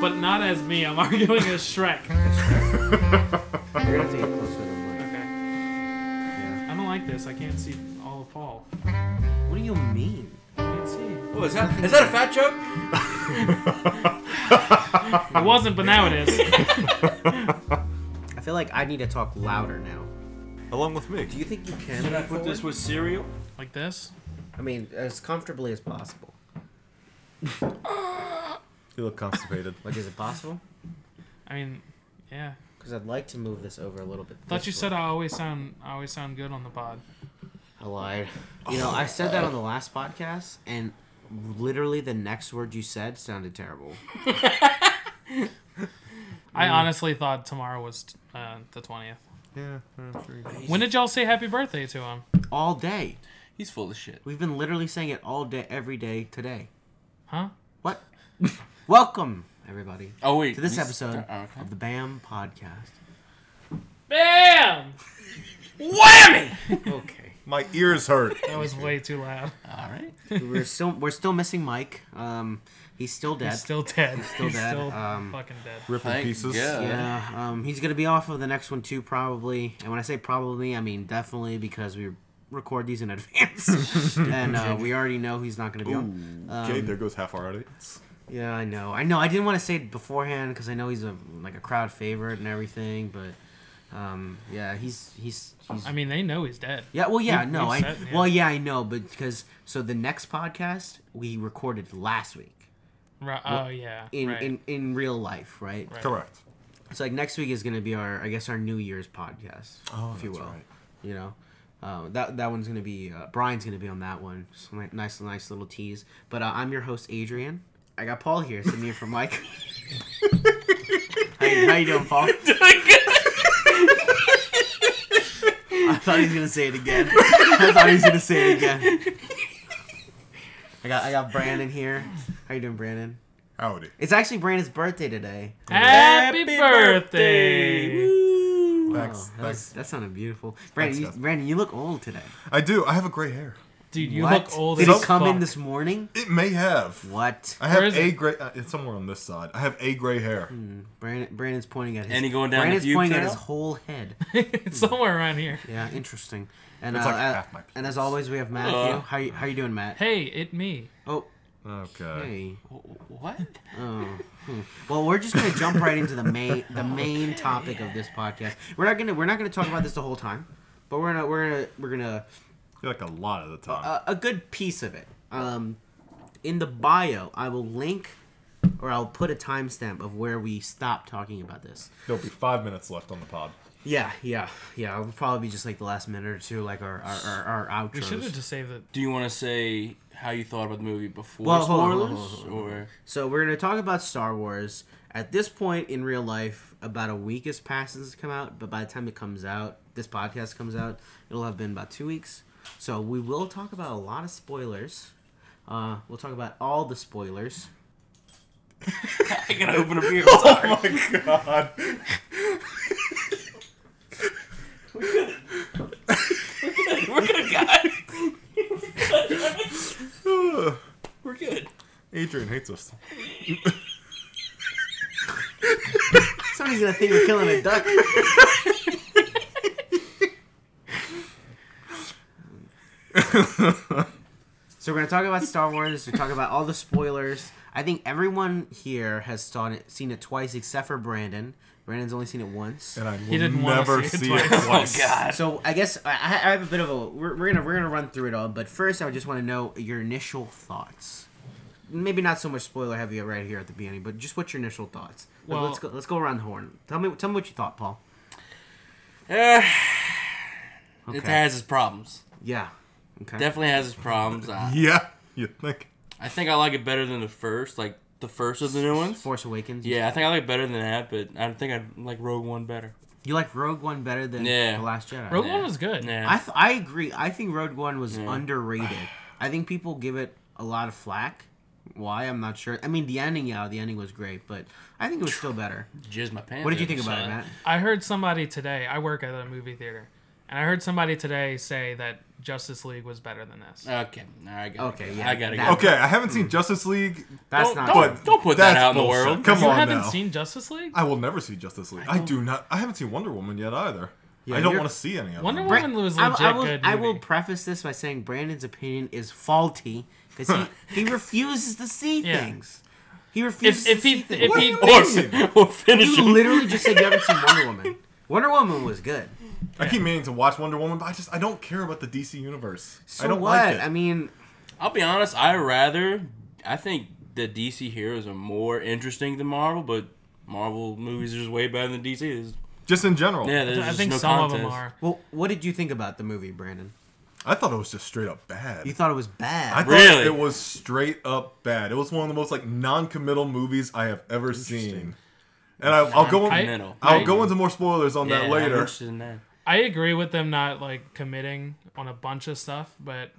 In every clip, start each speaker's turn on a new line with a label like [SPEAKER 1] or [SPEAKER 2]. [SPEAKER 1] not as me. I'm arguing as Shrek.
[SPEAKER 2] You're gonna have to get closer to the mic.
[SPEAKER 1] Okay.
[SPEAKER 2] Yeah.
[SPEAKER 1] I don't like this. I can't see all of Paul.
[SPEAKER 2] What do you mean?
[SPEAKER 1] I can't see.
[SPEAKER 3] Oh, is that is that a fat joke?
[SPEAKER 1] It wasn't, but now it is.
[SPEAKER 2] I feel like I need to talk louder now.
[SPEAKER 4] Along with me.
[SPEAKER 2] Do you think you can?
[SPEAKER 3] Should I
[SPEAKER 2] lean
[SPEAKER 3] put this
[SPEAKER 2] forward?
[SPEAKER 3] with cereal?
[SPEAKER 1] Like this?
[SPEAKER 2] I mean, as comfortably as possible.
[SPEAKER 4] You look constipated.
[SPEAKER 2] Like, is it possible?
[SPEAKER 1] I mean, yeah.
[SPEAKER 2] Because I'd like to move this over a little bit.
[SPEAKER 1] Thought
[SPEAKER 2] this
[SPEAKER 1] you
[SPEAKER 2] way.
[SPEAKER 1] said I always sound I always sound good on the pod.
[SPEAKER 2] I lied. You know, I said that on the last podcast, and literally the next word you said sounded terrible.
[SPEAKER 1] I honestly thought tomorrow was uh, the twentieth.
[SPEAKER 4] yeah, I'm sure you can.
[SPEAKER 1] When did y'all say happy birthday to him?
[SPEAKER 2] All day.
[SPEAKER 3] He's full of shit.
[SPEAKER 2] We've been literally saying it all day, every day, today.
[SPEAKER 1] Huh?
[SPEAKER 2] What? Welcome, everybody,
[SPEAKER 3] Oh wait.
[SPEAKER 2] to this
[SPEAKER 3] we-
[SPEAKER 2] episode
[SPEAKER 3] Oh, okay.
[SPEAKER 2] of the BAM podcast.
[SPEAKER 1] Bam!
[SPEAKER 3] Whammy!
[SPEAKER 2] Okay.
[SPEAKER 4] My ears hurt.
[SPEAKER 1] That was way too loud.
[SPEAKER 3] All right.
[SPEAKER 2] we're still we're still missing Mike. Um, he's still dead.
[SPEAKER 1] He's still dead. He's
[SPEAKER 2] still dead. Um,
[SPEAKER 1] fucking dead.
[SPEAKER 4] Ripping
[SPEAKER 3] Thank
[SPEAKER 4] pieces.
[SPEAKER 3] God.
[SPEAKER 2] yeah, um, he's gonna be off of the next one too, probably. And when I say probably, I mean definitely because we record these in advance, and uh, we already know he's not gonna be on. Um,
[SPEAKER 4] Okay,
[SPEAKER 3] Um,
[SPEAKER 4] there goes half our audience.
[SPEAKER 2] Yeah, I know, I know. I didn't want to say it beforehand because I know he's a like a crowd favorite and everything, but um, yeah, he's he's he's.
[SPEAKER 1] I mean, they know he's dead.
[SPEAKER 2] yeah, well, yeah,
[SPEAKER 1] we-
[SPEAKER 2] no, I
[SPEAKER 1] we've said, yeah.
[SPEAKER 2] well, yeah, I know, but because so the next podcast we recorded last week
[SPEAKER 1] Ri- Oh yeah.
[SPEAKER 2] in
[SPEAKER 1] right.
[SPEAKER 2] in, in real life, right?
[SPEAKER 1] Right.
[SPEAKER 4] Correct.
[SPEAKER 2] So like next week is gonna be our I guess our New Year's podcast,
[SPEAKER 4] Oh,
[SPEAKER 2] if you
[SPEAKER 4] that's
[SPEAKER 2] will.
[SPEAKER 4] right.
[SPEAKER 2] You know, uh, that that one's gonna be uh, Brian's gonna be on that one. Just a ni- nice, nice little tease. But uh, I'm your host Adrian. I got Paul here. Send me in for Mike. how, you, how you doing, Paul? I thought he was gonna say it again. I thought he was gonna say it again. I got I got Brandon here. How you doing, Brandon?
[SPEAKER 4] Howdy.
[SPEAKER 2] It's actually Brandon's birthday today.
[SPEAKER 1] Oh, Happy birthday!
[SPEAKER 4] Thanks.
[SPEAKER 2] Oh, that, was-
[SPEAKER 4] Thanks.
[SPEAKER 2] that sounded beautiful. Brandon,
[SPEAKER 4] Thanks,
[SPEAKER 2] you,
[SPEAKER 4] guys.
[SPEAKER 2] Brandon, you look old today.
[SPEAKER 4] I do. I have a gray hair.
[SPEAKER 1] Dude, you
[SPEAKER 2] What?
[SPEAKER 1] look old
[SPEAKER 2] Did
[SPEAKER 1] as
[SPEAKER 2] it come
[SPEAKER 1] fuck.
[SPEAKER 2] in this morning?
[SPEAKER 4] It may have.
[SPEAKER 2] What?
[SPEAKER 4] I
[SPEAKER 1] Where
[SPEAKER 4] have
[SPEAKER 1] is
[SPEAKER 4] a
[SPEAKER 1] it?
[SPEAKER 4] gray. Uh, it's somewhere on this side. I have a gray hair.
[SPEAKER 3] Hmm.
[SPEAKER 2] Brandon, Brandon's pointing at his.
[SPEAKER 3] Any going down the
[SPEAKER 2] Brandon's
[SPEAKER 3] pube
[SPEAKER 2] pointing at
[SPEAKER 3] trail?
[SPEAKER 2] his whole head.
[SPEAKER 1] it's somewhere around here.
[SPEAKER 2] Yeah, interesting. And
[SPEAKER 4] It's
[SPEAKER 2] uh,
[SPEAKER 4] like
[SPEAKER 2] uh,
[SPEAKER 4] half my
[SPEAKER 2] and as always, we have Matthew.
[SPEAKER 3] Uh.
[SPEAKER 2] how you, how you doing, Matt?
[SPEAKER 1] Hey, it me.
[SPEAKER 2] Oh,
[SPEAKER 4] Okay.
[SPEAKER 2] hey. Oh, hmm.
[SPEAKER 3] Wh- What?
[SPEAKER 2] Well, we're just gonna jump right into the main the main topic of this podcast. We're not gonna we're not gonna talk about this the whole time, but we're gonna we're gonna we're gonna
[SPEAKER 4] You're like a lot of the
[SPEAKER 3] Uh,
[SPEAKER 4] time.
[SPEAKER 2] a, a good piece of it. Um, in the bio, I will link or I'll put a timestamp of where we stop talking about this.
[SPEAKER 4] There'll be five minutes left on the pod.
[SPEAKER 2] Yeah, yeah, yeah. It'll probably be just like the last minute or two, like our our our, our
[SPEAKER 1] We should
[SPEAKER 2] outros.
[SPEAKER 1] have just saved it.
[SPEAKER 3] Do you want to say how you thought about the movie before
[SPEAKER 2] Well, hold on,
[SPEAKER 3] spoilers,
[SPEAKER 2] hold on, hold on, hold
[SPEAKER 3] or
[SPEAKER 2] so we're gonna talk about Star Wars. At this point in real life, about a week has passed since it's come out. But by the time it comes out, this podcast comes out, it'll have been about two weeks. So we will talk about a lot of spoilers. Uh, we'll talk about all the spoilers.
[SPEAKER 3] I gotta open a beer?
[SPEAKER 4] Oh my god.
[SPEAKER 3] We're good, guys. We're good.
[SPEAKER 4] Adrian hates us.
[SPEAKER 2] Somebody's gonna think we're killing a duck. so we're gonna talk about Star Wars. We talk about all the spoilers. I think everyone here has saw it, seen it twice, except for Brandon. Brandon's only seen it once.
[SPEAKER 4] And I will
[SPEAKER 1] didn't wanna
[SPEAKER 4] never
[SPEAKER 1] see it
[SPEAKER 4] see it
[SPEAKER 1] twice.
[SPEAKER 4] twice.
[SPEAKER 3] Oh God.
[SPEAKER 2] So I guess I, I have a bit of a. We're, we're gonna we're gonna run through it all, but first I just want to know your initial thoughts. Maybe not so much spoiler heavy right here at the beginning, but just what's your initial thoughts? Like,
[SPEAKER 1] Well-
[SPEAKER 2] let's go let's go around the horn. Tell me tell me what you thought, Paul.
[SPEAKER 3] Eh,
[SPEAKER 2] Okay.
[SPEAKER 3] It has its problems.
[SPEAKER 2] Yeah. Okay.
[SPEAKER 3] Definitely has its problems. I,
[SPEAKER 4] Yeah. You think?
[SPEAKER 3] I think I like it better than the first, like the first of the new ones.
[SPEAKER 2] Force Awakens.
[SPEAKER 3] Yeah, I think I like it better than that, but I think I like Rogue One better.
[SPEAKER 2] You like Rogue One better than
[SPEAKER 3] Yeah.
[SPEAKER 2] The Last Jedi.
[SPEAKER 1] Rogue
[SPEAKER 3] Yeah.
[SPEAKER 1] One was good.
[SPEAKER 3] Yeah.
[SPEAKER 2] I th- I agree. I think Rogue One was underrated. I think people give it a lot of flack. Why? I'm not sure. I mean, the ending, yeah, the ending was great, but I think it was still better.
[SPEAKER 3] Jizz my pants.
[SPEAKER 2] What did you think
[SPEAKER 3] every
[SPEAKER 2] about it,
[SPEAKER 3] time.
[SPEAKER 2] Matt?
[SPEAKER 1] I heard somebody today. I work at a movie theater, and I heard somebody today say that Justice League was better than this.
[SPEAKER 3] Okay, all right, I got
[SPEAKER 2] Okay,
[SPEAKER 3] it.
[SPEAKER 2] yeah,
[SPEAKER 3] I gotta
[SPEAKER 2] that-
[SPEAKER 3] go.
[SPEAKER 4] Okay, I haven't
[SPEAKER 1] Mm.
[SPEAKER 4] seen Justice League.
[SPEAKER 2] That's
[SPEAKER 3] Don't-
[SPEAKER 2] not.
[SPEAKER 3] don't-
[SPEAKER 2] good.
[SPEAKER 4] But
[SPEAKER 3] put that
[SPEAKER 4] that's
[SPEAKER 3] out in the
[SPEAKER 4] bullshit.
[SPEAKER 3] world.
[SPEAKER 4] Come
[SPEAKER 1] you
[SPEAKER 4] on
[SPEAKER 1] haven't
[SPEAKER 4] now.
[SPEAKER 1] seen Justice League?
[SPEAKER 4] I will never see Justice League. I,
[SPEAKER 1] don't-
[SPEAKER 4] do not. I haven't seen Wonder Woman yet either.
[SPEAKER 2] Yeah,
[SPEAKER 4] I don't
[SPEAKER 2] you're-
[SPEAKER 4] want to see any of
[SPEAKER 1] Wonder
[SPEAKER 4] them.
[SPEAKER 1] Woman- Woman was
[SPEAKER 2] I- I,
[SPEAKER 1] legit
[SPEAKER 2] will,
[SPEAKER 1] good
[SPEAKER 2] I will
[SPEAKER 1] movie.
[SPEAKER 2] preface this by saying Brandon's opinion is faulty because he, he refuses to see
[SPEAKER 1] Yeah.
[SPEAKER 2] things. He refuses
[SPEAKER 1] if if
[SPEAKER 2] to
[SPEAKER 1] he
[SPEAKER 2] see things.
[SPEAKER 1] if
[SPEAKER 4] What
[SPEAKER 1] he
[SPEAKER 4] do
[SPEAKER 3] Or,
[SPEAKER 4] Amazing.
[SPEAKER 3] or finish
[SPEAKER 2] you
[SPEAKER 3] him.
[SPEAKER 2] literally just said you haven't seen Wonder Woman. Wonder Woman was good.
[SPEAKER 4] I keep meaning to watch Wonder Woman, but I just I don't care about the DC universe.
[SPEAKER 2] So
[SPEAKER 4] I don't
[SPEAKER 2] what?
[SPEAKER 4] like it.
[SPEAKER 2] I mean,
[SPEAKER 3] I'll be honest. I rather. I think the DC heroes are more interesting than Marvel, but Marvel movies are just way better than DC. There's-
[SPEAKER 4] just in general.
[SPEAKER 3] yeah, there's
[SPEAKER 1] I
[SPEAKER 3] just
[SPEAKER 1] think
[SPEAKER 3] no
[SPEAKER 1] some
[SPEAKER 3] contest.
[SPEAKER 1] of them are.
[SPEAKER 2] well, what did you think about the movie, Brandon?
[SPEAKER 4] I thought it was just straight up bad.
[SPEAKER 2] You thought it was
[SPEAKER 4] I
[SPEAKER 2] bad.
[SPEAKER 4] thought
[SPEAKER 3] Really?
[SPEAKER 4] it was straight up bad. It was one of the most like non-committal movies I have ever seen. And I, I'll go
[SPEAKER 1] I-
[SPEAKER 4] in,
[SPEAKER 3] Middle.
[SPEAKER 4] I'll
[SPEAKER 1] I-
[SPEAKER 4] go into more spoilers on
[SPEAKER 3] yeah,
[SPEAKER 4] that
[SPEAKER 3] I'm
[SPEAKER 4] later.
[SPEAKER 3] interested in that.
[SPEAKER 1] I agree with them not like committing on a bunch of stuff, but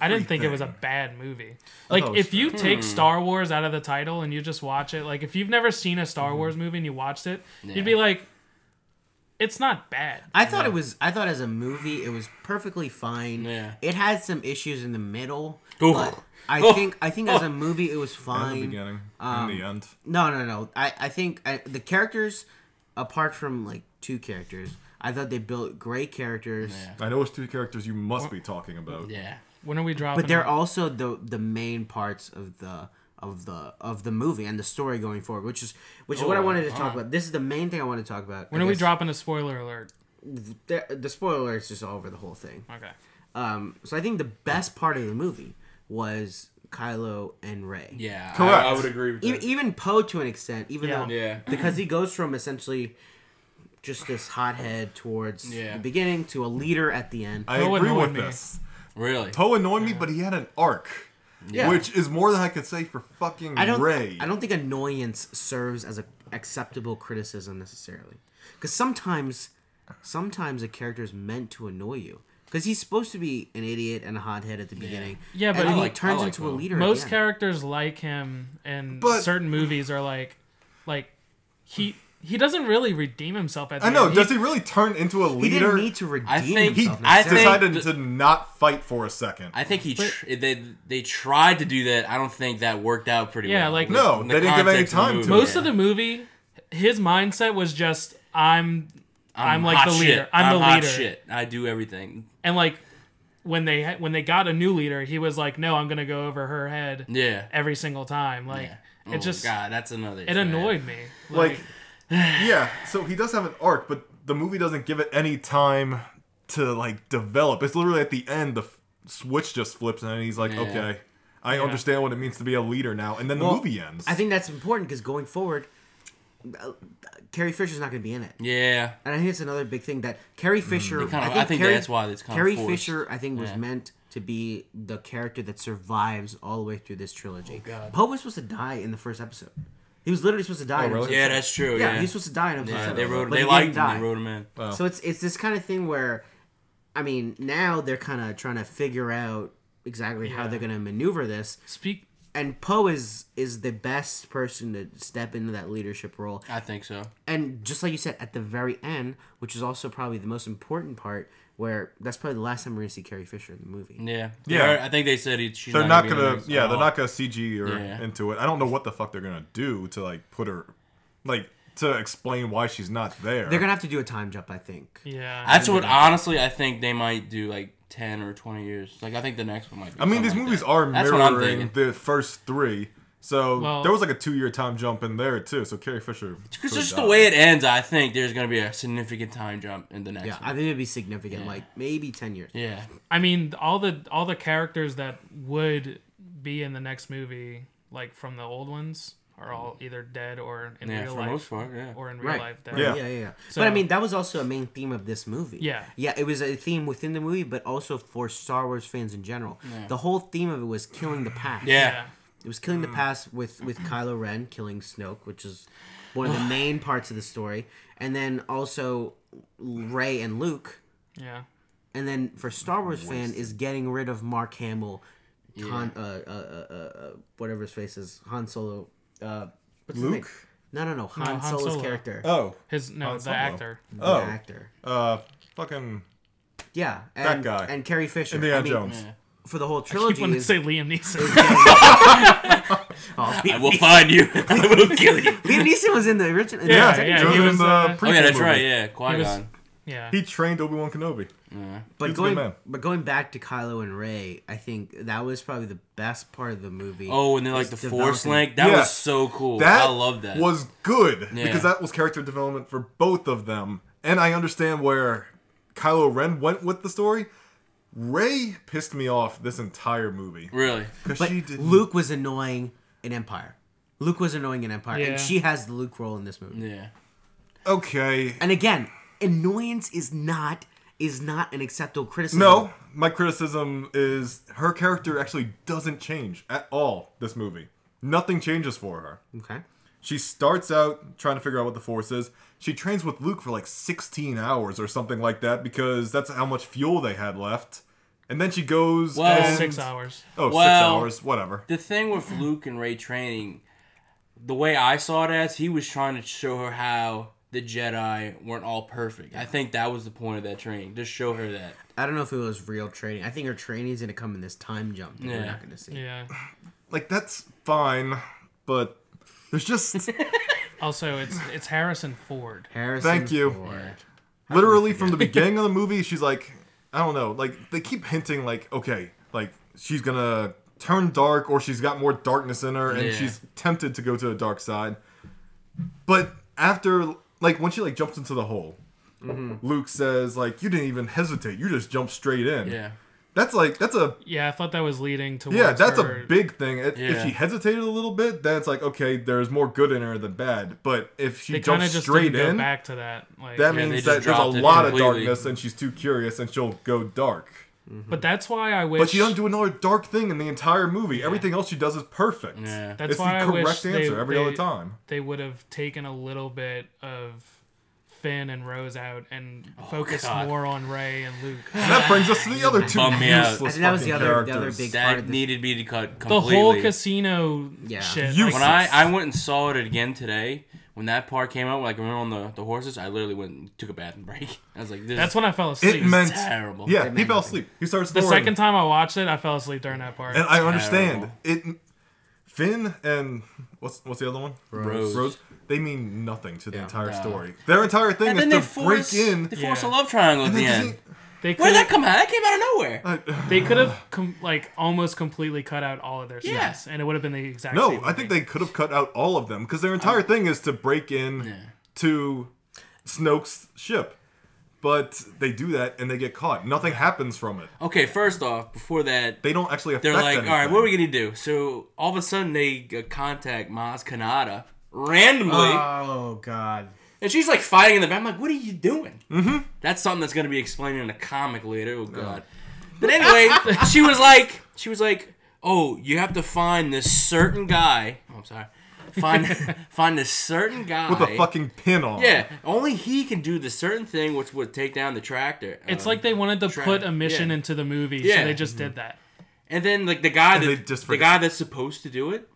[SPEAKER 1] I didn't think it was a
[SPEAKER 4] Everything.
[SPEAKER 1] bad movie. Like
[SPEAKER 4] it was
[SPEAKER 1] if you take Star Wars out of the title and you just watch it, like if you've never seen a
[SPEAKER 4] Mm-hmm.
[SPEAKER 1] Star Wars movie and you watched it, you'd be
[SPEAKER 3] Yeah.
[SPEAKER 1] like, it's not bad.
[SPEAKER 2] I thought it was. I thought as a movie, it was perfectly fine.
[SPEAKER 3] Yeah.
[SPEAKER 2] It had some issues in the middle.
[SPEAKER 3] Oof.
[SPEAKER 2] But I
[SPEAKER 3] Oh.
[SPEAKER 2] think. I think as a movie, it was
[SPEAKER 4] In the
[SPEAKER 2] fine.
[SPEAKER 4] beginning,
[SPEAKER 2] um,
[SPEAKER 4] in the end.
[SPEAKER 2] No, no, no. I, I think I, the characters, apart from like two characters, I thought they built great characters.
[SPEAKER 3] Yeah.
[SPEAKER 4] I know which two characters you must be talking about.
[SPEAKER 3] Yeah.
[SPEAKER 1] When are we dropping?
[SPEAKER 2] But they're
[SPEAKER 1] it?
[SPEAKER 2] also the the main parts of the of the of the movie and the story going forward, which is which is what I
[SPEAKER 3] Oh,
[SPEAKER 2] wanted to talk
[SPEAKER 3] huh.
[SPEAKER 2] about. This is the main thing I want to talk about.
[SPEAKER 1] when
[SPEAKER 2] I
[SPEAKER 1] are we
[SPEAKER 2] guess
[SPEAKER 1] dropping a spoiler alert?
[SPEAKER 2] The, the spoiler is just all over the whole thing.
[SPEAKER 1] Okay.
[SPEAKER 2] Um, so I think the best part of the movie was Kylo and Rey.
[SPEAKER 3] Yeah. I-
[SPEAKER 4] Correct.
[SPEAKER 3] I, would agree with
[SPEAKER 2] E-
[SPEAKER 3] that.
[SPEAKER 2] even Poe to an extent, even
[SPEAKER 1] Yeah.
[SPEAKER 2] though
[SPEAKER 3] Yeah.
[SPEAKER 2] because he goes from essentially just this hothead towards
[SPEAKER 3] Yeah.
[SPEAKER 2] the beginning to a leader at the end.
[SPEAKER 4] I
[SPEAKER 1] Poe
[SPEAKER 4] agree
[SPEAKER 1] annoyed
[SPEAKER 4] with
[SPEAKER 1] me.
[SPEAKER 4] this.
[SPEAKER 3] Really.
[SPEAKER 4] Poe annoyed me, but he had an arc,
[SPEAKER 2] Yeah.
[SPEAKER 4] which is more than I could say for fucking
[SPEAKER 2] I don't.
[SPEAKER 4] Ray.
[SPEAKER 2] I don't think annoyance serves as a acceptable criticism necessarily, because sometimes, sometimes a character is meant to annoy you. Because he's supposed to be an idiot and a hothead at the beginning.
[SPEAKER 1] Yeah, but
[SPEAKER 2] and then
[SPEAKER 1] I
[SPEAKER 2] he
[SPEAKER 3] like-
[SPEAKER 2] turns
[SPEAKER 3] I like
[SPEAKER 2] into a
[SPEAKER 3] Poe.
[SPEAKER 2] leader. at the
[SPEAKER 1] Most
[SPEAKER 2] end.
[SPEAKER 1] characters like him, and
[SPEAKER 4] But-
[SPEAKER 1] certain movies are like, like he he doesn't really redeem himself at. The
[SPEAKER 4] I know.
[SPEAKER 1] end.
[SPEAKER 4] does he really turn into a
[SPEAKER 2] He
[SPEAKER 4] leader?
[SPEAKER 2] didn't need to redeem
[SPEAKER 3] I think-
[SPEAKER 4] He
[SPEAKER 2] himself.
[SPEAKER 3] I
[SPEAKER 2] necessarily.
[SPEAKER 3] think-
[SPEAKER 4] decided to not fight for a second.
[SPEAKER 3] I think he tr- they they tried to do that. I don't think that worked out pretty
[SPEAKER 1] Yeah,
[SPEAKER 3] well.
[SPEAKER 1] like-
[SPEAKER 4] No,
[SPEAKER 3] in
[SPEAKER 4] they didn't give any
[SPEAKER 3] context of the
[SPEAKER 4] time to
[SPEAKER 3] movie.
[SPEAKER 4] it.
[SPEAKER 1] Most of the movie, his mindset was just I'm I'm, like
[SPEAKER 3] hot
[SPEAKER 1] the
[SPEAKER 3] shit.
[SPEAKER 1] leader. I'm, the
[SPEAKER 3] hot
[SPEAKER 1] leader.
[SPEAKER 3] Shit. I do everything.
[SPEAKER 1] And like when they ha- when they got a new leader, he was like, "No, I'm going to go over her head
[SPEAKER 3] Yeah.
[SPEAKER 1] every single time." Like
[SPEAKER 3] Yeah.
[SPEAKER 1] it
[SPEAKER 3] Oh,
[SPEAKER 1] just
[SPEAKER 3] God, that's another.
[SPEAKER 1] it annoyed me.
[SPEAKER 4] like yeah so he does have an arc but the movie doesn't give it any time to like develop it's literally at the end the f- switch just flips and he's like
[SPEAKER 3] Yeah.
[SPEAKER 4] okay i understand what it means to be a leader now and then the
[SPEAKER 2] Well,
[SPEAKER 4] movie ends
[SPEAKER 2] I think that's important because going forward, uh, Carrie Fisher's not going to be in it,
[SPEAKER 3] Yeah.
[SPEAKER 2] and I think it's another big thing that Carrie Fisher.
[SPEAKER 3] Mm, kinda- I think that's why it's kinda
[SPEAKER 2] Carrie
[SPEAKER 3] forced.
[SPEAKER 2] Fisher. I think was
[SPEAKER 3] Yeah.
[SPEAKER 2] meant to be the character that survives all the way through this trilogy. Poe was supposed to die in the first episode. He was literally supposed to die. in episode
[SPEAKER 4] really?
[SPEAKER 3] Oh, Yeah,
[SPEAKER 2] seven.
[SPEAKER 3] that's true.
[SPEAKER 2] Oh, yeah, Uh,
[SPEAKER 3] Yeah.
[SPEAKER 2] he was supposed to die in episode
[SPEAKER 3] Yeah,
[SPEAKER 2] seven,
[SPEAKER 3] they wrote.
[SPEAKER 2] but
[SPEAKER 3] They
[SPEAKER 2] he
[SPEAKER 3] liked
[SPEAKER 2] didn't
[SPEAKER 3] him.
[SPEAKER 2] die.
[SPEAKER 3] They wrote him in.
[SPEAKER 2] So it's it's this kind of thing where, I mean, now they're kind of trying to figure out exactly how they're going to maneuver this
[SPEAKER 1] speak
[SPEAKER 2] and Poe is is the best person to step into that leadership role.
[SPEAKER 3] I think so.
[SPEAKER 2] And just like you said, at the very end, which is also probably the most important part, where that's probably the last time we're gonna see Carrie Fisher in the movie.
[SPEAKER 3] Yeah.
[SPEAKER 4] Yeah.
[SPEAKER 3] I think they said he, she's
[SPEAKER 4] they're not
[SPEAKER 3] gonna. be in
[SPEAKER 4] gonna
[SPEAKER 3] the next
[SPEAKER 4] yeah
[SPEAKER 3] at
[SPEAKER 4] they're
[SPEAKER 3] all.
[SPEAKER 4] not gonna cg or
[SPEAKER 3] Yeah.
[SPEAKER 4] into it i don't know what the fuck they're gonna do to like put her like to explain why she's not there
[SPEAKER 2] They're gonna have to do a time jump, I think.
[SPEAKER 1] yeah.
[SPEAKER 3] That's what honestly I think they might do like ten or twenty years. Like I think the next one might. Be
[SPEAKER 4] i mean these
[SPEAKER 3] something like
[SPEAKER 4] movies
[SPEAKER 3] that.
[SPEAKER 4] are
[SPEAKER 3] That's what I'm
[SPEAKER 4] mirroring
[SPEAKER 3] thinking.
[SPEAKER 4] the first three so
[SPEAKER 1] Well-
[SPEAKER 4] there was like a two-year time jump in there too so carrie fisher
[SPEAKER 3] Because
[SPEAKER 4] could
[SPEAKER 3] just
[SPEAKER 4] die.
[SPEAKER 3] the way it ends, I think there's gonna be a significant time jump in the next
[SPEAKER 2] Yeah, I
[SPEAKER 3] one.
[SPEAKER 2] think it'd be significant, like maybe ten years.
[SPEAKER 3] Yeah.
[SPEAKER 1] I mean, all the all the characters that would be in the next movie, like from the old ones, are all either dead or in
[SPEAKER 3] Yeah.
[SPEAKER 1] real
[SPEAKER 3] For
[SPEAKER 1] life,
[SPEAKER 3] the most part. Yeah.
[SPEAKER 1] or in real
[SPEAKER 2] Right.
[SPEAKER 1] life. dead.
[SPEAKER 2] right, Yeah. yeah, yeah,
[SPEAKER 1] So-
[SPEAKER 2] but I mean, that was also a main theme of this movie.
[SPEAKER 1] Yeah.
[SPEAKER 2] yeah, it was a theme within the movie, but also for Star Wars fans in general. The whole theme of it was killing the past.
[SPEAKER 3] yeah.
[SPEAKER 2] It was killing the
[SPEAKER 1] Mm.
[SPEAKER 2] past with with Kylo Ren killing Snoke, which is one of the main parts of the story, and then also Ray and Luke,
[SPEAKER 1] yeah, yeah.
[SPEAKER 2] and then for Star Wars fan is getting rid of Mark Hamill, Han, uh, uh, uh, uh, whatever his face is, Han Solo, uh, what's his name?
[SPEAKER 4] Luke?
[SPEAKER 2] No, no, no, Han,
[SPEAKER 1] Han
[SPEAKER 2] Solo's
[SPEAKER 1] Solo.
[SPEAKER 2] character,
[SPEAKER 4] oh
[SPEAKER 1] His no,
[SPEAKER 4] Han
[SPEAKER 1] the
[SPEAKER 4] Solo.
[SPEAKER 1] actor.
[SPEAKER 2] the
[SPEAKER 4] oh
[SPEAKER 2] actor.
[SPEAKER 4] uh fucking
[SPEAKER 2] Yeah, and,
[SPEAKER 4] That guy.
[SPEAKER 2] and Carrie Fisher.
[SPEAKER 4] Indiana
[SPEAKER 2] I mean,
[SPEAKER 4] Jones.
[SPEAKER 2] for the whole
[SPEAKER 1] I keep
[SPEAKER 2] trilogy.
[SPEAKER 1] wanting to
[SPEAKER 2] Is,
[SPEAKER 1] say Liam Neeson.
[SPEAKER 2] oh,
[SPEAKER 3] I will find you. I will kill you.
[SPEAKER 2] Liam Neeson was in the original.
[SPEAKER 1] Yeah,
[SPEAKER 2] the-
[SPEAKER 1] yeah,
[SPEAKER 4] Jones
[SPEAKER 1] he
[SPEAKER 4] in
[SPEAKER 1] was,
[SPEAKER 4] the
[SPEAKER 1] uh,
[SPEAKER 3] Oh yeah,
[SPEAKER 4] prequel
[SPEAKER 3] that's
[SPEAKER 4] movie.
[SPEAKER 3] right. Yeah, Qui
[SPEAKER 1] was-
[SPEAKER 3] Gon.
[SPEAKER 1] yeah.
[SPEAKER 4] He trained Obi Wan Kenobi.
[SPEAKER 2] But
[SPEAKER 4] He's a good
[SPEAKER 2] going,
[SPEAKER 4] man.
[SPEAKER 2] but going back to Kylo and Ray, I think that was probably the best part of the movie.
[SPEAKER 3] Oh, and then like the
[SPEAKER 2] He's
[SPEAKER 3] Force
[SPEAKER 2] developing-
[SPEAKER 3] link. That
[SPEAKER 4] Yeah.
[SPEAKER 3] was so cool.
[SPEAKER 4] That
[SPEAKER 3] I love that.
[SPEAKER 4] was good
[SPEAKER 3] Yeah.
[SPEAKER 4] because that was character development for both of them, and I understand where Kylo Ren went with the story. Ray pissed me off this entire movie
[SPEAKER 3] really.
[SPEAKER 4] because
[SPEAKER 2] but
[SPEAKER 4] she did
[SPEAKER 2] Luke was annoying in Empire. Luke was annoying in Empire,
[SPEAKER 1] Yeah.
[SPEAKER 2] and she has the Luke role in this movie.
[SPEAKER 3] Yeah.
[SPEAKER 4] Okay,
[SPEAKER 2] And again, annoyance is not is not an acceptable criticism.
[SPEAKER 4] no, my criticism is her character actually doesn't change at all. This movie, nothing changes for her.
[SPEAKER 2] Okay.
[SPEAKER 4] She starts out trying to figure out what the force is. She trains with Luke for like 16 hours or something like that because that's how much fuel they had left. And then she goes
[SPEAKER 3] Well-
[SPEAKER 4] and-
[SPEAKER 1] Six hours.
[SPEAKER 4] Oh, six
[SPEAKER 3] Well-
[SPEAKER 4] hours, whatever.
[SPEAKER 3] The thing with Luke and Ray training, the way I saw it as he was trying to show her how the Jedi weren't all perfect. I think that was the point of that training. Just show her that.
[SPEAKER 2] I don't know if it was real training. I think her training is going to come in this time jump that we're
[SPEAKER 3] Yeah.
[SPEAKER 2] not going to see.
[SPEAKER 1] Yeah.
[SPEAKER 4] Like that's fine, but there's just
[SPEAKER 1] Also, it's it's Harrison Ford.
[SPEAKER 2] Harrison
[SPEAKER 4] Thank you.
[SPEAKER 2] Ford.
[SPEAKER 4] literally from the beginning of the movie, she's like, I don't know, like they keep hinting like, okay, like she's gonna turn dark or she's got more darkness in her and
[SPEAKER 3] Yeah.
[SPEAKER 4] she's tempted to go to the dark side. But after like when she like jumps into the hole,
[SPEAKER 1] Mm-hmm.
[SPEAKER 4] Luke says like, you didn't even hesitate, you just jumped straight in.
[SPEAKER 3] Yeah.
[SPEAKER 4] That's like that's a
[SPEAKER 1] Yeah, I thought that was leading to.
[SPEAKER 4] yeah, that's a big thing. If, if
[SPEAKER 3] Yeah.
[SPEAKER 4] she hesitated a little bit, then it's like okay, there's more good in her than bad. But if she
[SPEAKER 1] They kind of
[SPEAKER 4] jumps
[SPEAKER 1] just
[SPEAKER 4] straight
[SPEAKER 1] didn't
[SPEAKER 4] in,
[SPEAKER 1] go back to that. Like,
[SPEAKER 4] that
[SPEAKER 3] Yeah, they
[SPEAKER 4] means
[SPEAKER 3] just
[SPEAKER 4] that there's a
[SPEAKER 3] dropped it
[SPEAKER 4] lot of
[SPEAKER 3] completely.
[SPEAKER 4] darkness and she's too curious and she'll go dark.
[SPEAKER 1] but that's why I wish.
[SPEAKER 4] But she doesn't do another dark thing in the entire movie. Everything else she does is perfect.
[SPEAKER 3] Yeah.
[SPEAKER 1] That's
[SPEAKER 4] it's
[SPEAKER 1] why I
[SPEAKER 4] the
[SPEAKER 1] wish
[SPEAKER 4] correct
[SPEAKER 1] they-
[SPEAKER 4] answer every
[SPEAKER 1] they-
[SPEAKER 4] other time.
[SPEAKER 1] they would have taken a little bit of Finn and Rose out and focused
[SPEAKER 3] Oh, God.
[SPEAKER 1] more on Ray and Luke.
[SPEAKER 4] And that brings us to the other two
[SPEAKER 3] Bummed me out.
[SPEAKER 4] useless
[SPEAKER 2] I think that was
[SPEAKER 4] fucking
[SPEAKER 2] the other- the other
[SPEAKER 4] characters.
[SPEAKER 2] big- part of
[SPEAKER 3] That
[SPEAKER 2] this-
[SPEAKER 3] needed to be cut
[SPEAKER 1] the
[SPEAKER 3] completely.
[SPEAKER 1] whole casino
[SPEAKER 2] Yeah.
[SPEAKER 1] shit.
[SPEAKER 4] You-
[SPEAKER 1] like,
[SPEAKER 3] when I, I went and saw it again today, when that part came out, like remember on the, the horses, I literally went and took a bath and break. I was like, this
[SPEAKER 1] that's
[SPEAKER 3] is
[SPEAKER 1] when I fell asleep.
[SPEAKER 4] It meant
[SPEAKER 3] terrible.
[SPEAKER 4] Yeah, he fell asleep. He starts
[SPEAKER 1] the second time I watched it, I fell asleep during that part.
[SPEAKER 4] and I understand
[SPEAKER 3] Terrible.
[SPEAKER 4] it. Finn and what's what's the other one?
[SPEAKER 3] Rose.
[SPEAKER 4] Rose. They mean nothing to the entire
[SPEAKER 3] No.
[SPEAKER 4] story. Their entire thing
[SPEAKER 3] And
[SPEAKER 4] is
[SPEAKER 3] then
[SPEAKER 4] to
[SPEAKER 3] they force,
[SPEAKER 4] break in.
[SPEAKER 3] they force
[SPEAKER 1] Yeah.
[SPEAKER 3] a love triangle at
[SPEAKER 4] and
[SPEAKER 3] the
[SPEAKER 4] then
[SPEAKER 3] end.
[SPEAKER 1] they
[SPEAKER 3] Where
[SPEAKER 1] could
[SPEAKER 3] did that come out? That came out of nowhere.
[SPEAKER 4] they- I-
[SPEAKER 1] they could have com- like almost completely cut out all of their scenes,
[SPEAKER 3] Yeah.
[SPEAKER 1] and it would have been the exact.
[SPEAKER 4] no,
[SPEAKER 1] same
[SPEAKER 4] I think
[SPEAKER 1] movie.
[SPEAKER 4] they could have cut out all of them because their
[SPEAKER 3] Oh.
[SPEAKER 4] entire thing is to break in to Snoke's ship. But they do that and they get caught. Nothing happens from it.
[SPEAKER 3] Okay, first off, before that,
[SPEAKER 4] They don't actually affect
[SPEAKER 3] They're like,
[SPEAKER 4] anything.
[SPEAKER 3] all right, what are we gonna do? So all of a sudden they uh, contact Maz Kanata randomly,
[SPEAKER 2] Oh God.
[SPEAKER 3] and she's like fighting in the back. I'm like, what are you doing? Mm-hmm. That's something that's gonna be explained in a comic later. Oh god. But anyway, she was like, she was like, oh, you have to find this certain guy. Oh, I'm sorry. Find find this certain guy
[SPEAKER 4] with a fucking pin on.
[SPEAKER 3] Yeah, only he can do the certain thing, which would take down the tractor.
[SPEAKER 1] It's
[SPEAKER 3] Um,
[SPEAKER 1] like they wanted to
[SPEAKER 3] try-
[SPEAKER 1] put a mission
[SPEAKER 3] yeah.
[SPEAKER 1] into the movie, so
[SPEAKER 3] Yeah. Mhm.
[SPEAKER 1] they just did that.
[SPEAKER 3] And then like the guy
[SPEAKER 4] And they
[SPEAKER 3] that
[SPEAKER 4] just
[SPEAKER 3] the
[SPEAKER 4] forget-
[SPEAKER 3] guy that's supposed to do it,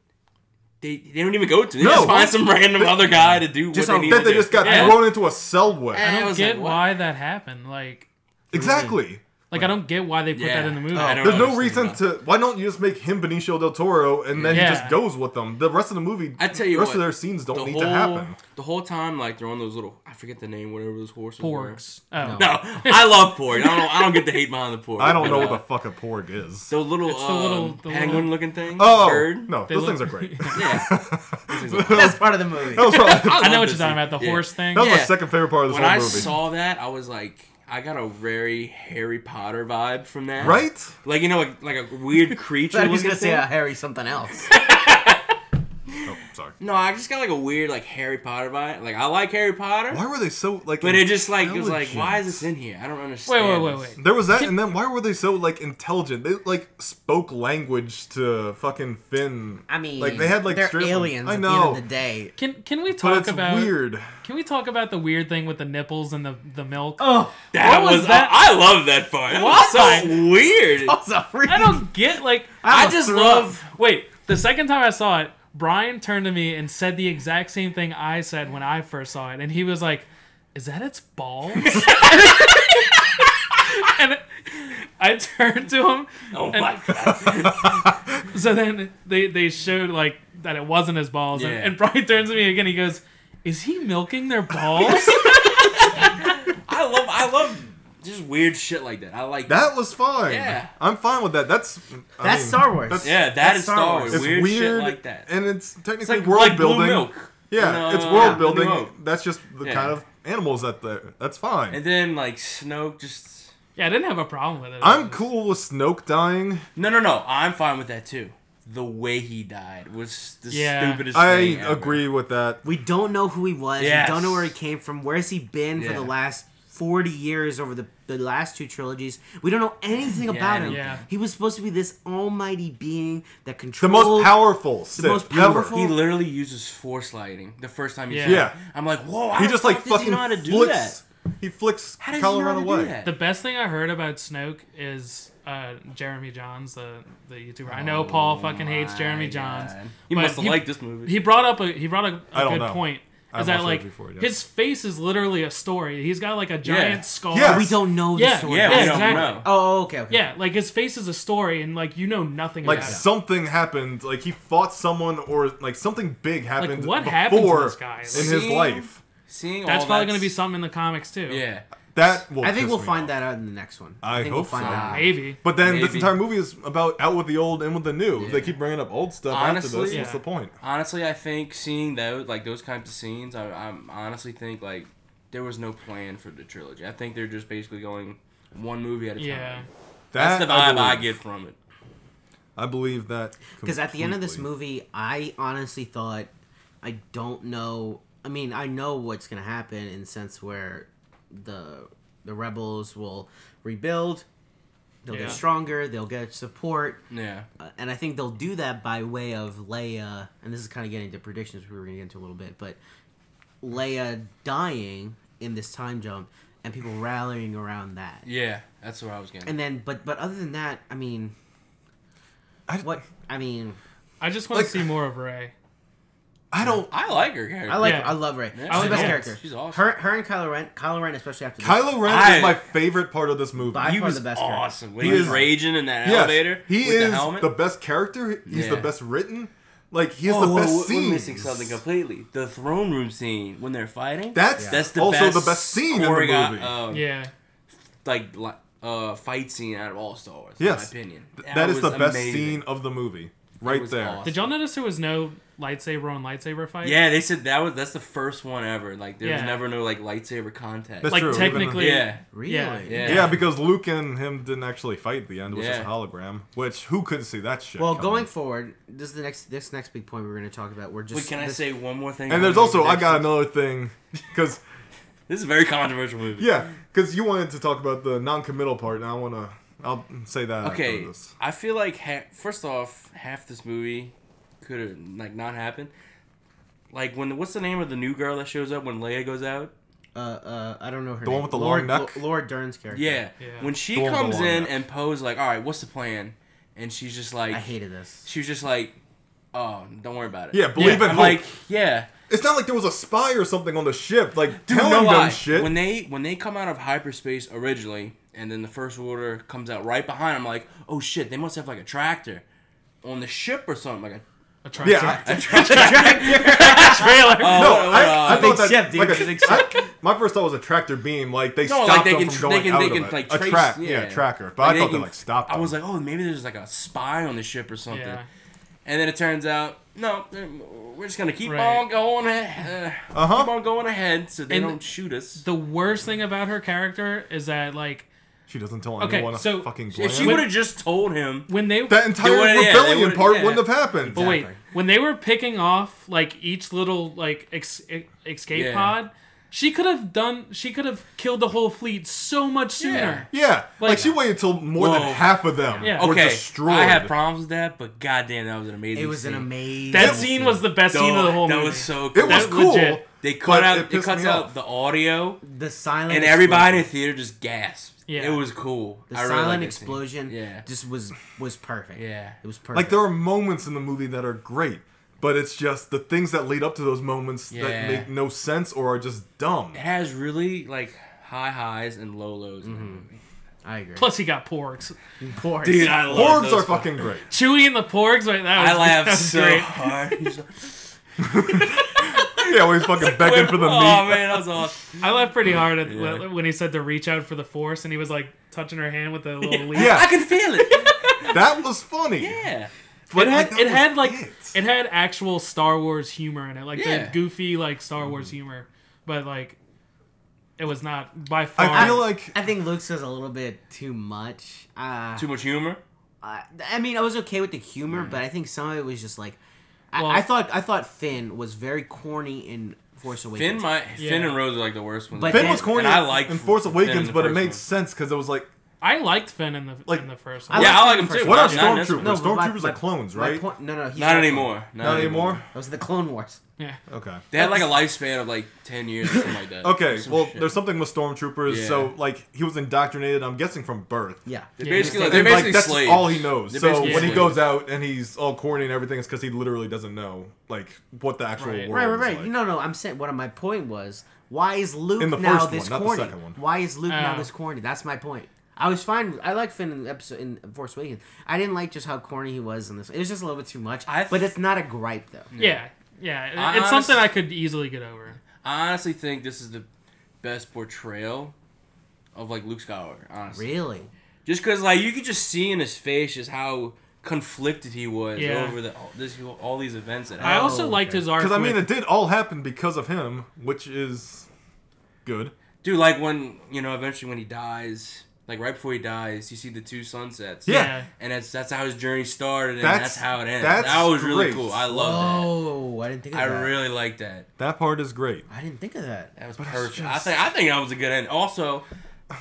[SPEAKER 3] they, they don't even go to. They
[SPEAKER 4] No.
[SPEAKER 3] just find some random other guy to do
[SPEAKER 2] Just
[SPEAKER 3] what
[SPEAKER 2] on-
[SPEAKER 3] they need
[SPEAKER 4] That
[SPEAKER 3] to
[SPEAKER 4] they
[SPEAKER 3] do.
[SPEAKER 4] just got
[SPEAKER 3] Yeah.
[SPEAKER 4] thrown into a cell web.
[SPEAKER 3] And
[SPEAKER 1] I
[SPEAKER 3] I
[SPEAKER 1] don't
[SPEAKER 3] was
[SPEAKER 1] get
[SPEAKER 3] like, what?
[SPEAKER 1] why that happened. Like,
[SPEAKER 4] Exactly.
[SPEAKER 1] like I don't get why they put
[SPEAKER 3] Yeah. Oh.
[SPEAKER 1] that in the movie.
[SPEAKER 3] I don't
[SPEAKER 4] There's no
[SPEAKER 3] understand
[SPEAKER 4] reason
[SPEAKER 3] that.
[SPEAKER 4] to. Why don't you just make him Benicio del Toro and then
[SPEAKER 1] Yeah.
[SPEAKER 4] he just goes with them? The rest of the movie,
[SPEAKER 3] I tell you
[SPEAKER 4] the rest
[SPEAKER 3] what,
[SPEAKER 4] of their scenes don't
[SPEAKER 3] The
[SPEAKER 4] need
[SPEAKER 3] whole
[SPEAKER 4] to happen.
[SPEAKER 3] the whole time like they're on those little I forget the name whatever those horses were.
[SPEAKER 1] Porgs. Oh,
[SPEAKER 3] No, I love pork. I don't I don't get the hate behind the pork.
[SPEAKER 4] I don't
[SPEAKER 3] But,
[SPEAKER 4] know
[SPEAKER 3] uh,
[SPEAKER 4] what the fuck a porg is.
[SPEAKER 3] the little,
[SPEAKER 1] the little-
[SPEAKER 3] um,
[SPEAKER 1] the little-
[SPEAKER 3] penguin looking thing.
[SPEAKER 4] Oh
[SPEAKER 3] bird.
[SPEAKER 4] no,
[SPEAKER 1] They
[SPEAKER 4] those
[SPEAKER 1] look-
[SPEAKER 4] things are great. that
[SPEAKER 3] Yeah. Those things are-
[SPEAKER 2] That's part of the movie.
[SPEAKER 4] was probably
[SPEAKER 3] I
[SPEAKER 1] I know
[SPEAKER 3] love
[SPEAKER 1] what
[SPEAKER 3] this
[SPEAKER 1] you're talking
[SPEAKER 3] thing.
[SPEAKER 1] about. The
[SPEAKER 3] Yeah.
[SPEAKER 1] horse thing.
[SPEAKER 4] that was my
[SPEAKER 3] Yeah.
[SPEAKER 4] second favorite part of this
[SPEAKER 3] When
[SPEAKER 4] whole
[SPEAKER 3] I
[SPEAKER 4] movie.
[SPEAKER 3] saw that, I was like, I got a very Harry Potter vibe from that.
[SPEAKER 4] right?
[SPEAKER 3] Like you know, like, like a weird creature.
[SPEAKER 2] I was
[SPEAKER 3] looking
[SPEAKER 2] going to say
[SPEAKER 3] thing.
[SPEAKER 2] a Harry something else.
[SPEAKER 4] Oh, sorry.
[SPEAKER 3] No, I just got like a weird like Harry Potter vibe. Like I like Harry Potter,
[SPEAKER 4] Why were they so like?
[SPEAKER 3] but it just like it was like,
[SPEAKER 4] intelligent?
[SPEAKER 3] why is this in here? I don't
[SPEAKER 1] Wait,
[SPEAKER 3] understand.
[SPEAKER 1] wait, wait,
[SPEAKER 3] this.
[SPEAKER 1] wait.
[SPEAKER 4] There was that, and then why were they so like intelligent? They like spoke language to fucking Finn.
[SPEAKER 2] I mean,
[SPEAKER 4] like they had like
[SPEAKER 2] they're
[SPEAKER 4] straight-
[SPEAKER 2] aliens
[SPEAKER 4] I
[SPEAKER 2] at
[SPEAKER 4] know,
[SPEAKER 2] the end of the day.
[SPEAKER 1] Can can we
[SPEAKER 4] but
[SPEAKER 1] talk
[SPEAKER 4] it's
[SPEAKER 1] about
[SPEAKER 4] weird.
[SPEAKER 1] Can we talk about the weird thing with the nipples and the the milk?
[SPEAKER 2] Oh,
[SPEAKER 3] That
[SPEAKER 1] What
[SPEAKER 3] was,
[SPEAKER 1] was that? Oh
[SPEAKER 3] I, I love that part. That
[SPEAKER 1] Why?
[SPEAKER 3] was so weird.
[SPEAKER 2] that was a freak.
[SPEAKER 1] I don't get like
[SPEAKER 3] I just love.
[SPEAKER 1] Wait, the second time I saw it, Brian turned to me and said the exact same thing I said when I first saw it, and he was like, "Is that its balls?" and I turned to him.
[SPEAKER 3] Oh my god.
[SPEAKER 1] So then they they showed like that it wasn't his balls,
[SPEAKER 3] Yeah.
[SPEAKER 1] and, and Brian turns to me again. He goes, "Is he milking their balls?"
[SPEAKER 3] I love I love just weird shit like that. I like that.
[SPEAKER 4] That was fine.
[SPEAKER 3] Yeah.
[SPEAKER 4] I'm fine with that. That's I
[SPEAKER 2] That's
[SPEAKER 4] mean,
[SPEAKER 2] Star Wars.
[SPEAKER 4] That's,
[SPEAKER 3] Yeah,
[SPEAKER 2] That's
[SPEAKER 3] that's
[SPEAKER 2] Star
[SPEAKER 3] Star
[SPEAKER 2] Wars.
[SPEAKER 3] Wars.
[SPEAKER 4] it's
[SPEAKER 3] Weird,
[SPEAKER 4] weird,
[SPEAKER 3] shit like that.
[SPEAKER 4] and it's
[SPEAKER 3] It's
[SPEAKER 4] technically
[SPEAKER 3] like
[SPEAKER 4] world
[SPEAKER 3] like
[SPEAKER 4] building.
[SPEAKER 3] Blue milk.
[SPEAKER 4] Yeah,
[SPEAKER 3] No,
[SPEAKER 4] it's
[SPEAKER 3] no,
[SPEAKER 4] world
[SPEAKER 3] no,
[SPEAKER 4] building.
[SPEAKER 3] Blue Milk.
[SPEAKER 4] That's just the
[SPEAKER 3] Yeah.
[SPEAKER 4] kind of animals that there. That's fine.
[SPEAKER 3] And then like Snoke just
[SPEAKER 1] yeah, I didn't have a problem with it.
[SPEAKER 4] I'm cool with Snoke dying.
[SPEAKER 3] No, no, no. I'm fine with that too. The way he died was the
[SPEAKER 1] Yeah.
[SPEAKER 3] stupidest
[SPEAKER 4] I
[SPEAKER 3] thing. ever.
[SPEAKER 4] agree with that.
[SPEAKER 2] We don't know who he was.
[SPEAKER 3] Yes.
[SPEAKER 2] We don't know where he came from. Where's he been for
[SPEAKER 3] Yeah.
[SPEAKER 2] the last 40 years over the, the last two trilogies? We don't know anything about him.
[SPEAKER 1] Yeah.
[SPEAKER 2] He was supposed to be this almighty being that
[SPEAKER 4] The
[SPEAKER 2] controlled.
[SPEAKER 4] most powerful Sith
[SPEAKER 2] most
[SPEAKER 4] ever.
[SPEAKER 2] powerful-
[SPEAKER 3] He literally uses force lighting the first time he
[SPEAKER 1] Yeah.
[SPEAKER 3] saw it.
[SPEAKER 4] Yeah.
[SPEAKER 3] I'm like, whoa! How
[SPEAKER 4] He
[SPEAKER 3] the
[SPEAKER 4] just like
[SPEAKER 3] fuck does
[SPEAKER 4] fucking
[SPEAKER 3] he know how to do
[SPEAKER 4] flicks.
[SPEAKER 3] that?
[SPEAKER 4] He flicks
[SPEAKER 3] How does he know
[SPEAKER 4] Kylo
[SPEAKER 3] how
[SPEAKER 4] Ren
[SPEAKER 3] to do
[SPEAKER 4] away.
[SPEAKER 3] that?
[SPEAKER 1] The best thing I heard about Snoke is uh, Jeremy Johns, the the YouTuber. I know Paul fucking hates Jeremy
[SPEAKER 3] Oh My
[SPEAKER 1] Johns.
[SPEAKER 3] God. He
[SPEAKER 1] but
[SPEAKER 3] must have
[SPEAKER 1] he-
[SPEAKER 3] liked this movie.
[SPEAKER 1] He brought up a he brought up a
[SPEAKER 4] I don't
[SPEAKER 1] good
[SPEAKER 4] know.
[SPEAKER 1] point.
[SPEAKER 4] I
[SPEAKER 1] Is that
[SPEAKER 4] watched
[SPEAKER 1] like
[SPEAKER 4] it before, yeah.
[SPEAKER 1] his face is literally a story? He's got like a giant scar.
[SPEAKER 4] Yeah.
[SPEAKER 2] We don't know the
[SPEAKER 1] Yeah,
[SPEAKER 2] story.
[SPEAKER 3] yeah, we
[SPEAKER 1] Yeah,
[SPEAKER 3] don't
[SPEAKER 1] exactly.
[SPEAKER 3] know.
[SPEAKER 2] Oh, okay, okay.
[SPEAKER 1] Yeah, like his face is a story, and like you know nothing
[SPEAKER 4] Like
[SPEAKER 1] about it.
[SPEAKER 4] something happened. Like he fought someone, or like something big happened.
[SPEAKER 1] what happened to
[SPEAKER 4] before
[SPEAKER 1] this guy? Like-
[SPEAKER 4] in his
[SPEAKER 3] Seeing-
[SPEAKER 4] life?
[SPEAKER 3] Seeing
[SPEAKER 1] That's
[SPEAKER 3] all
[SPEAKER 1] probably
[SPEAKER 3] that's-
[SPEAKER 1] gonna be something in the comics too.
[SPEAKER 3] Yeah.
[SPEAKER 4] That will
[SPEAKER 2] I think
[SPEAKER 4] piss
[SPEAKER 2] we'll
[SPEAKER 4] me
[SPEAKER 2] find
[SPEAKER 4] off.
[SPEAKER 2] that out in the next one.
[SPEAKER 4] I
[SPEAKER 2] think
[SPEAKER 4] hope so.
[SPEAKER 2] out.
[SPEAKER 1] maybe.
[SPEAKER 4] But then this
[SPEAKER 3] Maybe.
[SPEAKER 4] entire movie is about out with the old, in with the new. If They keep bringing up old stuff after
[SPEAKER 3] Honestly,
[SPEAKER 4] this. What's
[SPEAKER 1] yeah.
[SPEAKER 4] the point?
[SPEAKER 3] Honestly, I think seeing those like those kinds of scenes, I, I honestly think like there was no plan for the trilogy. I think they're just basically going one movie at a time.
[SPEAKER 1] Yeah.
[SPEAKER 3] That's
[SPEAKER 4] That
[SPEAKER 3] the vibe
[SPEAKER 4] I,
[SPEAKER 3] I,
[SPEAKER 4] believe.
[SPEAKER 3] get from it.
[SPEAKER 4] I believe that
[SPEAKER 2] Because at the end of this
[SPEAKER 4] completely.
[SPEAKER 2] movie, I honestly thought, I don't know. I mean, I know what's gonna happen in the sense where the the rebels will rebuild. They'll
[SPEAKER 1] Yeah.
[SPEAKER 2] get stronger. They'll get support,
[SPEAKER 3] Yeah.
[SPEAKER 2] uh, and I think they'll do that by way of Leia. And this is kind of getting into predictions we were gonna get into a little bit, but Leia dying in this time jump and people rallying around that.
[SPEAKER 3] Yeah. That's what I was getting.
[SPEAKER 2] And then, but but other than that, I mean,
[SPEAKER 4] I-
[SPEAKER 2] what I mean.
[SPEAKER 1] I just want
[SPEAKER 4] Like-
[SPEAKER 1] to see more of Ray.
[SPEAKER 4] I don't.
[SPEAKER 3] I like her character.
[SPEAKER 2] I like.
[SPEAKER 1] Yeah.
[SPEAKER 2] I love Ray.
[SPEAKER 3] Yeah.
[SPEAKER 2] She's the
[SPEAKER 1] Oh,
[SPEAKER 2] best
[SPEAKER 1] yeah.
[SPEAKER 2] character.
[SPEAKER 3] She's awesome.
[SPEAKER 2] Her, her and Kylo Ren. Kylo Ren, especially after this.
[SPEAKER 4] Kylo Ren
[SPEAKER 3] I-
[SPEAKER 4] is my favorite part of this movie.
[SPEAKER 2] By
[SPEAKER 3] he
[SPEAKER 2] far
[SPEAKER 3] was
[SPEAKER 2] the best character.
[SPEAKER 3] awesome when
[SPEAKER 4] He
[SPEAKER 3] he was
[SPEAKER 4] is-
[SPEAKER 3] raging in that
[SPEAKER 4] Yes,
[SPEAKER 3] elevator.
[SPEAKER 4] He
[SPEAKER 3] with
[SPEAKER 4] is
[SPEAKER 3] the helmet.
[SPEAKER 4] best character. He's the
[SPEAKER 3] Yeah. Oh,
[SPEAKER 4] best written. Like he's
[SPEAKER 3] Whoa,
[SPEAKER 4] the
[SPEAKER 3] whoa,
[SPEAKER 4] best
[SPEAKER 3] whoa,
[SPEAKER 4] scene.
[SPEAKER 3] We're missing something completely. The throne room scene when they're fighting.
[SPEAKER 4] That's
[SPEAKER 3] that's the
[SPEAKER 4] also
[SPEAKER 3] best
[SPEAKER 4] the best scene in the
[SPEAKER 3] choreo-
[SPEAKER 4] movie.
[SPEAKER 3] um,
[SPEAKER 1] Yeah.
[SPEAKER 3] like li- uh, fight scene out of all Star Wars.
[SPEAKER 4] Yes.
[SPEAKER 3] in my opinion.
[SPEAKER 4] Th- that is
[SPEAKER 3] was
[SPEAKER 4] the best
[SPEAKER 3] amazing.
[SPEAKER 4] scene of the movie, right
[SPEAKER 3] was
[SPEAKER 4] there.
[SPEAKER 3] awesome.
[SPEAKER 1] Did y'all notice there was no lightsaber on lightsaber fight?
[SPEAKER 3] Yeah, they said that was that's the first one ever. Like there was
[SPEAKER 1] Yeah.
[SPEAKER 3] never no like lightsaber contact.
[SPEAKER 4] That's
[SPEAKER 1] Like
[SPEAKER 4] true, even-
[SPEAKER 1] technically.
[SPEAKER 3] yeah,
[SPEAKER 2] Really?
[SPEAKER 1] Yeah.
[SPEAKER 3] yeah,
[SPEAKER 4] Yeah, because Luke and him didn't actually fight at the end. It was just a
[SPEAKER 3] Yeah.
[SPEAKER 4] hologram. Which who could see that shit?
[SPEAKER 2] Well,
[SPEAKER 4] coming?
[SPEAKER 2] going forward, this is the next this next big point we're going to talk about. We're just.
[SPEAKER 3] Wait, can I
[SPEAKER 2] this-
[SPEAKER 3] say one more thing?
[SPEAKER 4] And there's also I got another thing, because
[SPEAKER 3] This is a very controversial movie.
[SPEAKER 4] yeah, because you wanted to talk about the non-committal part, and I want to. I'll say that.
[SPEAKER 3] Okay,
[SPEAKER 4] After this.
[SPEAKER 3] I feel like ha- first off, half this movie could have like not happened. Like when what's the name of the new girl that shows up when Leia goes out?
[SPEAKER 2] Uh, uh, I don't know her.
[SPEAKER 4] The
[SPEAKER 2] name.
[SPEAKER 4] one with the
[SPEAKER 2] Laura,
[SPEAKER 4] long neck?
[SPEAKER 2] Lo- Laura Dern's character.
[SPEAKER 3] Yeah.
[SPEAKER 1] Yeah.
[SPEAKER 3] When she
[SPEAKER 4] The one with the
[SPEAKER 3] comes
[SPEAKER 4] long
[SPEAKER 3] in
[SPEAKER 4] neck.
[SPEAKER 3] and Poe's like, all right, what's the plan? And she's just like,
[SPEAKER 2] I hated this.
[SPEAKER 3] she was just like, oh, don't worry about it.
[SPEAKER 4] Yeah, believe
[SPEAKER 1] Yeah,
[SPEAKER 4] in
[SPEAKER 3] I'm
[SPEAKER 4] hope.
[SPEAKER 3] like, yeah.
[SPEAKER 4] it's not like there was a spy or something on the ship, like
[SPEAKER 3] Dude,
[SPEAKER 4] telling
[SPEAKER 3] no
[SPEAKER 4] them
[SPEAKER 3] lie.
[SPEAKER 4] shit.
[SPEAKER 3] When they when they come out of hyperspace originally, and then the first order comes out right behind, I'm like, oh shit, they must have like a tractor on the ship or something, like
[SPEAKER 1] A tractor.
[SPEAKER 4] yeah, I-
[SPEAKER 3] a, a tractor.
[SPEAKER 1] trailer.
[SPEAKER 3] Oh,
[SPEAKER 4] No,
[SPEAKER 3] what- what, uh,
[SPEAKER 4] I, I
[SPEAKER 2] big
[SPEAKER 4] thought that
[SPEAKER 2] ship, dude,
[SPEAKER 4] like a-
[SPEAKER 2] it's a big ship.
[SPEAKER 4] I- my first thought was a tractor beam, like they
[SPEAKER 3] No,
[SPEAKER 4] stopped
[SPEAKER 3] like they
[SPEAKER 4] them
[SPEAKER 3] can,
[SPEAKER 4] from
[SPEAKER 3] they
[SPEAKER 4] going
[SPEAKER 3] can,
[SPEAKER 4] out
[SPEAKER 3] they
[SPEAKER 4] of
[SPEAKER 3] can
[SPEAKER 4] it.
[SPEAKER 3] like
[SPEAKER 4] a
[SPEAKER 3] track,
[SPEAKER 4] track,
[SPEAKER 3] yeah.
[SPEAKER 4] tracker. But I thought they
[SPEAKER 3] can-
[SPEAKER 4] like stopped.
[SPEAKER 3] I was
[SPEAKER 4] them.
[SPEAKER 3] like, oh, maybe there's like a spy on the ship or something.
[SPEAKER 1] Yeah.
[SPEAKER 3] And then it turns out, no, they're- we're just gonna keep
[SPEAKER 1] Right.
[SPEAKER 3] on going, ahead, uh,
[SPEAKER 4] Uh-huh.
[SPEAKER 3] keep on going ahead, so they
[SPEAKER 1] And-
[SPEAKER 3] don't shoot us.
[SPEAKER 1] The worst thing about her character is that like
[SPEAKER 4] she doesn't tell
[SPEAKER 1] Okay,
[SPEAKER 4] anyone
[SPEAKER 1] so
[SPEAKER 4] a fucking
[SPEAKER 3] If
[SPEAKER 4] plan.
[SPEAKER 3] she would have just told him,
[SPEAKER 1] when they
[SPEAKER 4] that entire
[SPEAKER 3] would've- yeah, they
[SPEAKER 4] rebellion
[SPEAKER 3] would've-
[SPEAKER 4] part
[SPEAKER 3] yeah.
[SPEAKER 4] wouldn't have happened.
[SPEAKER 1] But wait,
[SPEAKER 3] Exactly.
[SPEAKER 1] when they were picking off like each little like ex- e- escape
[SPEAKER 3] Yeah.
[SPEAKER 1] pod, she could have done. She could have killed the whole fleet so much sooner.
[SPEAKER 4] Yeah, like,
[SPEAKER 1] Like-
[SPEAKER 4] she waited till more than
[SPEAKER 3] Whoa.
[SPEAKER 4] half of them
[SPEAKER 1] Yeah.
[SPEAKER 4] were
[SPEAKER 3] okay,
[SPEAKER 4] destroyed.
[SPEAKER 3] I have problems with that, but goddamn, that was an amazing.
[SPEAKER 2] It was an
[SPEAKER 3] scene.
[SPEAKER 2] amazing.
[SPEAKER 1] That scene was the best scene of the whole
[SPEAKER 3] that
[SPEAKER 1] movie.
[SPEAKER 3] was so
[SPEAKER 4] it
[SPEAKER 3] cool.
[SPEAKER 4] was
[SPEAKER 1] That
[SPEAKER 4] cool.
[SPEAKER 1] legit-
[SPEAKER 3] They cut
[SPEAKER 4] but
[SPEAKER 3] out,
[SPEAKER 4] it
[SPEAKER 3] they
[SPEAKER 4] pissed
[SPEAKER 3] cut
[SPEAKER 4] me
[SPEAKER 3] out
[SPEAKER 4] off.
[SPEAKER 3] the audio,
[SPEAKER 2] the silent
[SPEAKER 3] and everybody in the
[SPEAKER 2] explosion.
[SPEAKER 3] theater just gasped.
[SPEAKER 1] Yeah.
[SPEAKER 3] It was cool.
[SPEAKER 2] The
[SPEAKER 3] I really
[SPEAKER 2] silent
[SPEAKER 3] liked that scene.
[SPEAKER 2] explosion.
[SPEAKER 3] Yeah.
[SPEAKER 2] Just was was perfect.
[SPEAKER 3] Yeah.
[SPEAKER 2] It was perfect.
[SPEAKER 4] Like there are moments in the movie that are great, but it's just the things that lead up to those moments
[SPEAKER 3] Yeah.
[SPEAKER 4] that make no sense or are just dumb.
[SPEAKER 3] It has really like high highs and low lows in the movie.
[SPEAKER 2] I agree.
[SPEAKER 1] Plus, he got porgs.
[SPEAKER 2] Porgs.
[SPEAKER 3] Dude, I love
[SPEAKER 4] Porgs
[SPEAKER 3] those
[SPEAKER 4] are fucking great.
[SPEAKER 1] Chewy and the porgs. Right, that was,
[SPEAKER 3] I
[SPEAKER 1] that
[SPEAKER 3] laughed
[SPEAKER 1] was
[SPEAKER 3] so
[SPEAKER 1] great.
[SPEAKER 3] hard. He's like,
[SPEAKER 4] Yeah, always fucking begging for the
[SPEAKER 3] Oh
[SPEAKER 4] meat.
[SPEAKER 3] man, that was awesome.
[SPEAKER 1] I laughed pretty hard at
[SPEAKER 3] Yeah.
[SPEAKER 1] when he said to reach out for the force, and he was like touching her hand with a little leaf.
[SPEAKER 4] Yeah.
[SPEAKER 3] I can feel it.
[SPEAKER 4] That was funny.
[SPEAKER 3] Yeah.
[SPEAKER 4] But
[SPEAKER 1] it had
[SPEAKER 4] that
[SPEAKER 1] it
[SPEAKER 4] was
[SPEAKER 1] had like
[SPEAKER 4] it.
[SPEAKER 1] it had actual Star Wars humor in it, like
[SPEAKER 3] Yeah.
[SPEAKER 1] the goofy like
[SPEAKER 4] Mm-hmm.
[SPEAKER 1] Star Wars humor, but like it was not by far.
[SPEAKER 4] I feel like
[SPEAKER 2] I think Luke says a little bit too much. Uh,
[SPEAKER 3] Too much humor.
[SPEAKER 2] I, I mean, I was okay with the humor,
[SPEAKER 3] Mm.
[SPEAKER 2] but I think some of it was just like, I,
[SPEAKER 1] Well-
[SPEAKER 2] I thought I thought Finn was very corny in Force Awakens.
[SPEAKER 3] Finn, my Finn
[SPEAKER 1] Yeah.
[SPEAKER 3] and Rose are like the worst ones.
[SPEAKER 2] But
[SPEAKER 4] Finn
[SPEAKER 2] And-
[SPEAKER 4] was corny.
[SPEAKER 3] and I liked
[SPEAKER 4] in Force
[SPEAKER 3] Finn in
[SPEAKER 4] Awakens,
[SPEAKER 3] the
[SPEAKER 4] but it
[SPEAKER 3] first
[SPEAKER 4] made
[SPEAKER 3] one.
[SPEAKER 4] sense because it was like,
[SPEAKER 1] I liked Finn in the
[SPEAKER 4] Like-
[SPEAKER 1] in the first
[SPEAKER 2] I
[SPEAKER 1] one.
[SPEAKER 2] like-
[SPEAKER 3] yeah, I like
[SPEAKER 2] Finn
[SPEAKER 3] him
[SPEAKER 2] first.
[SPEAKER 3] too.
[SPEAKER 4] what are
[SPEAKER 3] Not- not
[SPEAKER 4] stormtroopers?
[SPEAKER 3] necessarily-
[SPEAKER 2] No, but my-
[SPEAKER 4] stormtroopers are clones,
[SPEAKER 2] My
[SPEAKER 4] right?
[SPEAKER 2] point- no, no, he's
[SPEAKER 3] Not anymore. Not,
[SPEAKER 4] Not anymore.
[SPEAKER 2] That was the Clone Wars.
[SPEAKER 1] yeah.
[SPEAKER 4] Okay.
[SPEAKER 3] They had like a lifespan of like ten years or something like that.
[SPEAKER 4] Okay.
[SPEAKER 3] Some
[SPEAKER 4] well,
[SPEAKER 3] shit.
[SPEAKER 4] there's something with stormtroopers.
[SPEAKER 3] Yeah.
[SPEAKER 4] So like he was indoctrinated. I'm guessing from birth.
[SPEAKER 2] Yeah.
[SPEAKER 3] They're
[SPEAKER 1] Yeah,
[SPEAKER 3] basically, like,
[SPEAKER 1] it's
[SPEAKER 3] they're
[SPEAKER 4] And, like,
[SPEAKER 3] basically
[SPEAKER 4] that's
[SPEAKER 3] slaves.
[SPEAKER 4] all he knows.
[SPEAKER 3] They're
[SPEAKER 4] so when
[SPEAKER 3] basically
[SPEAKER 1] slaves.
[SPEAKER 4] he goes out and he's all corny and everything, it's because he literally doesn't know like what the actual
[SPEAKER 1] Right.
[SPEAKER 4] world
[SPEAKER 2] Right,
[SPEAKER 4] is
[SPEAKER 2] right, right.
[SPEAKER 4] like.
[SPEAKER 2] No, no. I'm saying what my point was. Why is Luke
[SPEAKER 4] In the
[SPEAKER 2] now
[SPEAKER 4] first
[SPEAKER 2] this
[SPEAKER 4] one, not the
[SPEAKER 2] corny?
[SPEAKER 4] second one.
[SPEAKER 2] Why is Luke now
[SPEAKER 1] Oh.
[SPEAKER 2] this corny? That's my point. I was fine. I like Finn in the episode in Force Awakens. I didn't like just how corny he was in this. It was just a little bit too much.
[SPEAKER 3] I th-
[SPEAKER 2] but it's not a gripe though.
[SPEAKER 1] yeah, yeah, It-
[SPEAKER 3] I
[SPEAKER 1] it's
[SPEAKER 3] honest-
[SPEAKER 1] something I could easily get over.
[SPEAKER 3] I honestly think this is the best portrayal of like Luke Skywalker. Honestly,
[SPEAKER 2] Really?
[SPEAKER 3] just because like you could just see in his face just how conflicted he was
[SPEAKER 1] Yeah.
[SPEAKER 3] over the all, this all these events that
[SPEAKER 1] I
[SPEAKER 3] happened.
[SPEAKER 1] also
[SPEAKER 2] Oh,
[SPEAKER 1] liked
[SPEAKER 2] okay.
[SPEAKER 1] his arc.
[SPEAKER 4] Because I mean,
[SPEAKER 1] with-
[SPEAKER 4] it did all happen because of him, which is good.
[SPEAKER 3] Dude, like when you know eventually when he dies, like right before he dies, you see the two sunsets.
[SPEAKER 4] Yeah.
[SPEAKER 3] and that's that's how his journey started, and
[SPEAKER 4] That's-
[SPEAKER 3] that's, how it ends.
[SPEAKER 4] that's
[SPEAKER 3] That was really
[SPEAKER 4] great.
[SPEAKER 3] cool. I love
[SPEAKER 2] Oh, I didn't think
[SPEAKER 3] that.
[SPEAKER 2] of
[SPEAKER 3] I
[SPEAKER 2] that.
[SPEAKER 3] really like that.
[SPEAKER 4] That part is great.
[SPEAKER 2] I didn't think of that.
[SPEAKER 3] That was
[SPEAKER 4] But it's
[SPEAKER 3] perfect. I
[SPEAKER 4] just-
[SPEAKER 3] think I think that was a good end. Also,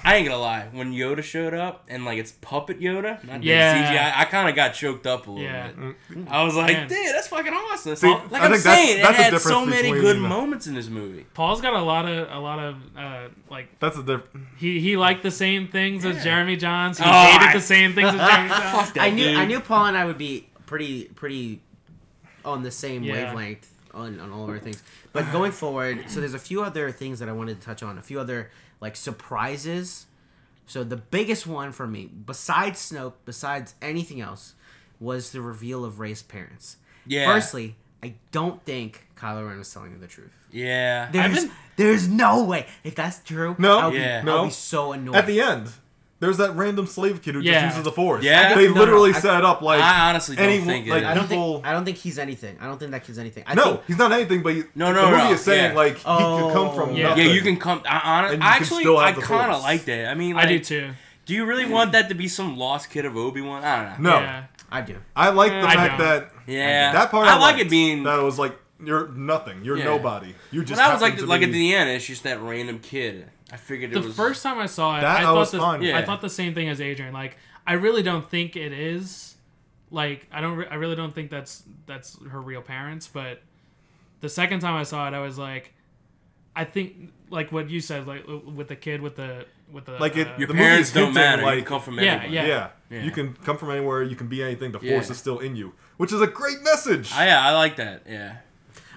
[SPEAKER 3] I ain't gonna lie, when Yoda showed up and like it's puppet Yoda, not
[SPEAKER 1] Yeah.
[SPEAKER 3] yeah. CGI, I kind of got choked up a little
[SPEAKER 1] Yeah.
[SPEAKER 3] bit. I was like,
[SPEAKER 1] Man.
[SPEAKER 3] dude, that's fucking awesome.
[SPEAKER 4] See,
[SPEAKER 3] like
[SPEAKER 4] I
[SPEAKER 3] I'm
[SPEAKER 4] think that's-
[SPEAKER 3] saying,
[SPEAKER 4] that's a
[SPEAKER 3] it had so
[SPEAKER 4] difference
[SPEAKER 3] many
[SPEAKER 4] between- uh,
[SPEAKER 3] good moments in this movie.
[SPEAKER 1] Paul's got a lot of a lot of uh, like
[SPEAKER 4] That's a different.
[SPEAKER 1] he he liked the same things
[SPEAKER 3] Yeah.
[SPEAKER 1] as Jeremy Johns. He
[SPEAKER 3] Oh,
[SPEAKER 1] hated
[SPEAKER 3] I-
[SPEAKER 1] the same things as Jeremy Johns.
[SPEAKER 3] Fuck that
[SPEAKER 2] I knew
[SPEAKER 3] dude.
[SPEAKER 2] I knew Paul and I would be pretty pretty on the same
[SPEAKER 1] Yeah.
[SPEAKER 2] wavelength on, on all of our things. But going forward, so there's a few other things that I wanted to touch on, a few other like surprises. So the biggest one for me, besides Snoke, besides anything else, was the reveal of Ray's parents.
[SPEAKER 3] Yeah.
[SPEAKER 2] Firstly, I don't think Kylo Ren was telling her the truth.
[SPEAKER 3] Yeah.
[SPEAKER 2] There's
[SPEAKER 1] been-
[SPEAKER 2] there's no way. If that's true,
[SPEAKER 4] No.
[SPEAKER 2] I'll,
[SPEAKER 3] Yeah.
[SPEAKER 2] be,
[SPEAKER 4] No.
[SPEAKER 2] I'll be so annoyed.
[SPEAKER 4] At the end, there's that random slave kid who
[SPEAKER 1] Yeah.
[SPEAKER 4] just uses the force.
[SPEAKER 3] Yeah.
[SPEAKER 4] They
[SPEAKER 2] No, no,
[SPEAKER 4] literally
[SPEAKER 2] I-
[SPEAKER 4] set up like.
[SPEAKER 3] I honestly don't
[SPEAKER 4] anyone-
[SPEAKER 3] think it
[SPEAKER 4] like,
[SPEAKER 3] is.
[SPEAKER 2] I don't
[SPEAKER 4] people-
[SPEAKER 2] think I don't think he's anything. I don't think that kid's anything. I
[SPEAKER 4] no,
[SPEAKER 2] think,
[SPEAKER 4] he's not anything, but he,
[SPEAKER 3] No, no,
[SPEAKER 4] the movie
[SPEAKER 3] no,
[SPEAKER 4] is saying
[SPEAKER 3] yeah.
[SPEAKER 4] like he
[SPEAKER 2] Oh.
[SPEAKER 4] could come from
[SPEAKER 1] Yeah.
[SPEAKER 4] nothing.
[SPEAKER 3] yeah, you can come. I, honest,
[SPEAKER 4] And you can
[SPEAKER 3] actually,
[SPEAKER 4] still have
[SPEAKER 3] I
[SPEAKER 4] the
[SPEAKER 3] kind of
[SPEAKER 4] Force.
[SPEAKER 3] like that. I mean,
[SPEAKER 1] I
[SPEAKER 3] like,
[SPEAKER 1] do too.
[SPEAKER 3] Do you really want that to be some lost kid of Obi Wan? I don't know.
[SPEAKER 4] No,
[SPEAKER 1] Yeah.
[SPEAKER 2] I do.
[SPEAKER 4] I like the
[SPEAKER 1] I
[SPEAKER 4] fact
[SPEAKER 1] don't.
[SPEAKER 4] that
[SPEAKER 3] Yeah.
[SPEAKER 4] that part.
[SPEAKER 3] I, like
[SPEAKER 4] liked,
[SPEAKER 3] it being.
[SPEAKER 4] that it was like you're nothing. You're
[SPEAKER 3] Yeah.
[SPEAKER 4] nobody. You
[SPEAKER 3] But
[SPEAKER 4] just.
[SPEAKER 3] that
[SPEAKER 4] happen
[SPEAKER 3] was like
[SPEAKER 4] to
[SPEAKER 3] like
[SPEAKER 4] be-
[SPEAKER 3] at the end, it's just that random kid. I figured it
[SPEAKER 1] the
[SPEAKER 3] was
[SPEAKER 1] first time I saw it,
[SPEAKER 4] That
[SPEAKER 1] I
[SPEAKER 4] I
[SPEAKER 1] thought
[SPEAKER 4] was
[SPEAKER 1] the,
[SPEAKER 4] fine with.
[SPEAKER 1] I
[SPEAKER 3] Yeah.
[SPEAKER 1] thought the same thing as Adrian. Like, I really don't think it is. Like, I don't. Re- I really don't think that's that's her real parents. But the second time I saw it, I was like, I think like what you said, like with the kid with the with the
[SPEAKER 4] Like it-
[SPEAKER 1] uh,
[SPEAKER 3] Your
[SPEAKER 4] the
[SPEAKER 3] parents
[SPEAKER 4] movie's
[SPEAKER 3] don't
[SPEAKER 4] hinting,
[SPEAKER 3] matter. you
[SPEAKER 4] like-
[SPEAKER 3] come from
[SPEAKER 1] Yeah,
[SPEAKER 3] anybody.
[SPEAKER 1] yeah.
[SPEAKER 4] Yeah.
[SPEAKER 3] Yeah.
[SPEAKER 4] you can come from anywhere. You can be anything. The
[SPEAKER 3] Yeah.
[SPEAKER 4] force is still in you, which is a great message.
[SPEAKER 3] I, Oh, yeah, I like that. Yeah.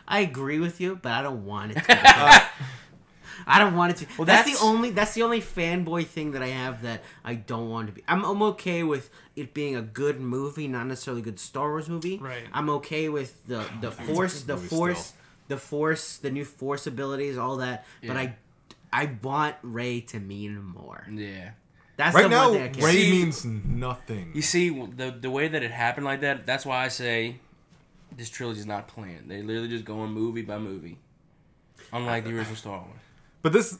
[SPEAKER 2] I agree with you, but I don't want it
[SPEAKER 4] Uh,
[SPEAKER 2] to. I don't want it to.
[SPEAKER 3] Well,
[SPEAKER 2] that's,
[SPEAKER 3] that's-
[SPEAKER 2] the only that's the only fanboy thing that I have that I don't want to be. I'm, I'm okay with it being a good movie, not necessarily a good Star Wars movie.
[SPEAKER 1] Right.
[SPEAKER 2] I'm okay with the the
[SPEAKER 4] a
[SPEAKER 2] force,
[SPEAKER 4] good
[SPEAKER 2] the
[SPEAKER 4] movie
[SPEAKER 2] force,
[SPEAKER 4] still.
[SPEAKER 2] the force, the new force abilities, all that. But
[SPEAKER 3] Yeah.
[SPEAKER 2] I I want Ray to mean more.
[SPEAKER 3] Yeah.
[SPEAKER 2] That's
[SPEAKER 4] right
[SPEAKER 2] the
[SPEAKER 4] now,
[SPEAKER 2] one thing I can't.
[SPEAKER 4] Ray
[SPEAKER 3] See-
[SPEAKER 4] means nothing.
[SPEAKER 3] You see the the way that it happened like that. That's why I say this trilogy is not planned. They literally just going movie by movie, unlike the original Star Wars.
[SPEAKER 4] But this,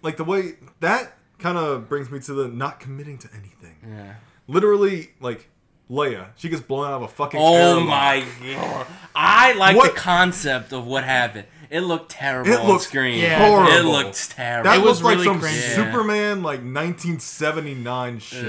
[SPEAKER 4] like the way that kind of brings me to the not committing to anything.
[SPEAKER 2] Mm.
[SPEAKER 3] Yeah.
[SPEAKER 4] Literally, like Leia, she gets blown out of a fucking.
[SPEAKER 3] Oh
[SPEAKER 4] airlock.
[SPEAKER 3] my god! I like
[SPEAKER 4] What-
[SPEAKER 3] the concept of what happened. It looked terrible
[SPEAKER 4] It
[SPEAKER 3] on
[SPEAKER 4] looked
[SPEAKER 3] screen.
[SPEAKER 1] Yeah.
[SPEAKER 4] horrible.
[SPEAKER 3] It looked terrible.
[SPEAKER 4] That
[SPEAKER 1] It was
[SPEAKER 4] was like
[SPEAKER 1] really
[SPEAKER 4] some
[SPEAKER 1] cringy.
[SPEAKER 3] Yeah. Uh.
[SPEAKER 4] Superman like 1979 shit.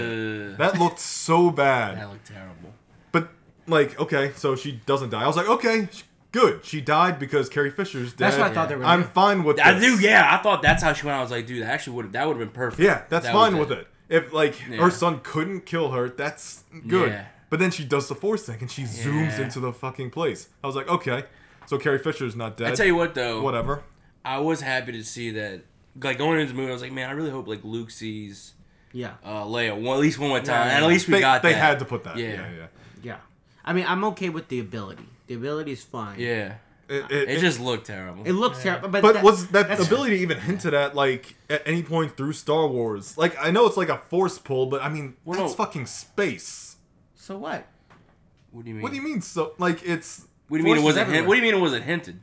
[SPEAKER 3] Ugh.
[SPEAKER 4] that looked so bad.
[SPEAKER 3] that looked terrible.
[SPEAKER 4] But like, okay, so she doesn't die. I was like, okay, sh- good. She died because Carrie Fisher's dead.
[SPEAKER 2] That's what I thought they were
[SPEAKER 4] I'm
[SPEAKER 2] gonna do.
[SPEAKER 4] fine with.
[SPEAKER 3] I
[SPEAKER 4] this.
[SPEAKER 3] do, yeah. I thought that's how she went. I was like, dude, that actually would that would have been perfect.
[SPEAKER 4] Yeah, that's
[SPEAKER 3] That was
[SPEAKER 4] fine with it. If like
[SPEAKER 3] Yeah.
[SPEAKER 4] her son couldn't kill her, that's good.
[SPEAKER 3] Yeah.
[SPEAKER 4] But then she does the force thing and she zooms
[SPEAKER 3] Yeah.
[SPEAKER 4] into the fucking place. I was like, okay, so Carrie Fisher's not dead.
[SPEAKER 3] I tell you what, though,
[SPEAKER 4] whatever.
[SPEAKER 3] I was happy to see that. Like going into the movie, I was like, man, I really hope like Luke sees
[SPEAKER 2] Yeah.
[SPEAKER 3] uh, Leia one, at least one more time,
[SPEAKER 2] Yeah.
[SPEAKER 3] and at least we
[SPEAKER 4] they,
[SPEAKER 3] got
[SPEAKER 4] they
[SPEAKER 3] that.
[SPEAKER 4] had to put that.
[SPEAKER 3] Yeah.
[SPEAKER 4] Yeah, yeah.
[SPEAKER 2] Yeah. I mean, I'm okay with the ability. The ability is fine.
[SPEAKER 3] yeah.
[SPEAKER 4] It, it-
[SPEAKER 3] It just looked terrible.
[SPEAKER 2] It looks terrible, but,
[SPEAKER 4] But
[SPEAKER 2] that-
[SPEAKER 4] was that
[SPEAKER 2] that's-
[SPEAKER 4] ability even hinted at like at any point through Star Wars? Like I know it's like a force pull, but I mean
[SPEAKER 3] Well,
[SPEAKER 4] that's
[SPEAKER 3] no.
[SPEAKER 4] fucking space.
[SPEAKER 2] So what?
[SPEAKER 3] what do you mean?
[SPEAKER 4] What do you mean? So like it's
[SPEAKER 3] What do you mean it
[SPEAKER 4] force is
[SPEAKER 3] wasn't?
[SPEAKER 4] everywhere.
[SPEAKER 3] Hint- what do you mean it wasn't hinted?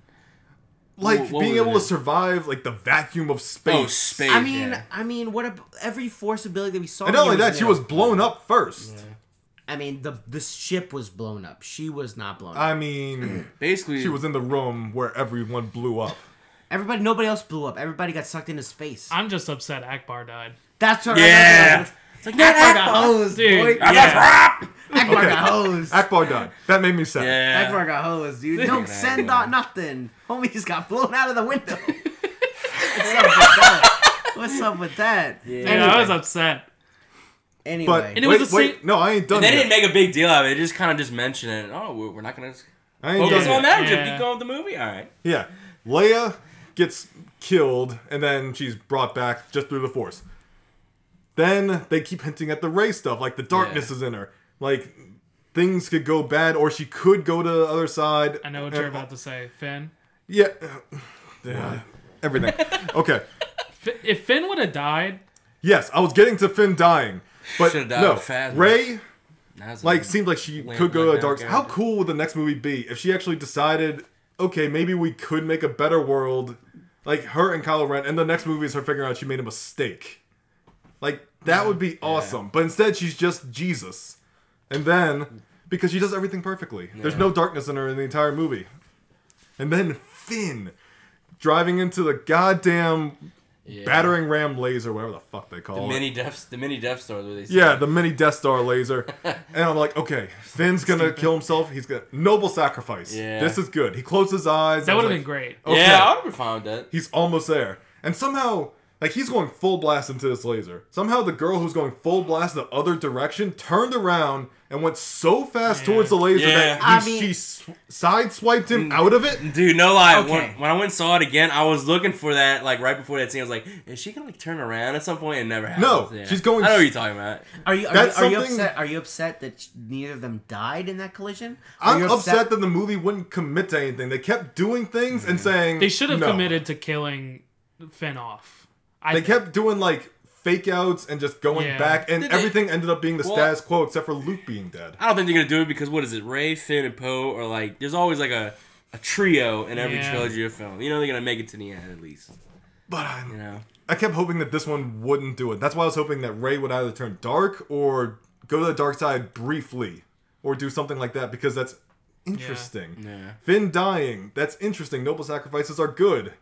[SPEAKER 4] like
[SPEAKER 3] what- what
[SPEAKER 4] being
[SPEAKER 3] was
[SPEAKER 4] able
[SPEAKER 3] it
[SPEAKER 4] to
[SPEAKER 3] in?
[SPEAKER 4] survive like the vacuum of space.
[SPEAKER 3] Oh, space.
[SPEAKER 2] I mean,
[SPEAKER 3] yeah.
[SPEAKER 2] I mean, what ab every force ability that we saw?
[SPEAKER 4] And not
[SPEAKER 2] here
[SPEAKER 4] only that, she
[SPEAKER 2] new.
[SPEAKER 4] was blown up first.
[SPEAKER 2] I mean, the the ship was blown up. She was not blown up.
[SPEAKER 4] I mean,
[SPEAKER 3] basically,
[SPEAKER 4] she was in the room where everyone blew up.
[SPEAKER 2] Everybody, nobody else blew up. Everybody got sucked into space.
[SPEAKER 1] I'm just upset Akbar died.
[SPEAKER 2] That's what.
[SPEAKER 3] Yeah. Oh,
[SPEAKER 2] It's like Akbar got hosed,
[SPEAKER 1] Dude,
[SPEAKER 2] boy.
[SPEAKER 1] yeah.
[SPEAKER 2] Akbar
[SPEAKER 4] Okay.
[SPEAKER 2] got hosed.
[SPEAKER 4] Akbar died. That made me sad.
[SPEAKER 3] yeah.
[SPEAKER 2] Akbar got hosed, dude. Don't send out nothing. Homie's got blown out of the window. What's up with that? What's up with that?
[SPEAKER 1] Yeah, I was upset.
[SPEAKER 2] Anyway,
[SPEAKER 4] But
[SPEAKER 1] And it
[SPEAKER 4] wait,
[SPEAKER 1] was the
[SPEAKER 4] wait,
[SPEAKER 1] same-
[SPEAKER 4] no, I ain't done
[SPEAKER 3] They
[SPEAKER 4] yet.
[SPEAKER 3] didn't make a big deal out of it. They just kind of just mentioned it. Oh, we're, we're not gonna
[SPEAKER 4] I ain't
[SPEAKER 3] focus
[SPEAKER 4] done
[SPEAKER 1] Yeah.
[SPEAKER 4] yet.
[SPEAKER 3] on that. Just
[SPEAKER 1] Yeah.
[SPEAKER 3] keep going with the movie. All right.
[SPEAKER 4] Yeah, Leia gets killed, and then she's brought back just through the Force. Then they keep hinting at the Ray stuff, like the darkness
[SPEAKER 3] Yeah.
[SPEAKER 4] is in her, like things could go bad, or she could go to the other side.
[SPEAKER 1] I know what
[SPEAKER 4] and-
[SPEAKER 1] you're about to say, Finn.
[SPEAKER 4] Yeah, yeah. everything. Okay.
[SPEAKER 1] Fi- If Finn would have died,
[SPEAKER 4] Yes, I was getting to Finn dying, but
[SPEAKER 3] Should've died
[SPEAKER 4] no.
[SPEAKER 3] with Phasma.
[SPEAKER 4] Ray
[SPEAKER 3] Now it's
[SPEAKER 4] like seemed like she
[SPEAKER 3] Land
[SPEAKER 4] could go to
[SPEAKER 3] like
[SPEAKER 4] the dark.
[SPEAKER 3] that,
[SPEAKER 4] How
[SPEAKER 3] yeah.
[SPEAKER 4] cool would the next movie be if she actually decided, okay, maybe we could make a better world, like her and Kylo Ren, and the next movie is her figuring out she made a mistake. Like that would be awesome. But instead, she's just Jesus, and then because she does everything perfectly, there's no darkness in her in the entire movie, and then Finn driving into the goddamn
[SPEAKER 3] Yeah.
[SPEAKER 4] battering ram laser, whatever the fuck they call it.
[SPEAKER 3] mini deaths. The mini Death Stars. Where they said.
[SPEAKER 4] Yeah, the mini Death Star laser. and I'm like, okay, Finn's gonna kill himself. He's gonna noble sacrifice.
[SPEAKER 3] Yeah.
[SPEAKER 4] This is good. He closed his eyes.
[SPEAKER 1] that
[SPEAKER 4] I was
[SPEAKER 1] would have been
[SPEAKER 4] like, Oh,
[SPEAKER 1] great.
[SPEAKER 4] Okay.
[SPEAKER 3] Yeah, I would have found that.
[SPEAKER 4] He's almost there. And somehow, like he's going full blast into this laser. Somehow the girl who's going full blast the other direction turned around and went so fast
[SPEAKER 1] Yeah.
[SPEAKER 4] towards the laser
[SPEAKER 3] Yeah.
[SPEAKER 4] that
[SPEAKER 2] I
[SPEAKER 4] he,
[SPEAKER 2] mean-
[SPEAKER 4] she sw- sideswiped him out of it.
[SPEAKER 3] Dude, no lie.
[SPEAKER 2] Okay.
[SPEAKER 3] When, when I went and saw it again, I was looking for that, like right before that scene. I was like, is she gonna like turn around at some point? It never happened.
[SPEAKER 4] No, she's going-
[SPEAKER 3] I know what you're talking about.
[SPEAKER 2] are you are,
[SPEAKER 4] that's
[SPEAKER 2] you, are you
[SPEAKER 4] something-
[SPEAKER 2] upset? Are you upset that neither of them died in that collision? Are
[SPEAKER 4] I'm
[SPEAKER 2] you
[SPEAKER 4] upset? that the movie wouldn't commit to anything. They kept doing things and saying
[SPEAKER 1] Mm. They should have
[SPEAKER 4] "No."
[SPEAKER 1] committed to killing Finn off. I
[SPEAKER 4] They kept doing like fake outs and just going
[SPEAKER 1] Yeah.
[SPEAKER 4] back, and
[SPEAKER 3] Did they-
[SPEAKER 4] everything ended up being the
[SPEAKER 3] Well-
[SPEAKER 4] status quo except for Luke being dead.
[SPEAKER 3] I don't think they're gonna do it because what is it? Ray, Finn, and Poe are like. There's always like a. A trio in every
[SPEAKER 1] Yeah.
[SPEAKER 3] trilogy of film. You know they're gonna make it to the end at least.
[SPEAKER 4] But I,
[SPEAKER 3] You know.
[SPEAKER 4] I kept hoping that this one wouldn't do it. That's why I was hoping that Ray would either turn dark or go to the dark side briefly, or do something like that because that's interesting.
[SPEAKER 3] Yeah.
[SPEAKER 4] Finn dying, that's interesting. Noble sacrifices are good.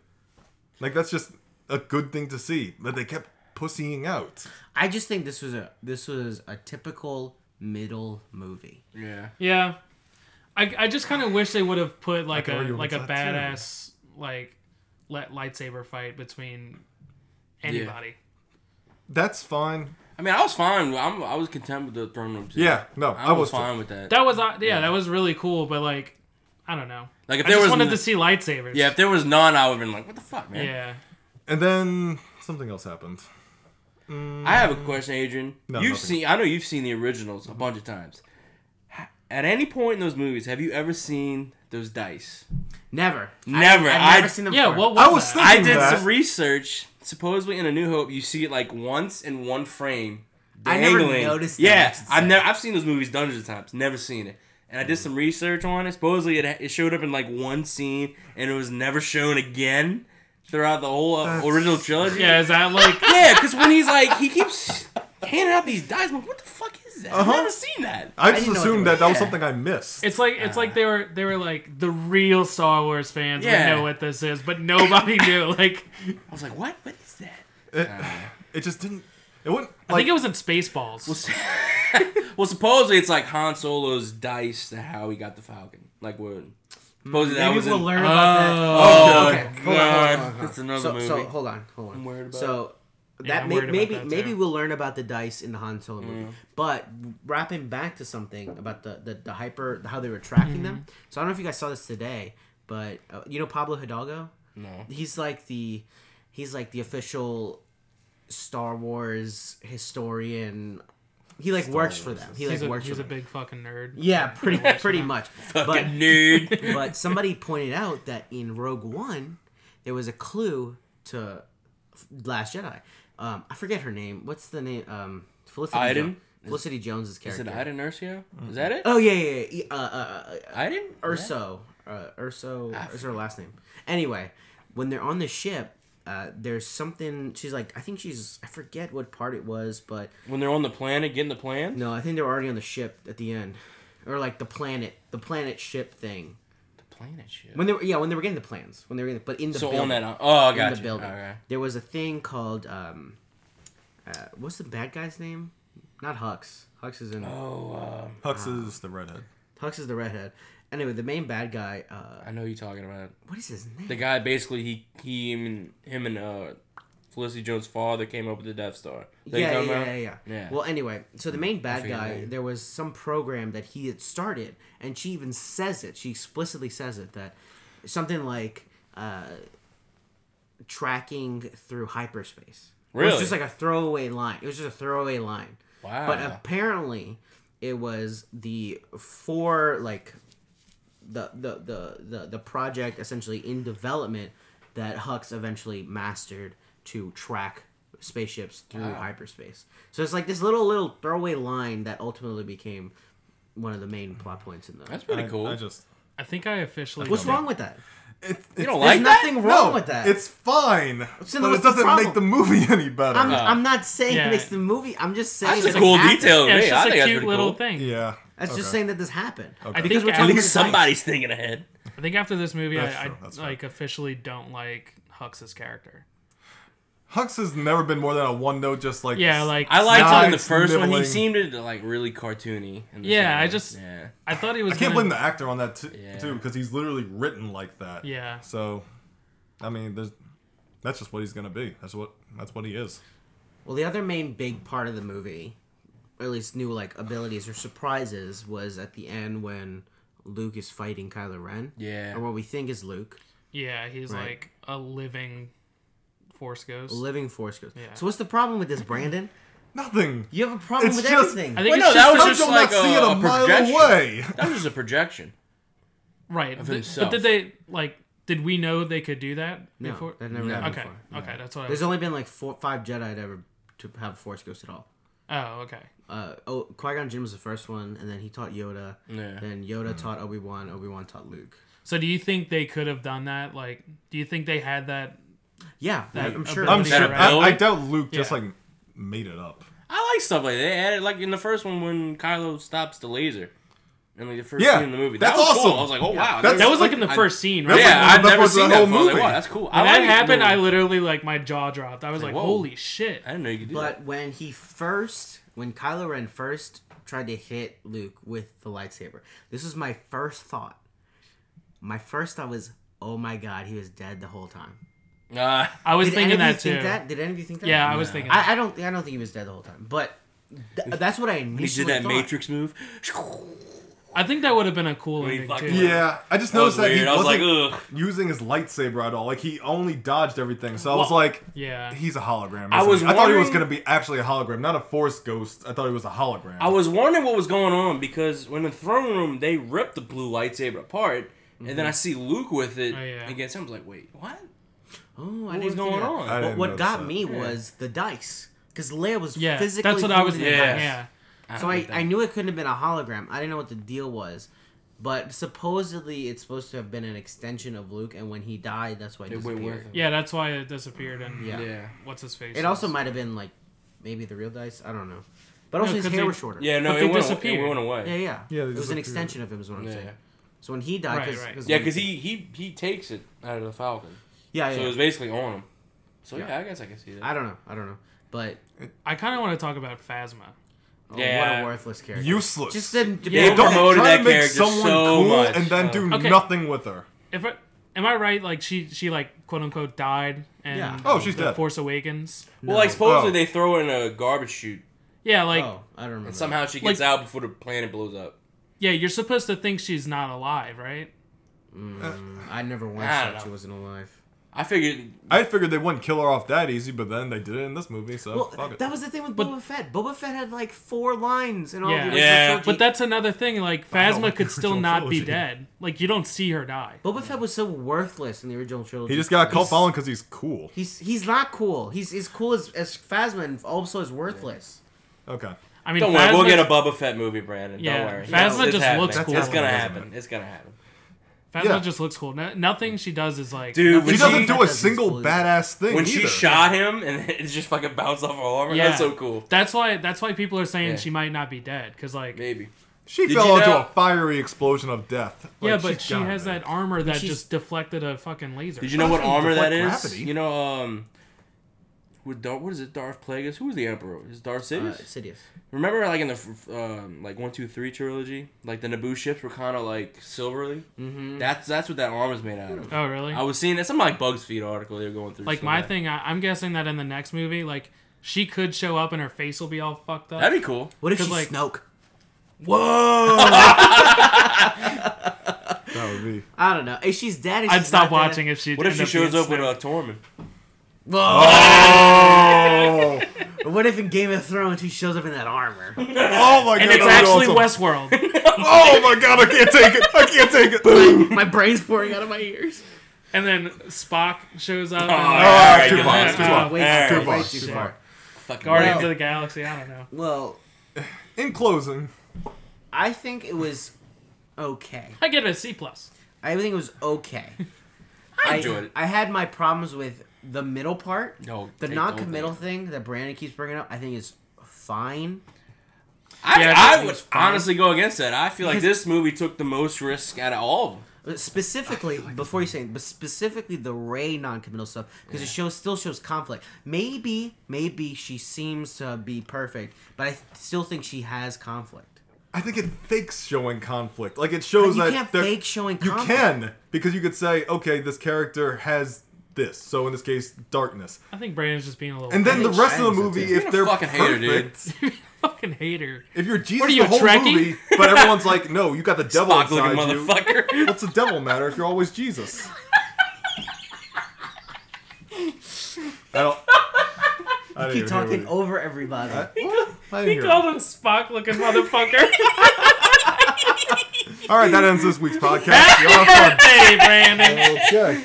[SPEAKER 4] Like that's just a good thing to see. But they kept pussying out.
[SPEAKER 2] I just think this was a this was a typical middle movie.
[SPEAKER 3] Yeah.
[SPEAKER 1] Yeah, I, I just kind of wish they would have put like
[SPEAKER 4] can
[SPEAKER 1] a
[SPEAKER 4] argue
[SPEAKER 1] like a
[SPEAKER 4] with that, too.
[SPEAKER 1] badass like let lightsaber fight between anybody.
[SPEAKER 4] That's fine.
[SPEAKER 3] I mean, I was fine. I'm, I was content with the throne room. Too.
[SPEAKER 4] Yeah, no,
[SPEAKER 3] I,
[SPEAKER 4] I,
[SPEAKER 3] was,
[SPEAKER 4] was
[SPEAKER 3] fine with that.
[SPEAKER 1] That was uh, yeah, that was really cool. But like, I don't know.
[SPEAKER 3] Like if
[SPEAKER 1] I
[SPEAKER 3] there
[SPEAKER 1] just
[SPEAKER 3] was
[SPEAKER 1] wanted
[SPEAKER 3] n-
[SPEAKER 1] to see lightsabers.
[SPEAKER 3] yeah, if there was none, I would have been like, what the fuck, man.
[SPEAKER 1] yeah.
[SPEAKER 4] And then something else happened.
[SPEAKER 3] I have a question, Adrian.
[SPEAKER 4] No,
[SPEAKER 3] you've
[SPEAKER 4] nothing.
[SPEAKER 3] seen, I know you've seen the originals a bunch of times. H- At any point in those movies, have you ever seen those dice?
[SPEAKER 2] Never,
[SPEAKER 3] Never.
[SPEAKER 2] I, have never
[SPEAKER 3] I-
[SPEAKER 2] seen them.
[SPEAKER 1] Yeah,
[SPEAKER 2] before.
[SPEAKER 1] what was
[SPEAKER 4] I was
[SPEAKER 1] that?
[SPEAKER 4] thinking
[SPEAKER 3] I did
[SPEAKER 4] that.
[SPEAKER 3] some research. Supposedly in A New Hope, you see it like once in one frame.
[SPEAKER 2] I never
[SPEAKER 3] dangling.
[SPEAKER 2] noticed that.
[SPEAKER 3] Yeah, I've never. I've seen those movies dozens of times. Never seen it. And I did some research on it. Supposedly it, it showed up in like one scene, and it was never shown again throughout the whole uh,
[SPEAKER 4] That's-
[SPEAKER 3] original trilogy.
[SPEAKER 1] yeah, is that like
[SPEAKER 3] Yeah, because when he's like, he keeps handing out these dice. I'm like, what the fuck is that?
[SPEAKER 4] Uh-huh.
[SPEAKER 3] I've never seen that.
[SPEAKER 4] I just
[SPEAKER 2] didn't know what they
[SPEAKER 4] assumed
[SPEAKER 2] were-
[SPEAKER 4] that that was
[SPEAKER 2] yeah.
[SPEAKER 4] something I missed.
[SPEAKER 1] it's like it's
[SPEAKER 3] Ah.
[SPEAKER 1] like they were they were like the real Star Wars fans would
[SPEAKER 3] Yeah.
[SPEAKER 1] know what this is, but nobody knew. Like
[SPEAKER 3] I was like, what? What is that?
[SPEAKER 4] It, it just didn't. It wouldn't.
[SPEAKER 1] I
[SPEAKER 4] Like,
[SPEAKER 1] think it was in Spaceballs.
[SPEAKER 3] Well, supposedly it's like Han Solo's dice to how he got the Falcon. Like, what? Supposedly that
[SPEAKER 2] Maybe
[SPEAKER 3] was
[SPEAKER 2] we'll
[SPEAKER 3] in-
[SPEAKER 2] learn about that.
[SPEAKER 3] Oh,
[SPEAKER 2] okay.
[SPEAKER 3] God.
[SPEAKER 2] Hold on, hold on, hold on.
[SPEAKER 3] That's another
[SPEAKER 2] so,
[SPEAKER 3] movie.
[SPEAKER 2] So hold on, hold on.
[SPEAKER 3] I'm worried about
[SPEAKER 2] so that
[SPEAKER 1] I'm
[SPEAKER 2] may,
[SPEAKER 1] worried about
[SPEAKER 2] maybe
[SPEAKER 1] that, too. Mm.
[SPEAKER 2] maybe we'll learn about the dice in the Han Solo movie. But wrapping back to something about the the, the hyper how they were tracking them.
[SPEAKER 1] Mm-hmm.
[SPEAKER 2] So I don't know if you guys saw this today, but uh, you know Pablo Hidalgo. No. He's like the he's like the official Star Wars historian. He like works for them. He like
[SPEAKER 1] he's a,
[SPEAKER 2] works
[SPEAKER 1] he's
[SPEAKER 2] for
[SPEAKER 1] a
[SPEAKER 2] them.
[SPEAKER 1] big fucking nerd.
[SPEAKER 2] Yeah, pretty pretty much. But
[SPEAKER 3] nerd.
[SPEAKER 2] but somebody pointed out that in Rogue One, there was a clue to Last Jedi. Um, I forget her name. What's the name? Um, Felicity.
[SPEAKER 3] Iden?
[SPEAKER 2] Jones. Felicity Jones's
[SPEAKER 3] Is
[SPEAKER 2] character.
[SPEAKER 3] it Ida Nurcio? Is that it?
[SPEAKER 2] Oh yeah, yeah, yeah. Uh, uh, uh,
[SPEAKER 3] I didn't.
[SPEAKER 2] Urso. Uh, Urso.
[SPEAKER 3] Ah,
[SPEAKER 2] Urso, her last name. Anyway, when they're on the ship, uh, there's something. She's like, I think she's. I forget what part it was, but
[SPEAKER 3] When they're on the planet, getting the plan.
[SPEAKER 2] no, I think they were already on the ship at the end, or like the planet, the planet ship thing.
[SPEAKER 3] The planet shit.
[SPEAKER 2] When they were, yeah, when they were getting the plans, when they were getting, but in the
[SPEAKER 3] so
[SPEAKER 2] building,
[SPEAKER 3] on that. Oh, I
[SPEAKER 2] in
[SPEAKER 3] got
[SPEAKER 2] the
[SPEAKER 3] you.
[SPEAKER 2] building,
[SPEAKER 3] Okay.
[SPEAKER 2] there was a thing called. Um, uh, what's the bad guy's name? Not Hux. Hux is in.
[SPEAKER 3] Oh, uh,
[SPEAKER 4] Hux is the redhead.
[SPEAKER 2] Hux is the redhead. Anyway, the main bad guy. Uh,
[SPEAKER 3] I know you're talking about
[SPEAKER 2] what is his name?
[SPEAKER 3] the guy. Basically, he he him and him and uh, Felicity Jones' father came up with the Death Star. Is that
[SPEAKER 2] yeah,
[SPEAKER 3] what you're
[SPEAKER 2] yeah,
[SPEAKER 3] talking
[SPEAKER 2] yeah,
[SPEAKER 3] about?
[SPEAKER 2] yeah,
[SPEAKER 3] Yeah.
[SPEAKER 2] Well, anyway, so the main bad
[SPEAKER 3] forget the
[SPEAKER 2] guy,
[SPEAKER 3] name.
[SPEAKER 2] there was some program that he had started, and she even says it. She explicitly says it that something like uh, tracking through hyperspace. It
[SPEAKER 3] Really?
[SPEAKER 2] was just like a throwaway line. It was just a throwaway line.
[SPEAKER 3] Wow.
[SPEAKER 2] But
[SPEAKER 4] uh,
[SPEAKER 2] apparently, it was the four like the the the the, the project essentially in development that Hux eventually mastered to track spaceships through
[SPEAKER 3] Ah.
[SPEAKER 2] hyperspace. So it's like this little little throwaway line that ultimately became one of the main plot points in the.
[SPEAKER 3] That's pretty
[SPEAKER 4] I-
[SPEAKER 3] cool.
[SPEAKER 4] I just.
[SPEAKER 1] I think I officially.
[SPEAKER 2] What's wrong with that?
[SPEAKER 4] It,
[SPEAKER 3] you
[SPEAKER 4] it's-
[SPEAKER 3] don't
[SPEAKER 2] There's
[SPEAKER 3] like that?
[SPEAKER 2] nothing
[SPEAKER 4] no,
[SPEAKER 2] wrong with that.
[SPEAKER 4] It's fine,
[SPEAKER 2] So then
[SPEAKER 4] but
[SPEAKER 2] what's
[SPEAKER 4] it
[SPEAKER 2] the
[SPEAKER 4] doesn't
[SPEAKER 2] problem?
[SPEAKER 4] make the movie any better.
[SPEAKER 2] I'm,
[SPEAKER 3] Uh,
[SPEAKER 2] I'm not saying
[SPEAKER 1] yeah.
[SPEAKER 2] it makes the movie. I'm just saying
[SPEAKER 3] That's
[SPEAKER 2] that
[SPEAKER 3] a cool
[SPEAKER 2] it happened.
[SPEAKER 3] detail to
[SPEAKER 1] Yeah,
[SPEAKER 3] me.
[SPEAKER 1] it's
[SPEAKER 3] I
[SPEAKER 1] just
[SPEAKER 3] think
[SPEAKER 1] a
[SPEAKER 3] that's
[SPEAKER 1] cute
[SPEAKER 3] pretty
[SPEAKER 1] little
[SPEAKER 3] cool.
[SPEAKER 1] thing.
[SPEAKER 4] yeah,
[SPEAKER 2] That's just
[SPEAKER 4] okay.
[SPEAKER 2] saying that this happened.
[SPEAKER 1] I think
[SPEAKER 2] Because we're talking
[SPEAKER 1] at least
[SPEAKER 3] At least
[SPEAKER 2] about the
[SPEAKER 3] somebody's thinking ahead.
[SPEAKER 1] I think after this movie,
[SPEAKER 4] That's
[SPEAKER 1] I,
[SPEAKER 4] true,
[SPEAKER 1] I
[SPEAKER 4] that's fair.
[SPEAKER 1] like officially don't like Hux's character.
[SPEAKER 4] Hux has never been more than a one note. Just like
[SPEAKER 1] Yeah, like
[SPEAKER 3] I liked him in the
[SPEAKER 4] Snipes,
[SPEAKER 3] first one. He
[SPEAKER 4] nibbling.
[SPEAKER 3] seemed to, like really cartoony. in the
[SPEAKER 1] Yeah,
[SPEAKER 3] second
[SPEAKER 1] I
[SPEAKER 3] one.
[SPEAKER 1] just-
[SPEAKER 3] yeah.
[SPEAKER 1] I thought he
[SPEAKER 4] I
[SPEAKER 1] was.
[SPEAKER 4] can't
[SPEAKER 1] gonna-
[SPEAKER 4] blame the actor on that t-
[SPEAKER 3] Yeah.
[SPEAKER 4] too, because he's literally written like that.
[SPEAKER 1] Yeah.
[SPEAKER 4] So, I mean, there's that's just what he's gonna be. That's what that's what he is.
[SPEAKER 2] Well, the other main big part of the movie, or at least new like abilities or surprises, was at the end when Luke is fighting Kylo Ren,
[SPEAKER 3] Yeah.
[SPEAKER 2] or
[SPEAKER 4] Oh,
[SPEAKER 2] what we think is Luke,
[SPEAKER 1] Yeah, he's
[SPEAKER 2] Right.
[SPEAKER 1] like a living Force Ghost.
[SPEAKER 2] a living Force Ghost.
[SPEAKER 1] Yeah.
[SPEAKER 2] So what's the problem with this, Brandon?
[SPEAKER 4] Nothing.
[SPEAKER 2] You have a problem
[SPEAKER 4] It's
[SPEAKER 2] with
[SPEAKER 4] just-
[SPEAKER 2] everything.
[SPEAKER 1] I
[SPEAKER 3] Well,
[SPEAKER 1] think
[SPEAKER 3] no,
[SPEAKER 1] it's
[SPEAKER 3] that
[SPEAKER 1] just,
[SPEAKER 3] was
[SPEAKER 4] How
[SPEAKER 3] just
[SPEAKER 4] come
[SPEAKER 3] like uh,
[SPEAKER 4] not see it
[SPEAKER 3] a,
[SPEAKER 4] a
[SPEAKER 3] a
[SPEAKER 4] mile
[SPEAKER 3] projection.
[SPEAKER 4] away?
[SPEAKER 3] That was just a projection.
[SPEAKER 1] right. th-
[SPEAKER 3] himself.
[SPEAKER 1] But did they like? Did we know they could do that
[SPEAKER 2] No,
[SPEAKER 1] before?
[SPEAKER 2] they've never done it
[SPEAKER 1] okay,
[SPEAKER 2] before.
[SPEAKER 1] okay, that's what. I
[SPEAKER 2] There's
[SPEAKER 1] was,
[SPEAKER 2] only been like four, five Jedi to ever to have a Force Ghost at all.
[SPEAKER 1] oh, okay.
[SPEAKER 2] Uh, oh, Qui Gon Jinn was the first one, and then he taught Yoda.
[SPEAKER 3] Yeah.
[SPEAKER 2] Then Yoda taught Obi Wan. Obi Wan taught Luke.
[SPEAKER 1] So do you think they could have done that? Like, do you think they had that?
[SPEAKER 2] Yeah, I- I'm sure.
[SPEAKER 4] I'm
[SPEAKER 1] Is
[SPEAKER 4] sure.
[SPEAKER 1] that
[SPEAKER 4] I, I
[SPEAKER 3] right?
[SPEAKER 4] doubt Luke just
[SPEAKER 1] Yeah.
[SPEAKER 4] like made it up.
[SPEAKER 3] I like stuff like that. They added like in the first one when Kylo stops the laser, and like the first
[SPEAKER 4] Yeah,
[SPEAKER 3] scene in the movie.
[SPEAKER 4] that's
[SPEAKER 3] that was Cool.
[SPEAKER 4] awesome.
[SPEAKER 3] I was like, oh wow,
[SPEAKER 4] That's-
[SPEAKER 1] That was like, in
[SPEAKER 4] like,
[SPEAKER 1] the
[SPEAKER 3] I-
[SPEAKER 1] first scene, right?
[SPEAKER 4] that's
[SPEAKER 3] yeah,
[SPEAKER 4] like
[SPEAKER 3] I've
[SPEAKER 4] the
[SPEAKER 3] never
[SPEAKER 4] best
[SPEAKER 3] seen
[SPEAKER 4] part
[SPEAKER 3] that
[SPEAKER 4] of the
[SPEAKER 3] before.
[SPEAKER 4] whole
[SPEAKER 3] Like, wow,
[SPEAKER 4] movie.
[SPEAKER 3] that's cool.
[SPEAKER 1] When
[SPEAKER 3] like
[SPEAKER 1] that happened,
[SPEAKER 3] the
[SPEAKER 1] I
[SPEAKER 3] movie.
[SPEAKER 1] literally like my jaw dropped. I was like,
[SPEAKER 3] Whoa.
[SPEAKER 1] "Holy shit!"
[SPEAKER 3] I didn't know you could do that.
[SPEAKER 2] But when he first, when Kylo Ren first tried to hit Luke with the lightsaber, this was my first thought. My first thought was, "Oh my god, he was dead the whole time."
[SPEAKER 3] Uh,
[SPEAKER 1] I was
[SPEAKER 2] Did any
[SPEAKER 1] thinking
[SPEAKER 2] of you
[SPEAKER 1] that too.
[SPEAKER 2] think that? Did any of you think that?
[SPEAKER 1] Yeah, I was thinking. that.
[SPEAKER 2] I, I don't. I don't think he was dead the whole time. But th- that's what I
[SPEAKER 3] he
[SPEAKER 2] initially
[SPEAKER 3] did that
[SPEAKER 2] thought.
[SPEAKER 3] Matrix move.
[SPEAKER 1] I think that would have been a cool
[SPEAKER 3] When he
[SPEAKER 1] ending too.
[SPEAKER 3] fucking-
[SPEAKER 4] Yeah, I just
[SPEAKER 3] That
[SPEAKER 4] noticed
[SPEAKER 3] was
[SPEAKER 4] that,
[SPEAKER 3] weird.
[SPEAKER 4] he
[SPEAKER 3] I was like,
[SPEAKER 4] wasn't
[SPEAKER 3] ugh.
[SPEAKER 4] using his lightsaber at all. Like he only dodged everything. So I was
[SPEAKER 1] Well,
[SPEAKER 4] like,
[SPEAKER 1] yeah.
[SPEAKER 4] he's a hologram.
[SPEAKER 3] I
[SPEAKER 4] isn't
[SPEAKER 3] was
[SPEAKER 4] he? I thought he was
[SPEAKER 3] wondering-
[SPEAKER 4] gonna be actually a hologram, not a force ghost. I thought he was a hologram.
[SPEAKER 3] I was wondering what was going on because when the throne room they ripped the blue lightsaber apart,
[SPEAKER 2] Mm-hmm.
[SPEAKER 3] and then I see Luke with it
[SPEAKER 1] Oh, yeah.
[SPEAKER 3] against him. I was like, wait, what?
[SPEAKER 2] Oh, I
[SPEAKER 3] What
[SPEAKER 2] didn't
[SPEAKER 3] was
[SPEAKER 2] think
[SPEAKER 3] going
[SPEAKER 2] of that.
[SPEAKER 4] I
[SPEAKER 3] on?
[SPEAKER 2] But
[SPEAKER 4] didn't
[SPEAKER 2] what
[SPEAKER 4] notice
[SPEAKER 2] got
[SPEAKER 4] that.
[SPEAKER 2] me
[SPEAKER 3] Yeah.
[SPEAKER 2] was the dice, because Leia was
[SPEAKER 1] Yeah,
[SPEAKER 2] physically.
[SPEAKER 1] that's what I was.
[SPEAKER 2] holding the
[SPEAKER 1] thinking.
[SPEAKER 3] Yes.
[SPEAKER 2] dice.
[SPEAKER 1] Yeah,
[SPEAKER 2] So I,
[SPEAKER 3] don't
[SPEAKER 2] I
[SPEAKER 3] think-
[SPEAKER 2] knew it couldn't have been a hologram. I didn't know what the deal was. But supposedly it's supposed to have been an extension of Luke, and when he died, that's why he
[SPEAKER 3] It went
[SPEAKER 2] disappeared.
[SPEAKER 3] with
[SPEAKER 1] yeah, that's why it disappeared. And
[SPEAKER 2] Yeah.
[SPEAKER 3] Yeah.
[SPEAKER 1] what's his face?
[SPEAKER 2] It also
[SPEAKER 1] was-
[SPEAKER 2] might have been like maybe the real dice. I don't know. But also his
[SPEAKER 1] 'cause
[SPEAKER 2] hair
[SPEAKER 1] they-
[SPEAKER 2] was shorter.
[SPEAKER 3] Yeah, no,
[SPEAKER 1] But
[SPEAKER 3] it
[SPEAKER 1] they
[SPEAKER 3] went, it
[SPEAKER 1] disappeared.
[SPEAKER 3] went away.
[SPEAKER 2] yeah, yeah.
[SPEAKER 4] Yeah, they
[SPEAKER 2] it was an
[SPEAKER 4] disappeared.
[SPEAKER 2] extension of him. Is what I'm
[SPEAKER 3] Yeah.
[SPEAKER 2] saying. So when he died,
[SPEAKER 1] Right,
[SPEAKER 2] because
[SPEAKER 1] right.
[SPEAKER 3] Yeah, because he, he he takes it out of the Falcon,
[SPEAKER 2] Oh, yeah,
[SPEAKER 3] so
[SPEAKER 2] yeah.
[SPEAKER 3] it was basically on him. So yeah,
[SPEAKER 2] Yeah.
[SPEAKER 3] I guess I can see that.
[SPEAKER 2] I don't know. I don't know. But
[SPEAKER 1] I kind of want to talk about Phasma.
[SPEAKER 2] oh, what
[SPEAKER 3] Yeah.
[SPEAKER 2] a worthless character.
[SPEAKER 4] useless.
[SPEAKER 2] Just didn't.
[SPEAKER 1] Yeah,
[SPEAKER 3] They
[SPEAKER 4] Don't
[SPEAKER 3] promoted
[SPEAKER 4] try to
[SPEAKER 3] that
[SPEAKER 4] make
[SPEAKER 3] character
[SPEAKER 4] someone
[SPEAKER 3] so
[SPEAKER 4] cool
[SPEAKER 3] much.
[SPEAKER 4] and then
[SPEAKER 3] Oh.
[SPEAKER 4] do
[SPEAKER 1] Okay.
[SPEAKER 4] nothing with her.
[SPEAKER 1] If I, am I right? Like she she like quote unquote died. And
[SPEAKER 2] Yeah.
[SPEAKER 4] Oh, she's
[SPEAKER 1] the
[SPEAKER 4] dead.
[SPEAKER 1] Force Awakens.
[SPEAKER 3] Well, like supposedly
[SPEAKER 4] Oh.
[SPEAKER 3] they throw in a garbage chute,
[SPEAKER 1] Yeah, like
[SPEAKER 2] oh, I don't remember.
[SPEAKER 3] and somehow she gets
[SPEAKER 1] Like-
[SPEAKER 3] out before the planet blows up.
[SPEAKER 1] yeah, you're supposed to think she's not alive, right?
[SPEAKER 2] Mm, I never once
[SPEAKER 3] I don't
[SPEAKER 2] thought
[SPEAKER 3] know.
[SPEAKER 2] she wasn't alive.
[SPEAKER 3] I figured
[SPEAKER 4] I figured they wouldn't kill her off that easy, but then they did it in this movie, so
[SPEAKER 2] Well,
[SPEAKER 4] fuck it.
[SPEAKER 2] that was the thing with Boba Fett. Boba Fett had like four lines in all
[SPEAKER 1] Yeah.
[SPEAKER 2] the original
[SPEAKER 3] Yeah.
[SPEAKER 2] trilogy.
[SPEAKER 1] But that's another thing. Like
[SPEAKER 4] Wow,
[SPEAKER 1] Phasma
[SPEAKER 4] like
[SPEAKER 1] could
[SPEAKER 4] the
[SPEAKER 1] still
[SPEAKER 4] original
[SPEAKER 1] not be
[SPEAKER 4] trilogy.
[SPEAKER 1] dead. Like you don't see her die.
[SPEAKER 2] Boba Fett was so worthless in the original trilogy.
[SPEAKER 4] he just got cult
[SPEAKER 2] He's-
[SPEAKER 4] following because he's cool.
[SPEAKER 2] He's he's not cool. He's as cool as as Phasma, and also is worthless.
[SPEAKER 4] Okay.
[SPEAKER 1] I mean,
[SPEAKER 3] Don't worry, we'll
[SPEAKER 1] Phasma-
[SPEAKER 3] get a Boba Fett movie, Brandon.
[SPEAKER 1] Yeah,
[SPEAKER 3] Don't worry.
[SPEAKER 1] Phasma
[SPEAKER 3] It's- it's
[SPEAKER 1] just
[SPEAKER 3] happening.
[SPEAKER 1] looks cool.
[SPEAKER 3] It's gonna
[SPEAKER 4] Yeah.
[SPEAKER 3] happen. It's gonna happen.
[SPEAKER 1] Phasma
[SPEAKER 4] Yeah.
[SPEAKER 1] just looks cool. No, nothing she does is like
[SPEAKER 3] Dude,
[SPEAKER 4] She
[SPEAKER 3] When
[SPEAKER 4] doesn't
[SPEAKER 3] she-
[SPEAKER 4] do a single
[SPEAKER 2] Badass.
[SPEAKER 4] badass thing.
[SPEAKER 3] When she
[SPEAKER 4] either.
[SPEAKER 3] shot him and it just fucking bounced off her arm,
[SPEAKER 1] Yeah.
[SPEAKER 3] that's so cool.
[SPEAKER 1] That's why. That's why people are saying
[SPEAKER 3] Yeah.
[SPEAKER 1] she might not be dead. Cause like,
[SPEAKER 3] Maybe.
[SPEAKER 4] she
[SPEAKER 3] Did
[SPEAKER 4] fell
[SPEAKER 3] you
[SPEAKER 4] into
[SPEAKER 3] know-
[SPEAKER 4] a fiery explosion of death.
[SPEAKER 1] yeah,
[SPEAKER 4] Like,
[SPEAKER 1] but she
[SPEAKER 4] got
[SPEAKER 1] has
[SPEAKER 4] it.
[SPEAKER 1] that armor that
[SPEAKER 2] she's-
[SPEAKER 1] just deflected a fucking laser.
[SPEAKER 3] Did you know what
[SPEAKER 4] Doesn't
[SPEAKER 3] armor that is?
[SPEAKER 4] deflect gravity.
[SPEAKER 3] You know, um, with Dar- what is it? Darth Plagueis? Who was the Emperor? Is Darth
[SPEAKER 2] Uh,
[SPEAKER 3] Sidious?
[SPEAKER 2] Sidious.
[SPEAKER 3] Remember, like in the f- um, like one, two, three trilogy, like the Naboo ships were kind of like silverly. Mm-hmm. That's that's what that armor is made out of.
[SPEAKER 1] Oh really?
[SPEAKER 3] I was seeing it, some like Bugs Feed article they were going through.
[SPEAKER 1] like
[SPEAKER 3] some
[SPEAKER 1] my
[SPEAKER 3] of that.
[SPEAKER 1] thing, I, I'm guessing that in the next movie, like she could show up and her face will be all fucked up.
[SPEAKER 3] That'd be cool.
[SPEAKER 2] What if
[SPEAKER 1] 'Cause,
[SPEAKER 2] she's
[SPEAKER 1] like-
[SPEAKER 2] Snoke?
[SPEAKER 3] Whoa!
[SPEAKER 4] That would be.
[SPEAKER 2] I don't know. If she's dead, if
[SPEAKER 1] I'd
[SPEAKER 2] she's
[SPEAKER 1] stop
[SPEAKER 2] not dead-
[SPEAKER 1] watching if she.
[SPEAKER 3] what if she shows up with a Tormund?
[SPEAKER 4] Oh,
[SPEAKER 2] What if in Game of Thrones she shows up in that armor?
[SPEAKER 4] oh my god!
[SPEAKER 1] And it's
[SPEAKER 4] that
[SPEAKER 1] actually
[SPEAKER 4] would be awesome.
[SPEAKER 1] Westworld,
[SPEAKER 4] Oh my god! I can't take it. I can't take it. Boom.
[SPEAKER 2] my brain's pouring out of my ears.
[SPEAKER 1] and then Spock shows up. and,
[SPEAKER 3] Oh,
[SPEAKER 1] like,
[SPEAKER 4] all right,
[SPEAKER 3] alright,
[SPEAKER 4] too
[SPEAKER 3] good
[SPEAKER 4] far,
[SPEAKER 3] luck.
[SPEAKER 4] it's too far.
[SPEAKER 2] Way
[SPEAKER 3] Alright.
[SPEAKER 2] too far. Way too
[SPEAKER 4] Too far, too far.
[SPEAKER 2] far.
[SPEAKER 3] Fucking
[SPEAKER 1] Guardians
[SPEAKER 3] wild.
[SPEAKER 1] of the Galaxy. I don't know.
[SPEAKER 2] Well,
[SPEAKER 4] In closing,
[SPEAKER 2] I think it was okay.
[SPEAKER 1] I give it a C plus.
[SPEAKER 2] I think it was okay.
[SPEAKER 3] I enjoyed it.
[SPEAKER 2] I had my problems with the middle part.
[SPEAKER 3] No,
[SPEAKER 2] the
[SPEAKER 3] take
[SPEAKER 2] non-committal thing that Brandon keeps bringing up, I think is fine.
[SPEAKER 3] I,
[SPEAKER 1] Yeah, that
[SPEAKER 3] I
[SPEAKER 1] was
[SPEAKER 3] would
[SPEAKER 1] fine.
[SPEAKER 3] honestly go against that. I feel like
[SPEAKER 2] Because-
[SPEAKER 3] this movie took the most risk out of all of them.
[SPEAKER 2] But Uh, Specifically, before you say, it, but specifically the Ray non-committal stuff because it shows still shows conflict. Maybe, maybe she seems to be perfect, but I th- still think she has conflict.
[SPEAKER 4] I think it fakes showing conflict. Like it shows
[SPEAKER 2] But you
[SPEAKER 4] that
[SPEAKER 2] can't
[SPEAKER 4] they're-
[SPEAKER 2] fake showing
[SPEAKER 4] You
[SPEAKER 2] conflict.
[SPEAKER 4] can because you could say, okay, this character has this. So in this case, darkness.
[SPEAKER 1] I think Brandon's just being a little.
[SPEAKER 4] And then
[SPEAKER 2] I
[SPEAKER 4] the
[SPEAKER 2] think
[SPEAKER 4] rest of the
[SPEAKER 2] Shang is a
[SPEAKER 4] movie,
[SPEAKER 2] dude.
[SPEAKER 4] if
[SPEAKER 3] You're a
[SPEAKER 4] they're
[SPEAKER 3] fucking hater, dude.
[SPEAKER 4] perfect,
[SPEAKER 1] fucking hater.
[SPEAKER 4] if you're Jesus
[SPEAKER 1] What are you,
[SPEAKER 4] the whole
[SPEAKER 1] Trekkie?
[SPEAKER 4] movie, but everyone's like, no, you got the devil
[SPEAKER 3] Spock looking
[SPEAKER 4] inside you.
[SPEAKER 3] motherfucker.
[SPEAKER 4] What's the devil matter if you're always Jesus? I don't. I didn't
[SPEAKER 2] Keep
[SPEAKER 4] even hear what
[SPEAKER 2] talking
[SPEAKER 4] you-
[SPEAKER 2] over everybody.
[SPEAKER 4] I didn't
[SPEAKER 1] He
[SPEAKER 4] hear
[SPEAKER 1] called him Spock looking motherfucker.
[SPEAKER 4] it. All right, that ends this week's podcast. Y'all have fun.
[SPEAKER 1] hey Brandon.
[SPEAKER 4] Okay.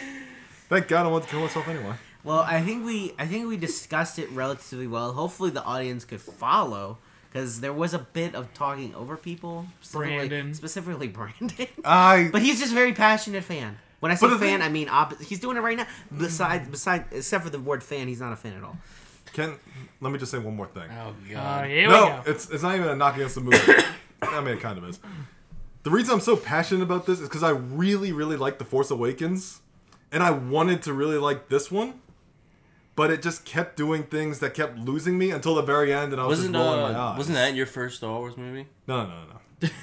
[SPEAKER 4] Thank God I wanted to kill myself anyway.
[SPEAKER 2] Well, I think we I think we discussed it relatively well. Hopefully, the audience could follow because there was a bit of talking over people. Specifically-
[SPEAKER 1] Brandon.
[SPEAKER 2] specifically Brandon,
[SPEAKER 4] I.
[SPEAKER 2] but he's just a very passionate fan. When I say
[SPEAKER 4] But the
[SPEAKER 2] fan, I
[SPEAKER 4] thing-
[SPEAKER 2] mean opposite. He's doing it right now. Besides, beside except for the word fan, he's not a fan at all.
[SPEAKER 4] Can let me just say one more thing.
[SPEAKER 3] Oh
[SPEAKER 1] Uh,
[SPEAKER 3] god.
[SPEAKER 1] here we
[SPEAKER 4] No,
[SPEAKER 1] go.
[SPEAKER 4] it's it's not even a knock against the movie. I mean, it kind of is. The reason I'm so passionate about this is because I really, really like The Force Awakens, and I wanted to really like this one, but it just kept doing things that kept losing me until the very end, and I was
[SPEAKER 3] Wasn't
[SPEAKER 4] just rolling my
[SPEAKER 3] uh,
[SPEAKER 4] eyes.
[SPEAKER 3] wasn't that your first Star Wars movie?
[SPEAKER 4] No, no, no, no.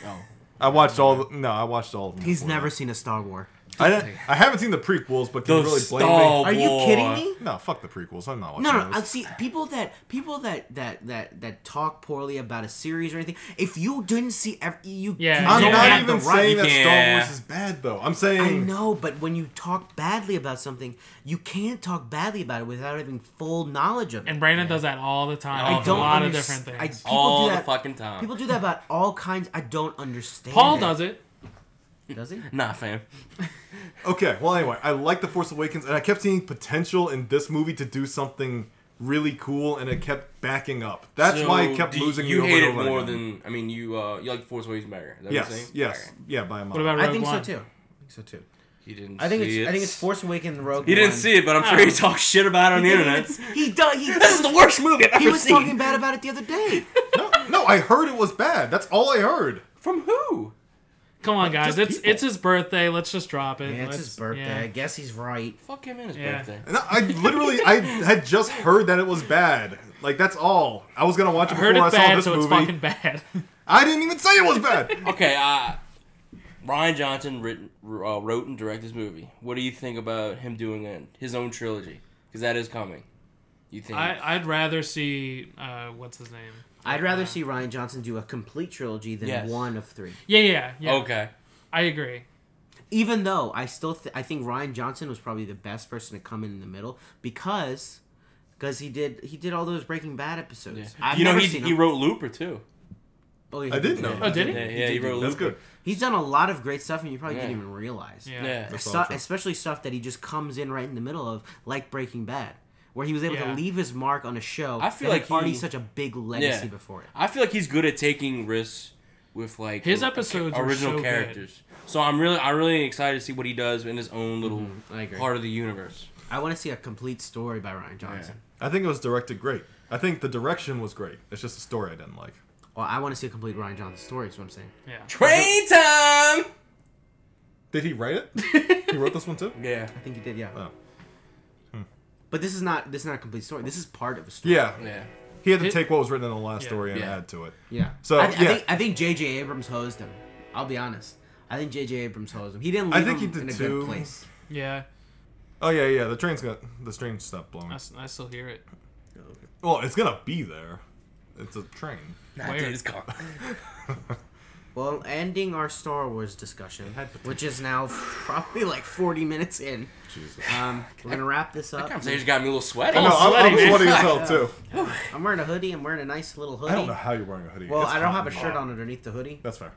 [SPEAKER 3] Oh.
[SPEAKER 4] I watched all. The, no, I watched all of them.
[SPEAKER 2] He's
[SPEAKER 4] before
[SPEAKER 2] never
[SPEAKER 4] that.
[SPEAKER 2] seen a Star Wars.
[SPEAKER 4] I, didn't- I haven't seen the prequels, but can
[SPEAKER 3] The
[SPEAKER 4] you really blame
[SPEAKER 3] Star
[SPEAKER 4] me?
[SPEAKER 2] Are you kidding me?
[SPEAKER 4] No, fuck the prequels. I'm not watching
[SPEAKER 2] No, no. I
[SPEAKER 4] those.
[SPEAKER 2] see people that people that that that that talk poorly about a series or anything. If you didn't see, ev- you
[SPEAKER 1] Yeah,
[SPEAKER 2] you
[SPEAKER 1] I'm
[SPEAKER 2] don't
[SPEAKER 4] I'm
[SPEAKER 1] have
[SPEAKER 4] not
[SPEAKER 2] the
[SPEAKER 4] even
[SPEAKER 2] right-
[SPEAKER 4] saying that
[SPEAKER 3] Yeah.
[SPEAKER 4] Star Wars is bad, though. I'm saying
[SPEAKER 2] I know, but when you talk badly about something, you can't talk badly about it without having full knowledge of it.
[SPEAKER 1] And Brandon does that all the time.
[SPEAKER 3] I
[SPEAKER 1] with a
[SPEAKER 3] don't
[SPEAKER 1] lot
[SPEAKER 2] underst-
[SPEAKER 1] of different
[SPEAKER 2] I,
[SPEAKER 1] things.
[SPEAKER 2] people
[SPEAKER 3] All
[SPEAKER 2] do
[SPEAKER 3] the
[SPEAKER 2] that,
[SPEAKER 3] fucking time.
[SPEAKER 2] People do that about all kinds. I don't understand.
[SPEAKER 1] Paul does it.
[SPEAKER 2] it. Does he?
[SPEAKER 3] Nah, fam.
[SPEAKER 4] Okay, well, anyway, I like The Force Awakens, and I kept seeing potential in this movie to do something really cool, and it kept backing up. That's
[SPEAKER 3] So,
[SPEAKER 4] why it kept
[SPEAKER 3] do you-
[SPEAKER 4] losing
[SPEAKER 3] You
[SPEAKER 4] me
[SPEAKER 3] hate
[SPEAKER 4] over and
[SPEAKER 3] it
[SPEAKER 4] over
[SPEAKER 3] more
[SPEAKER 4] again.
[SPEAKER 3] than I mean, you uh, you like Force Awakens better. Is that what you're
[SPEAKER 4] yes,
[SPEAKER 3] saying?
[SPEAKER 4] yes,
[SPEAKER 3] Alright.
[SPEAKER 4] yeah, by a mile.
[SPEAKER 1] What about Rogue
[SPEAKER 2] I think
[SPEAKER 1] One?
[SPEAKER 2] so too. I think so too.
[SPEAKER 3] He didn't.
[SPEAKER 2] I think it's,
[SPEAKER 3] see it.
[SPEAKER 2] I think it's Force Awakens and Rogue.
[SPEAKER 3] He didn't
[SPEAKER 2] One.
[SPEAKER 3] see it, but I'm sure he talked shit about it on the
[SPEAKER 2] He
[SPEAKER 3] internet.
[SPEAKER 2] didn't- He does. He,
[SPEAKER 3] This is the worst movie I've ever
[SPEAKER 2] he was
[SPEAKER 3] seen.
[SPEAKER 2] talking bad about it the other day.
[SPEAKER 4] no, no, I heard it was bad. That's all I heard.
[SPEAKER 3] From who?
[SPEAKER 1] Come on, guys.
[SPEAKER 4] just
[SPEAKER 1] It's
[SPEAKER 4] people.
[SPEAKER 1] it's his birthday. Let's just drop it.
[SPEAKER 2] Yeah, it's
[SPEAKER 1] Let's-
[SPEAKER 2] his birthday. I
[SPEAKER 1] yeah.
[SPEAKER 2] guess he's right.
[SPEAKER 3] Fuck him and his
[SPEAKER 1] Yeah.
[SPEAKER 3] birthday.
[SPEAKER 4] No, I literally, I had just heard that it was bad. Like that's all. I was gonna watch
[SPEAKER 1] I
[SPEAKER 4] it before
[SPEAKER 1] heard
[SPEAKER 4] I
[SPEAKER 1] it
[SPEAKER 4] saw
[SPEAKER 1] bad,
[SPEAKER 4] this
[SPEAKER 1] so it's
[SPEAKER 4] movie.
[SPEAKER 1] fucking bad.
[SPEAKER 4] I didn't even say it was bad.
[SPEAKER 3] Okay, uh, Ryan Johnson written, uh, wrote and directed this movie. What do you think about him doing it, his own trilogy? Because that is coming. You think?
[SPEAKER 1] I, I'd rather see uh, what's his name?
[SPEAKER 2] I'd rather see Ryan Johnson do a complete trilogy than
[SPEAKER 3] Yes.
[SPEAKER 2] one of three.
[SPEAKER 1] Yeah, yeah, yeah.
[SPEAKER 3] Okay.
[SPEAKER 1] I agree.
[SPEAKER 2] even though I still th- I think Ryan Johnson was probably the best person to come in in the middle because because he did he did all those Breaking Bad episodes. I've
[SPEAKER 3] you know
[SPEAKER 2] never
[SPEAKER 3] he,
[SPEAKER 2] seen
[SPEAKER 3] he
[SPEAKER 2] him.
[SPEAKER 3] wrote Looper too.
[SPEAKER 2] Oh, yeah,
[SPEAKER 4] I
[SPEAKER 2] he
[SPEAKER 4] did
[SPEAKER 2] did.
[SPEAKER 4] know.
[SPEAKER 1] Oh, did he?
[SPEAKER 3] Yeah, yeah, he wrote
[SPEAKER 4] That's
[SPEAKER 3] Looper.
[SPEAKER 4] good.
[SPEAKER 2] He's done a lot of great stuff, and you probably
[SPEAKER 3] Yeah.
[SPEAKER 2] didn't even realize.
[SPEAKER 1] Yeah.
[SPEAKER 3] Yeah.
[SPEAKER 4] That's
[SPEAKER 2] Stu-
[SPEAKER 4] awesome.
[SPEAKER 2] especially stuff that he just comes in right in the middle of, like Breaking Bad, where he was able
[SPEAKER 1] Yeah.
[SPEAKER 2] to leave his mark on a show.
[SPEAKER 3] I feel
[SPEAKER 2] that had
[SPEAKER 3] like he-
[SPEAKER 2] already such a big legacy
[SPEAKER 3] Yeah.
[SPEAKER 2] before it.
[SPEAKER 3] I feel like he's good at taking risks with like
[SPEAKER 1] His
[SPEAKER 3] or-
[SPEAKER 1] episodes were so good.
[SPEAKER 3] So I'm really I'm really excited to see what he does in his own little
[SPEAKER 2] Mm-hmm. I agree.
[SPEAKER 3] part of the universe.
[SPEAKER 2] I want to see a complete story by Ryan Johnson.
[SPEAKER 4] I think it was directed great. I think the direction was great. It's just the story I didn't like.
[SPEAKER 2] Well, I want to see a complete Ryan Johnson story. Is what I'm saying.
[SPEAKER 1] Yeah.
[SPEAKER 3] Train time.
[SPEAKER 4] Did he write it? he wrote this one too.
[SPEAKER 3] Yeah.
[SPEAKER 2] I think he did, yeah.
[SPEAKER 4] Oh. Hmm.
[SPEAKER 2] But this is not this is not a complete story. This is part of a story.
[SPEAKER 4] Yeah,
[SPEAKER 3] Yeah.
[SPEAKER 4] he had to
[SPEAKER 1] It-
[SPEAKER 4] take what was written in the last
[SPEAKER 1] Yeah.
[SPEAKER 4] story and
[SPEAKER 3] Yeah.
[SPEAKER 4] add to it.
[SPEAKER 2] yeah.
[SPEAKER 4] So,
[SPEAKER 2] I, th-
[SPEAKER 4] yeah.
[SPEAKER 2] I think I think J.J. Abrams hosed him. I'll be honest. I think J.J. Abrams hosed him. He didn't. Leave
[SPEAKER 4] I think
[SPEAKER 2] him
[SPEAKER 4] he did
[SPEAKER 2] in a
[SPEAKER 4] too.
[SPEAKER 2] good place.
[SPEAKER 1] Yeah.
[SPEAKER 4] Oh yeah, yeah. The train's got the train stopped blowing.
[SPEAKER 1] I, s- I still hear it.
[SPEAKER 4] Well, it's gonna be there. It's a train.
[SPEAKER 3] Nah,
[SPEAKER 1] Where?
[SPEAKER 3] dude, it's gone.
[SPEAKER 2] Well, ending our Star Wars discussion,
[SPEAKER 4] Had potential.
[SPEAKER 2] which is now probably like 40 minutes in.
[SPEAKER 4] Jesus.
[SPEAKER 2] Um, we're gonna wrap this up.
[SPEAKER 3] Conversation's got me a little sweaty.
[SPEAKER 4] No, I'm,
[SPEAKER 1] sweaty,
[SPEAKER 4] I'm
[SPEAKER 1] man.
[SPEAKER 4] sweaty as hell too.
[SPEAKER 2] I'm wearing a hoodie. I'm wearing a nice little hoodie.
[SPEAKER 4] I don't know how you're wearing a hoodie.
[SPEAKER 2] Well,
[SPEAKER 4] It's
[SPEAKER 2] I don't
[SPEAKER 4] hot
[SPEAKER 2] have a
[SPEAKER 4] in
[SPEAKER 2] shirt
[SPEAKER 4] here.
[SPEAKER 2] on underneath the hoodie.
[SPEAKER 4] That's fair.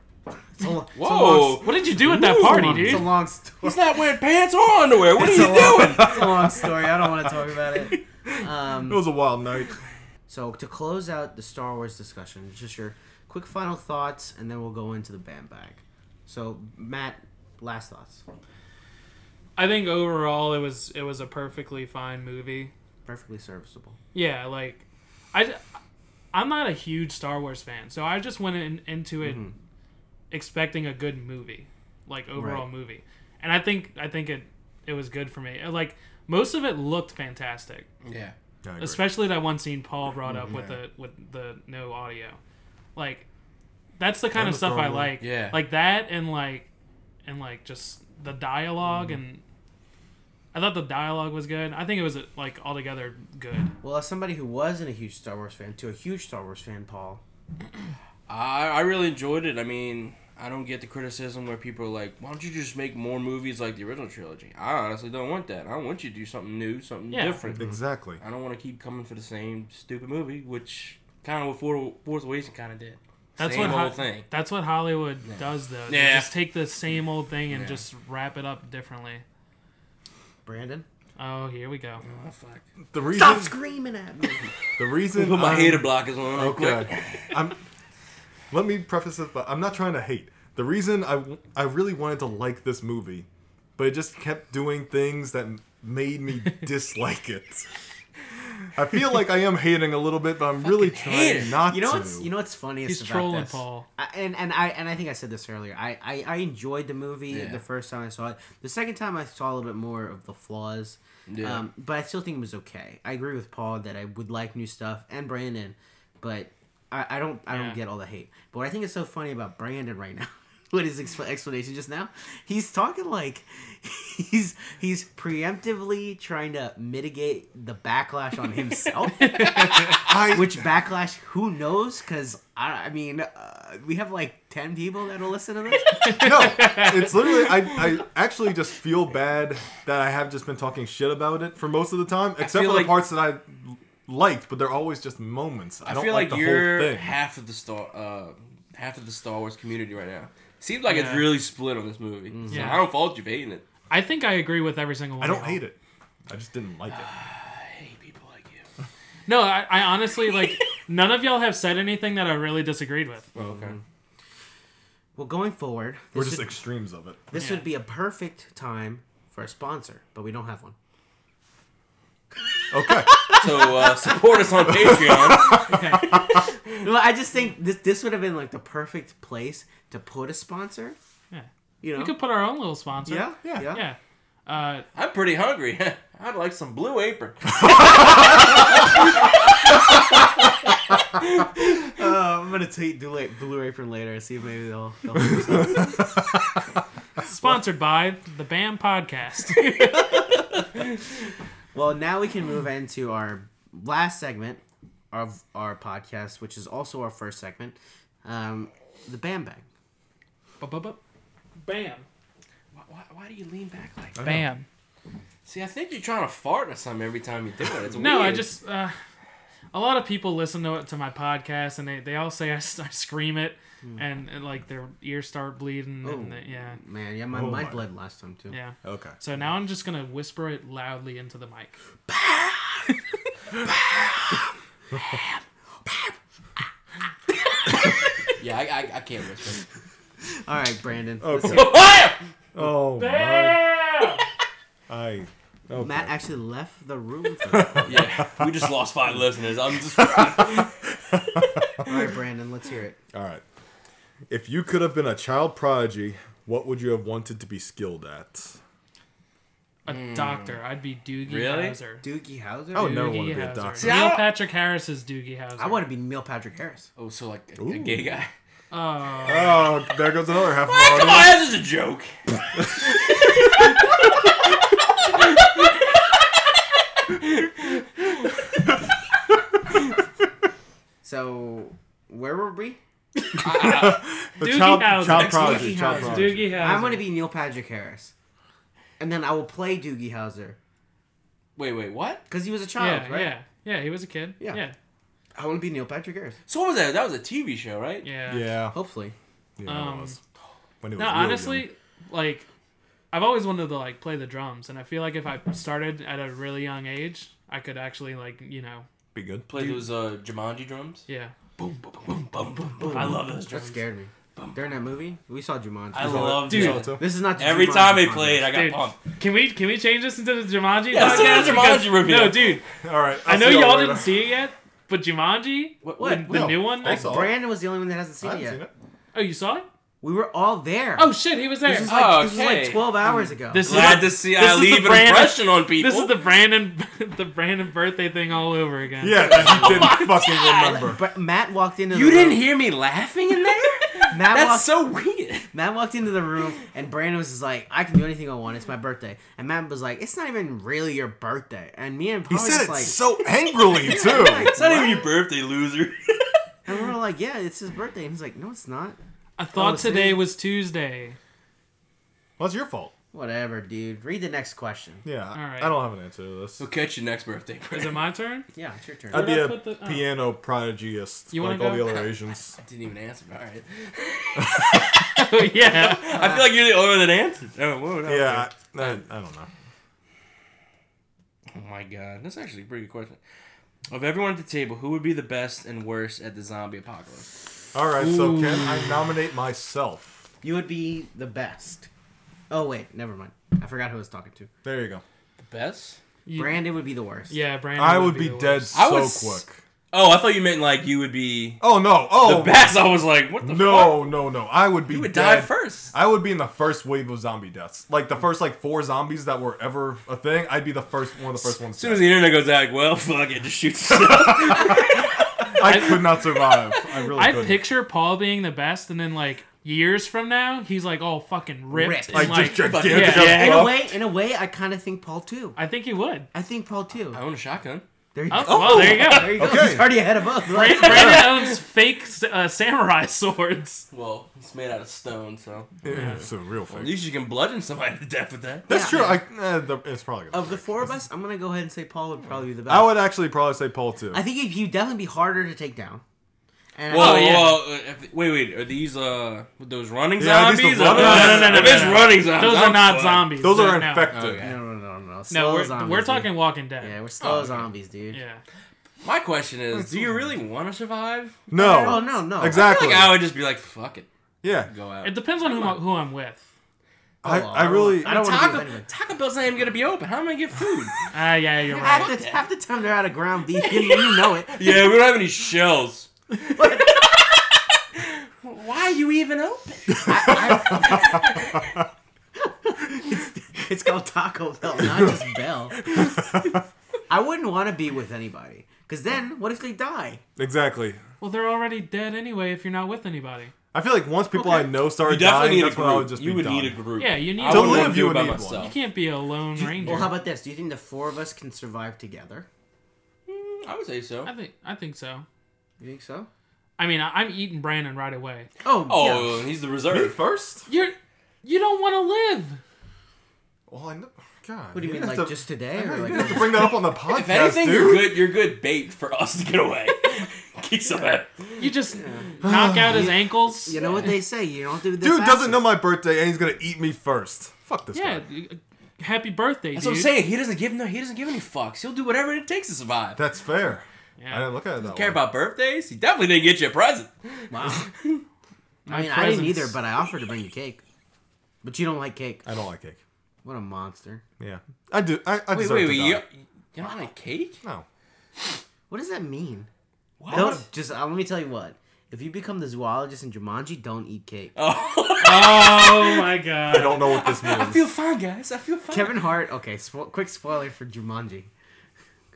[SPEAKER 2] It's a lo- it's a long
[SPEAKER 3] Whoa!
[SPEAKER 2] s-
[SPEAKER 1] What did you do at that party,
[SPEAKER 2] It's a
[SPEAKER 1] dude?
[SPEAKER 2] long story.
[SPEAKER 3] He's not wearing pants or underwear. What are
[SPEAKER 2] It's a
[SPEAKER 3] you
[SPEAKER 2] long-
[SPEAKER 3] doing?
[SPEAKER 2] It's a long story. I don't want to talk about it. Um,
[SPEAKER 4] It was a wild night.
[SPEAKER 2] So to close out the Star Wars discussion, just your quick final thoughts, and then we'll go into the band bag. So Matt, last thoughts.
[SPEAKER 1] I think overall it was it was a perfectly fine movie.
[SPEAKER 2] Perfectly serviceable.
[SPEAKER 1] Yeah, like I I'm not a huge Star Wars fan, so I just went in, into it
[SPEAKER 4] Mm-hmm.
[SPEAKER 1] expecting a good movie, like overall
[SPEAKER 2] Right.
[SPEAKER 1] movie. And I think I think it it was good for me. Like most of it looked fantastic,
[SPEAKER 3] Yeah.
[SPEAKER 4] Yeah, I agree. Mm,
[SPEAKER 1] especially that one scene Paul brought up with the with the no audio. Like that's the kind
[SPEAKER 4] And
[SPEAKER 1] of
[SPEAKER 4] the
[SPEAKER 1] stuff I
[SPEAKER 4] throwaway.
[SPEAKER 1] like.
[SPEAKER 3] Yeah.
[SPEAKER 1] Like that and like and like just the dialogue
[SPEAKER 4] Mm-hmm.
[SPEAKER 1] and I thought the dialogue was good. I think it was like altogether good.
[SPEAKER 2] Well, as somebody who wasn't a huge Star Wars fan to a huge Star Wars fan, Paul,
[SPEAKER 3] I I really enjoyed it. I mean, I don't get the criticism where people are like, "Why don't you just make more movies like the original trilogy?" I honestly don't want that. I want you to do something new, something
[SPEAKER 1] Yeah.
[SPEAKER 3] different.
[SPEAKER 4] Exactly.
[SPEAKER 3] I don't want to keep coming for the same stupid movie, which kind of what For- Force Awakens kind of did.
[SPEAKER 1] That's
[SPEAKER 3] same
[SPEAKER 1] what
[SPEAKER 3] whole
[SPEAKER 1] Ho-
[SPEAKER 3] thing.
[SPEAKER 1] That's what Hollywood does though. They
[SPEAKER 3] Yeah.
[SPEAKER 1] just take the same old thing and
[SPEAKER 3] Yeah.
[SPEAKER 1] just wrap it up differently.
[SPEAKER 2] Brandon,
[SPEAKER 1] Oh, here we go.
[SPEAKER 3] Oh, fuck.
[SPEAKER 4] The reason.
[SPEAKER 2] stop screaming at me.
[SPEAKER 4] The reason.
[SPEAKER 3] Put my
[SPEAKER 4] I'm-
[SPEAKER 3] hater blockers on. real quick.
[SPEAKER 4] Okay. I'm. Let me preface this, but I'm not trying to hate. The reason I I really wanted to like this movie, but it just kept doing things that made me dislike it. I feel like I am hating a little bit, but I'm really trying
[SPEAKER 3] hater.
[SPEAKER 4] not
[SPEAKER 2] You know
[SPEAKER 4] to.
[SPEAKER 2] what's you know what's funniest
[SPEAKER 1] He's
[SPEAKER 2] about
[SPEAKER 1] trolling
[SPEAKER 2] this?
[SPEAKER 1] Paul.
[SPEAKER 2] I, and and I and I think I said this earlier. I I, I enjoyed the movie
[SPEAKER 3] Yeah.
[SPEAKER 2] the first time I saw it. The second time I saw a little bit more of the flaws.
[SPEAKER 3] Yeah.
[SPEAKER 2] Um, but I still think it was okay. I agree with Paul that I would like new stuff and Brandon, but I, I don't I
[SPEAKER 1] Yeah.
[SPEAKER 2] don't get all the hate. But what I think is so funny about Brandon right now. With his expl- explanation just now, he's talking like he's he's preemptively trying to mitigate the backlash on himself.
[SPEAKER 4] I,
[SPEAKER 2] Which backlash? Who knows? Because I, I mean, uh, we have like ten people that'll listen to this.
[SPEAKER 4] no, it's literally I, I actually just feel bad that I have just been talking shit about it for most of the time, except
[SPEAKER 3] feel
[SPEAKER 4] for
[SPEAKER 3] like-
[SPEAKER 4] the parts that I liked, but they're always just moments. I,
[SPEAKER 3] I
[SPEAKER 4] don't
[SPEAKER 3] feel
[SPEAKER 4] like,
[SPEAKER 3] like,
[SPEAKER 4] the whole
[SPEAKER 3] you're
[SPEAKER 4] thing.
[SPEAKER 3] half of the star, uh, half of the Star Wars community right now. Seems like it's
[SPEAKER 1] Yeah.
[SPEAKER 3] really split on this movie. So
[SPEAKER 1] Yeah.
[SPEAKER 3] I don't fault you for hating it.
[SPEAKER 1] I think I agree with every single one.
[SPEAKER 4] I
[SPEAKER 1] of
[SPEAKER 4] don't
[SPEAKER 1] y'all.
[SPEAKER 4] hate it. I just didn't like it.
[SPEAKER 3] I hate people like you.
[SPEAKER 1] No, I, I honestly like none of y'all have said anything that I really disagreed with.
[SPEAKER 3] Well, okay.
[SPEAKER 2] Well, going forward,
[SPEAKER 4] We're
[SPEAKER 2] this,
[SPEAKER 4] just
[SPEAKER 2] would,
[SPEAKER 4] extremes of it.
[SPEAKER 2] this
[SPEAKER 1] Yeah.
[SPEAKER 2] would be a perfect time for a sponsor, but we don't have one.
[SPEAKER 4] Okay.
[SPEAKER 3] So uh, support us on Patreon.
[SPEAKER 2] Well, I just think this this would have been like the perfect place to put a sponsor.
[SPEAKER 1] Yeah.
[SPEAKER 2] You know?
[SPEAKER 1] We could put our own little sponsor.
[SPEAKER 2] yeah,
[SPEAKER 4] Yeah.
[SPEAKER 2] yeah, yeah.
[SPEAKER 1] Yeah. Uh,
[SPEAKER 3] I'm pretty hungry. I'd like some Blue Apron.
[SPEAKER 2] Uh, I'm gonna tweet Blue, Blue Apron later and see if maybe they'll. they'll
[SPEAKER 1] sponsored by the BAM podcast.
[SPEAKER 2] well, now we can move into our last segment of our podcast, which is also our first segment, um, the Bam Bag.
[SPEAKER 1] Bup, bup, bup. BAM.
[SPEAKER 3] Why, why, why do you lean back like that?
[SPEAKER 1] Bam.
[SPEAKER 3] See, I think you're trying to fart or something every time you do it. It's
[SPEAKER 1] No, I
[SPEAKER 3] weird.
[SPEAKER 1] just uh, a lot of people listen to to my podcast, and they, they all say I, s- I scream it, and, and, like their ears start bleeding. And
[SPEAKER 2] Oh.
[SPEAKER 1] they- yeah,
[SPEAKER 2] Man, yeah, my,
[SPEAKER 4] Oh
[SPEAKER 2] my
[SPEAKER 4] my.
[SPEAKER 2] bled last time too.
[SPEAKER 1] yeah.
[SPEAKER 4] Okay.
[SPEAKER 1] So now I'm just gonna whisper it loudly into the mic.
[SPEAKER 3] yeah, I, I, I can't whisper.
[SPEAKER 2] All right, Brandon.
[SPEAKER 4] Okay.
[SPEAKER 2] Let's
[SPEAKER 4] Oh my.
[SPEAKER 1] Yeah.
[SPEAKER 4] I.
[SPEAKER 2] see.
[SPEAKER 4] Okay.
[SPEAKER 2] Matt actually left the room. For that.
[SPEAKER 3] yeah, we just lost five listeners. I'm just.
[SPEAKER 2] All right, Brandon. Let's hear it.
[SPEAKER 4] All right. If you could have been a child prodigy, what would you have wanted to be skilled at?
[SPEAKER 1] a doctor. I'd be Doogie
[SPEAKER 3] Really?
[SPEAKER 1] Howser.
[SPEAKER 2] Doogie Howser.
[SPEAKER 4] Oh,
[SPEAKER 1] Doogie
[SPEAKER 4] no. I wanna be a
[SPEAKER 1] Howser.
[SPEAKER 4] doctor.
[SPEAKER 3] See, I
[SPEAKER 1] Neil
[SPEAKER 3] don't-
[SPEAKER 1] Patrick Harris is Doogie Howser.
[SPEAKER 2] I want to be Neil Patrick Harris.
[SPEAKER 3] oh, so like a, a
[SPEAKER 4] Ooh.
[SPEAKER 3] gay guy.
[SPEAKER 1] Oh,
[SPEAKER 4] Oh, there goes another half of our
[SPEAKER 3] Come on,
[SPEAKER 4] audience.
[SPEAKER 3] this is a joke.
[SPEAKER 2] So where were we?
[SPEAKER 4] The
[SPEAKER 1] Doogie
[SPEAKER 4] child,
[SPEAKER 1] Howser.
[SPEAKER 4] child
[SPEAKER 1] Doogie
[SPEAKER 4] prodigy. Child
[SPEAKER 2] Howser.
[SPEAKER 1] Doogie
[SPEAKER 4] prodigy.
[SPEAKER 1] Howser.
[SPEAKER 2] I'm gonna be Neil Patrick Harris, and then I will play Doogie Howser
[SPEAKER 3] Wait, wait, what?
[SPEAKER 2] because he was a child,
[SPEAKER 1] Yeah,
[SPEAKER 2] right?
[SPEAKER 1] yeah, yeah. He was a kid.
[SPEAKER 2] Yeah.
[SPEAKER 1] yeah,
[SPEAKER 2] I want to be Neil Patrick Harris.
[SPEAKER 3] So what was that? That was a TV show, right?
[SPEAKER 1] yeah.
[SPEAKER 4] Yeah.
[SPEAKER 2] Hopefully,
[SPEAKER 4] yeah
[SPEAKER 1] Um,
[SPEAKER 4] it was. When it was
[SPEAKER 1] No,
[SPEAKER 4] real
[SPEAKER 1] honestly,
[SPEAKER 4] young.
[SPEAKER 1] like I've always wanted to like play the drums, and I feel like if I started at a really young age, I could actually like you know,
[SPEAKER 4] Be good.
[SPEAKER 3] Play those uh, Jumanji drums.
[SPEAKER 1] yeah.
[SPEAKER 3] Boom, boom, boom, boom, boom, boom. I love those
[SPEAKER 2] that
[SPEAKER 3] drums.
[SPEAKER 2] scared me. During that movie, we saw Jumanji.
[SPEAKER 3] I love
[SPEAKER 1] Dude.
[SPEAKER 3] those.
[SPEAKER 2] this is not the
[SPEAKER 3] Every
[SPEAKER 2] Jumanji
[SPEAKER 3] time they
[SPEAKER 2] podcast.
[SPEAKER 3] played, I got
[SPEAKER 1] Dude,
[SPEAKER 3] pumped.
[SPEAKER 1] can we can we change this into the Jumanji?
[SPEAKER 3] Yeah, let's do
[SPEAKER 1] podcast?
[SPEAKER 3] the
[SPEAKER 1] Because-
[SPEAKER 3] Jumanji review.
[SPEAKER 1] No, dude,
[SPEAKER 4] All right.
[SPEAKER 1] I
[SPEAKER 4] I'll
[SPEAKER 1] know
[SPEAKER 4] see
[SPEAKER 1] y'all
[SPEAKER 4] later.
[SPEAKER 1] didn't see it yet, but Jumanji,
[SPEAKER 3] What-
[SPEAKER 1] the,
[SPEAKER 3] what?
[SPEAKER 1] the
[SPEAKER 4] No,
[SPEAKER 1] new one.
[SPEAKER 4] I
[SPEAKER 1] like-
[SPEAKER 4] saw it.
[SPEAKER 2] Brandon was the only one that hasn't
[SPEAKER 4] I
[SPEAKER 2] seen it
[SPEAKER 4] haven't
[SPEAKER 2] yet.
[SPEAKER 4] seen it.
[SPEAKER 1] oh, you saw it?
[SPEAKER 2] We were all there.
[SPEAKER 1] Oh shit, he was there.
[SPEAKER 2] this is
[SPEAKER 1] This
[SPEAKER 2] like, this was like
[SPEAKER 3] Oh, Okay.
[SPEAKER 2] 12 hours ago.
[SPEAKER 1] This-
[SPEAKER 3] Glad to see
[SPEAKER 1] This
[SPEAKER 3] I
[SPEAKER 1] is
[SPEAKER 3] leave
[SPEAKER 1] the
[SPEAKER 3] an
[SPEAKER 1] brand-
[SPEAKER 3] impression on people.
[SPEAKER 1] is the Brandon, the Brandon birthday thing all over again.
[SPEAKER 4] Yeah, that you didn't fucking remember.
[SPEAKER 2] but Matt walked into
[SPEAKER 3] you
[SPEAKER 2] the
[SPEAKER 3] didn't
[SPEAKER 2] room.
[SPEAKER 3] hear me laughing in there?
[SPEAKER 2] Matt walked,
[SPEAKER 3] That's so weird.
[SPEAKER 2] Matt walked into the room and Brandon was just like, I can do anything I want. It's my birthday. And Matt was like, It's not even really your birthday. And me and Paul
[SPEAKER 4] He
[SPEAKER 2] were
[SPEAKER 4] said
[SPEAKER 2] just
[SPEAKER 4] it
[SPEAKER 2] like,
[SPEAKER 4] so angrily too.
[SPEAKER 3] It's not even your birthday, loser.
[SPEAKER 2] and we were like, Yeah, it's his birthday. And he's like, No, it's not.
[SPEAKER 1] I thought
[SPEAKER 2] Oh, see?
[SPEAKER 1] today was Tuesday.
[SPEAKER 4] Well, it's your fault.
[SPEAKER 2] Whatever, dude. Read the next question.
[SPEAKER 4] Yeah.
[SPEAKER 1] right.
[SPEAKER 4] I don't have an answer to this.
[SPEAKER 3] we'll catch you next birthday.
[SPEAKER 1] Is it my turn?
[SPEAKER 2] Yeah, it's your turn.
[SPEAKER 4] I'd be
[SPEAKER 1] Where'd I
[SPEAKER 4] a
[SPEAKER 1] put the- oh.
[SPEAKER 4] piano prodigyist,
[SPEAKER 1] You wanna
[SPEAKER 4] like all
[SPEAKER 1] go?
[SPEAKER 4] the other Asians.
[SPEAKER 3] I didn't even answer. All right.
[SPEAKER 1] yeah.
[SPEAKER 3] I feel like you're the only one that answered. Oh, whoa, no.
[SPEAKER 4] yeah, I, I, I don't know.
[SPEAKER 3] Oh my god, that's actually a pretty good question. Of everyone at the table, who would be the best and worst at the zombie apocalypse?
[SPEAKER 4] All right, so can I nominate myself?
[SPEAKER 2] You would be the best. Oh, wait. Never mind. I forgot who I was talking to.
[SPEAKER 4] There you go.
[SPEAKER 3] The best?
[SPEAKER 1] You-
[SPEAKER 2] Brandon would be the worst.
[SPEAKER 1] Yeah, Brandon.
[SPEAKER 4] I would be
[SPEAKER 1] the
[SPEAKER 4] dead
[SPEAKER 1] worst.
[SPEAKER 4] so
[SPEAKER 3] I was-
[SPEAKER 4] quick.
[SPEAKER 3] Oh, I thought you meant like you would be
[SPEAKER 4] Oh no!
[SPEAKER 3] the
[SPEAKER 4] Oh
[SPEAKER 3] best. I was like, what the fuck?
[SPEAKER 4] no! No! No! I would be.
[SPEAKER 3] You would
[SPEAKER 4] dead.
[SPEAKER 3] die first.
[SPEAKER 4] I would be in the first wave of zombie deaths. Like the first like four zombies that were ever a thing. I'd be the first one of the first ones.
[SPEAKER 3] As soon as the internet goes out, like, well, fuck it, just shoot yourself.
[SPEAKER 4] I could not survive. I really
[SPEAKER 1] I
[SPEAKER 4] couldn't.
[SPEAKER 1] picture Paul being the best, and then like years from now, he's like all fucking ripped.
[SPEAKER 2] Ripped.
[SPEAKER 1] and,
[SPEAKER 4] like,
[SPEAKER 1] Like,
[SPEAKER 4] just gigantic.
[SPEAKER 1] yeah,
[SPEAKER 4] as
[SPEAKER 1] yeah.
[SPEAKER 2] In a
[SPEAKER 4] fuck.
[SPEAKER 2] way, in a way, I kind of think Paul too.
[SPEAKER 1] I think he would.
[SPEAKER 2] I think Paul too.
[SPEAKER 3] I own a shotgun.
[SPEAKER 2] There you
[SPEAKER 1] Oh,
[SPEAKER 2] go.
[SPEAKER 1] well, there you go.
[SPEAKER 2] There you go.
[SPEAKER 4] Okay.
[SPEAKER 2] He's already ahead of us.
[SPEAKER 1] Brand- Brandon owns fake uh, samurai swords.
[SPEAKER 3] Well, it's made out of stone, so
[SPEAKER 4] Yeah, It's a real
[SPEAKER 3] at
[SPEAKER 4] thing.
[SPEAKER 3] least you can bludgeon somebody to death with that.
[SPEAKER 4] That's
[SPEAKER 2] Yeah.
[SPEAKER 4] true. I, eh, the, it's probably. Gonna
[SPEAKER 2] of the four of us, I'm gonna go ahead and say Paul would probably be the best.
[SPEAKER 4] I would actually probably say Paul too.
[SPEAKER 2] I think he'd, he'd definitely be harder to take down. And
[SPEAKER 3] Whoa,
[SPEAKER 1] Oh, yeah.
[SPEAKER 3] whoa, uh, if- wait, wait, are these uh those running
[SPEAKER 4] Yeah, these
[SPEAKER 3] zombies?
[SPEAKER 4] the running-
[SPEAKER 3] Or-
[SPEAKER 4] No, no, no, no,
[SPEAKER 3] If
[SPEAKER 4] no,
[SPEAKER 3] it's
[SPEAKER 1] no.
[SPEAKER 3] running zombies,
[SPEAKER 1] Those
[SPEAKER 3] I'm
[SPEAKER 1] are not
[SPEAKER 3] fucked.
[SPEAKER 1] zombies.
[SPEAKER 4] Those
[SPEAKER 1] They're-
[SPEAKER 4] are
[SPEAKER 1] no.
[SPEAKER 4] infected.
[SPEAKER 3] Okay.
[SPEAKER 2] No, no, no, no, no.
[SPEAKER 1] No,
[SPEAKER 2] Slow
[SPEAKER 1] we're,
[SPEAKER 2] zombies.
[SPEAKER 1] we're
[SPEAKER 2] dude.
[SPEAKER 1] talking Walking Dead.
[SPEAKER 2] Yeah, we're slow zombies, dude.
[SPEAKER 1] Yeah.
[SPEAKER 3] My question is, do you really want to survive?
[SPEAKER 4] No.
[SPEAKER 2] Oh no, no.
[SPEAKER 4] Exactly.
[SPEAKER 3] Like I would just be like, fuck it,
[SPEAKER 4] yeah.
[SPEAKER 3] go out.
[SPEAKER 1] It depends on who, I'm- who I'm with.
[SPEAKER 4] I,
[SPEAKER 2] Oh,
[SPEAKER 4] I really.
[SPEAKER 2] I don't want to do
[SPEAKER 3] Taco,
[SPEAKER 2] it anyway.
[SPEAKER 3] Taco Bell's not even gonna be open. How am I gonna get food?
[SPEAKER 1] Ah, yeah, you're right.
[SPEAKER 2] Half the, half the time they're out of ground beef, you, you know it.
[SPEAKER 3] yeah, we don't have any shells. Why are you even open?
[SPEAKER 2] It's called Taco Bell, not just Bell. I wouldn't want to be with anybody, because then what if they die?
[SPEAKER 4] Exactly.
[SPEAKER 1] Well, they're already dead anyway if you're not with anybody.
[SPEAKER 4] I feel like once people
[SPEAKER 2] Okay.
[SPEAKER 4] I know start
[SPEAKER 3] You definitely
[SPEAKER 4] dying,
[SPEAKER 3] need a
[SPEAKER 4] that's
[SPEAKER 3] group.
[SPEAKER 4] when I would just
[SPEAKER 3] you
[SPEAKER 4] be
[SPEAKER 3] would
[SPEAKER 4] done.
[SPEAKER 3] need a group.
[SPEAKER 1] Yeah, you need
[SPEAKER 3] I
[SPEAKER 1] To
[SPEAKER 3] wouldn't
[SPEAKER 4] live,
[SPEAKER 3] wanna do
[SPEAKER 4] you
[SPEAKER 3] it
[SPEAKER 4] would
[SPEAKER 3] by
[SPEAKER 4] need one.
[SPEAKER 3] myself.
[SPEAKER 1] You can't be a lone ranger.
[SPEAKER 2] Well, how about this? Do you think the four of us can survive together?
[SPEAKER 3] I would say so.
[SPEAKER 1] I think I think so.
[SPEAKER 2] You think so?
[SPEAKER 1] I mean, I, I'm eating Brandon right away.
[SPEAKER 2] Oh,
[SPEAKER 3] Oh, he's the reserve.
[SPEAKER 4] first.
[SPEAKER 1] You're you don't want to live.
[SPEAKER 4] God.
[SPEAKER 2] What do you mean,
[SPEAKER 4] have
[SPEAKER 2] like
[SPEAKER 4] to-
[SPEAKER 2] just today?
[SPEAKER 4] I
[SPEAKER 2] Or
[SPEAKER 4] know,
[SPEAKER 2] like,
[SPEAKER 4] you have to bring that up on the podcast,
[SPEAKER 3] If anything,
[SPEAKER 4] dude.
[SPEAKER 3] you're good. You're good bait for us to get away. Keep some of that.
[SPEAKER 1] You just knock out his ankles.
[SPEAKER 2] you know what they say? You don't do this.
[SPEAKER 4] Dude doesn't know my birthday, and he's gonna eat me first. Fuck this
[SPEAKER 1] Yeah.
[SPEAKER 4] guy.
[SPEAKER 1] you- Happy birthday,
[SPEAKER 3] That's
[SPEAKER 1] dude.
[SPEAKER 3] what I'm saying. He doesn't give no. He doesn't give any fucks. He'll do whatever it takes to survive.
[SPEAKER 4] That's fair.
[SPEAKER 1] Yeah.
[SPEAKER 4] I didn't look at it that.
[SPEAKER 3] Care
[SPEAKER 4] way.
[SPEAKER 3] about birthdays? He definitely didn't get you a present.
[SPEAKER 2] Wow.
[SPEAKER 1] My
[SPEAKER 2] I mean, I didn't
[SPEAKER 1] presents.
[SPEAKER 2] either, but I offered to bring you cake. But you don't like cake.
[SPEAKER 4] I don't like cake.
[SPEAKER 2] What a monster.
[SPEAKER 4] Yeah, I do. I, I
[SPEAKER 3] Wait,
[SPEAKER 4] deserve
[SPEAKER 3] wait,
[SPEAKER 4] to
[SPEAKER 3] wait.
[SPEAKER 4] die.
[SPEAKER 3] You, you don't like cake?
[SPEAKER 4] No.
[SPEAKER 2] What does that mean?
[SPEAKER 3] What?
[SPEAKER 2] Don't just uh, let me tell you what. If you become the zoologist in Jumanji, don't eat cake.
[SPEAKER 3] Oh,
[SPEAKER 1] Oh my
[SPEAKER 4] I
[SPEAKER 1] god.
[SPEAKER 4] don't know what this means.
[SPEAKER 3] I feel fine, guys. I feel fine.
[SPEAKER 2] Kevin Hart. Okay, spo- quick spoiler for Jumanji.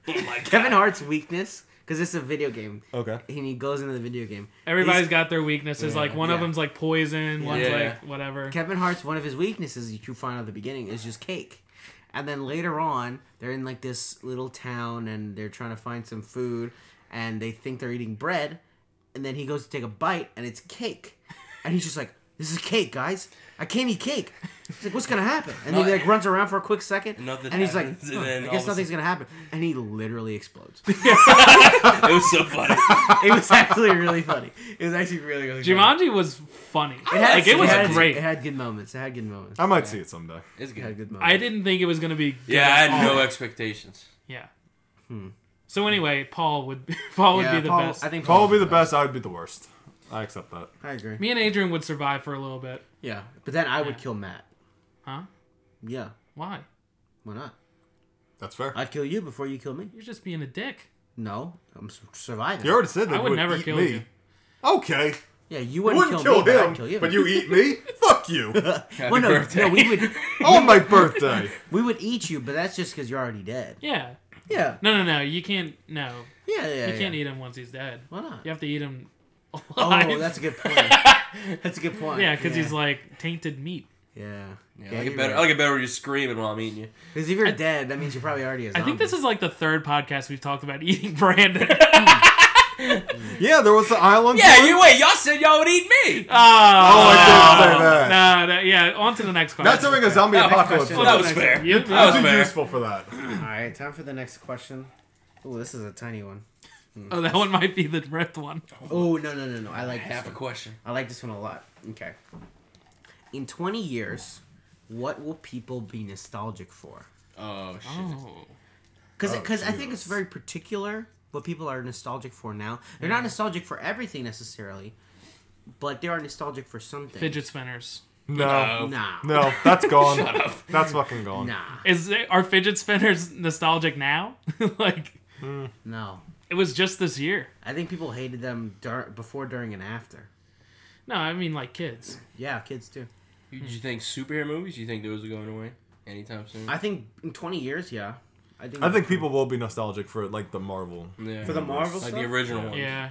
[SPEAKER 3] Oh my God.
[SPEAKER 2] Kevin Hart's weakness, because it's a video game.
[SPEAKER 4] okay.
[SPEAKER 2] And he goes into the video game.
[SPEAKER 1] Everybody's
[SPEAKER 2] He's-
[SPEAKER 1] got their weaknesses. like one of
[SPEAKER 2] yeah.
[SPEAKER 1] them's like poison. One's
[SPEAKER 3] Yeah.
[SPEAKER 1] like whatever.
[SPEAKER 2] Kevin Hart's one of his weaknesses that you find out at the beginning is just cake. And then later on, they're in like this little town and they're trying to find some food and they think they're eating bread and then he goes to take a bite and it's cake. And he's just like, This is cake, guys. I can't eat cake. He's like, What's gonna happen? And then he like runs around for a quick second
[SPEAKER 3] Nothing
[SPEAKER 2] and he's like,
[SPEAKER 3] happens, and
[SPEAKER 2] "Huh,
[SPEAKER 3] then
[SPEAKER 2] I
[SPEAKER 3] all of
[SPEAKER 2] guess
[SPEAKER 3] a
[SPEAKER 2] nothing's gonna happen. And he literally explodes.
[SPEAKER 3] It was so funny.
[SPEAKER 2] it was actually really funny. It was actually really, really funny.
[SPEAKER 1] Jumanji was funny.
[SPEAKER 2] It had,
[SPEAKER 1] like it was
[SPEAKER 2] it had-
[SPEAKER 1] great.
[SPEAKER 2] It had good moments. It had good moments.
[SPEAKER 4] I might see it someday.
[SPEAKER 3] It's
[SPEAKER 2] It had
[SPEAKER 3] good. Oh.
[SPEAKER 2] good moments.
[SPEAKER 1] I didn't think it was gonna be. good
[SPEAKER 3] Yeah, I
[SPEAKER 1] at
[SPEAKER 3] had
[SPEAKER 1] all.
[SPEAKER 3] no expectations.
[SPEAKER 1] Yeah. So anyway, Paul would Paul would
[SPEAKER 2] Yeah,
[SPEAKER 1] be the
[SPEAKER 2] Paul-
[SPEAKER 1] best.
[SPEAKER 2] I think
[SPEAKER 4] Paul would be the best. I would be the worst. I accept that.
[SPEAKER 2] I agree.
[SPEAKER 1] Me and Adrian would survive for a little bit.
[SPEAKER 2] Yeah, but then I would kill Matt.
[SPEAKER 1] Huh?
[SPEAKER 2] Yeah,
[SPEAKER 1] Why?
[SPEAKER 2] why not?
[SPEAKER 4] That's fair.
[SPEAKER 2] I'd kill you before you kill me.
[SPEAKER 1] You're just being a dick.
[SPEAKER 2] No, I'm s- surviving.
[SPEAKER 4] you already said that.
[SPEAKER 1] I
[SPEAKER 4] you
[SPEAKER 1] would never
[SPEAKER 4] eat
[SPEAKER 1] kill
[SPEAKER 4] me.
[SPEAKER 1] you.
[SPEAKER 4] Okay.
[SPEAKER 2] yeah, you
[SPEAKER 4] You
[SPEAKER 2] wouldn't,
[SPEAKER 4] wouldn't
[SPEAKER 2] kill,
[SPEAKER 4] kill,
[SPEAKER 2] me, but
[SPEAKER 4] him,
[SPEAKER 2] I'd kill you.
[SPEAKER 4] but you eat me. Fuck you.
[SPEAKER 2] well, no,
[SPEAKER 3] birthday.
[SPEAKER 2] no, we would
[SPEAKER 4] On my birthday.
[SPEAKER 2] we would eat you, but that's just because you're already dead.
[SPEAKER 1] Yeah.
[SPEAKER 2] Yeah,
[SPEAKER 1] No, no, no. You can't. No,
[SPEAKER 2] yeah, yeah.
[SPEAKER 1] you can't eat him once he's dead.
[SPEAKER 2] Why not?
[SPEAKER 1] You have to eat him alive.
[SPEAKER 2] Oh, that's a good point. that's a good point.
[SPEAKER 1] yeah, because he's like tainted meat.
[SPEAKER 2] yeah,
[SPEAKER 3] Yeah, I like
[SPEAKER 2] you're
[SPEAKER 3] it better.
[SPEAKER 2] right.
[SPEAKER 3] I like it better when you're screaming while I'm eating you.
[SPEAKER 2] Because if you're dead, that means you're probably already a
[SPEAKER 1] I
[SPEAKER 2] zombie.
[SPEAKER 1] think this is like the third podcast we've talked about eating Brandon.
[SPEAKER 4] Yeah, there was the island.
[SPEAKER 3] Yeah,
[SPEAKER 4] one.
[SPEAKER 3] you wait. Y'all said y'all would eat me.
[SPEAKER 1] oh, I
[SPEAKER 4] didn't say that.
[SPEAKER 1] No, no, yeah. On to the next question.
[SPEAKER 4] Not during a zombie
[SPEAKER 3] next
[SPEAKER 4] apocalypse.
[SPEAKER 2] question.
[SPEAKER 4] though.
[SPEAKER 3] that was fair.
[SPEAKER 1] You-
[SPEAKER 3] that was
[SPEAKER 4] Too
[SPEAKER 3] fair.
[SPEAKER 4] useful for that.
[SPEAKER 2] All right, time for the next question. Oh, this is a tiny one.
[SPEAKER 1] Oh, that one might be the ripped one.
[SPEAKER 2] Oh no no no no! I like this
[SPEAKER 3] Half a
[SPEAKER 2] one.
[SPEAKER 3] question.
[SPEAKER 2] I like this one a lot. Okay. In 20 years, what will people be nostalgic for?
[SPEAKER 3] Oh shit.
[SPEAKER 1] Oh.
[SPEAKER 2] Because
[SPEAKER 4] Oh,
[SPEAKER 2] I think it's very particular what people are nostalgic for now. They're not nostalgic for everything necessarily, but they are nostalgic for something.
[SPEAKER 1] Fidget spinners.
[SPEAKER 4] No.
[SPEAKER 2] Nah.
[SPEAKER 4] No, that's gone. That's fucking gone.
[SPEAKER 2] Nah.
[SPEAKER 1] Is it- are fidget spinners nostalgic now? like
[SPEAKER 2] No.
[SPEAKER 1] it was just this year.
[SPEAKER 2] I think people hated them dur- before, during, and after.
[SPEAKER 1] No, I mean like kids.
[SPEAKER 2] Yeah, kids too.
[SPEAKER 3] You-
[SPEAKER 2] Hmm.
[SPEAKER 3] Do you think superhero movies? Do you think those are going away anytime soon?
[SPEAKER 2] I think in 20 years, yeah. I think,
[SPEAKER 4] I think people will be nostalgic for like the Marvel.
[SPEAKER 3] yeah.
[SPEAKER 2] For the Marvel
[SPEAKER 3] like
[SPEAKER 2] stuff?
[SPEAKER 3] the original one.
[SPEAKER 1] Yeah.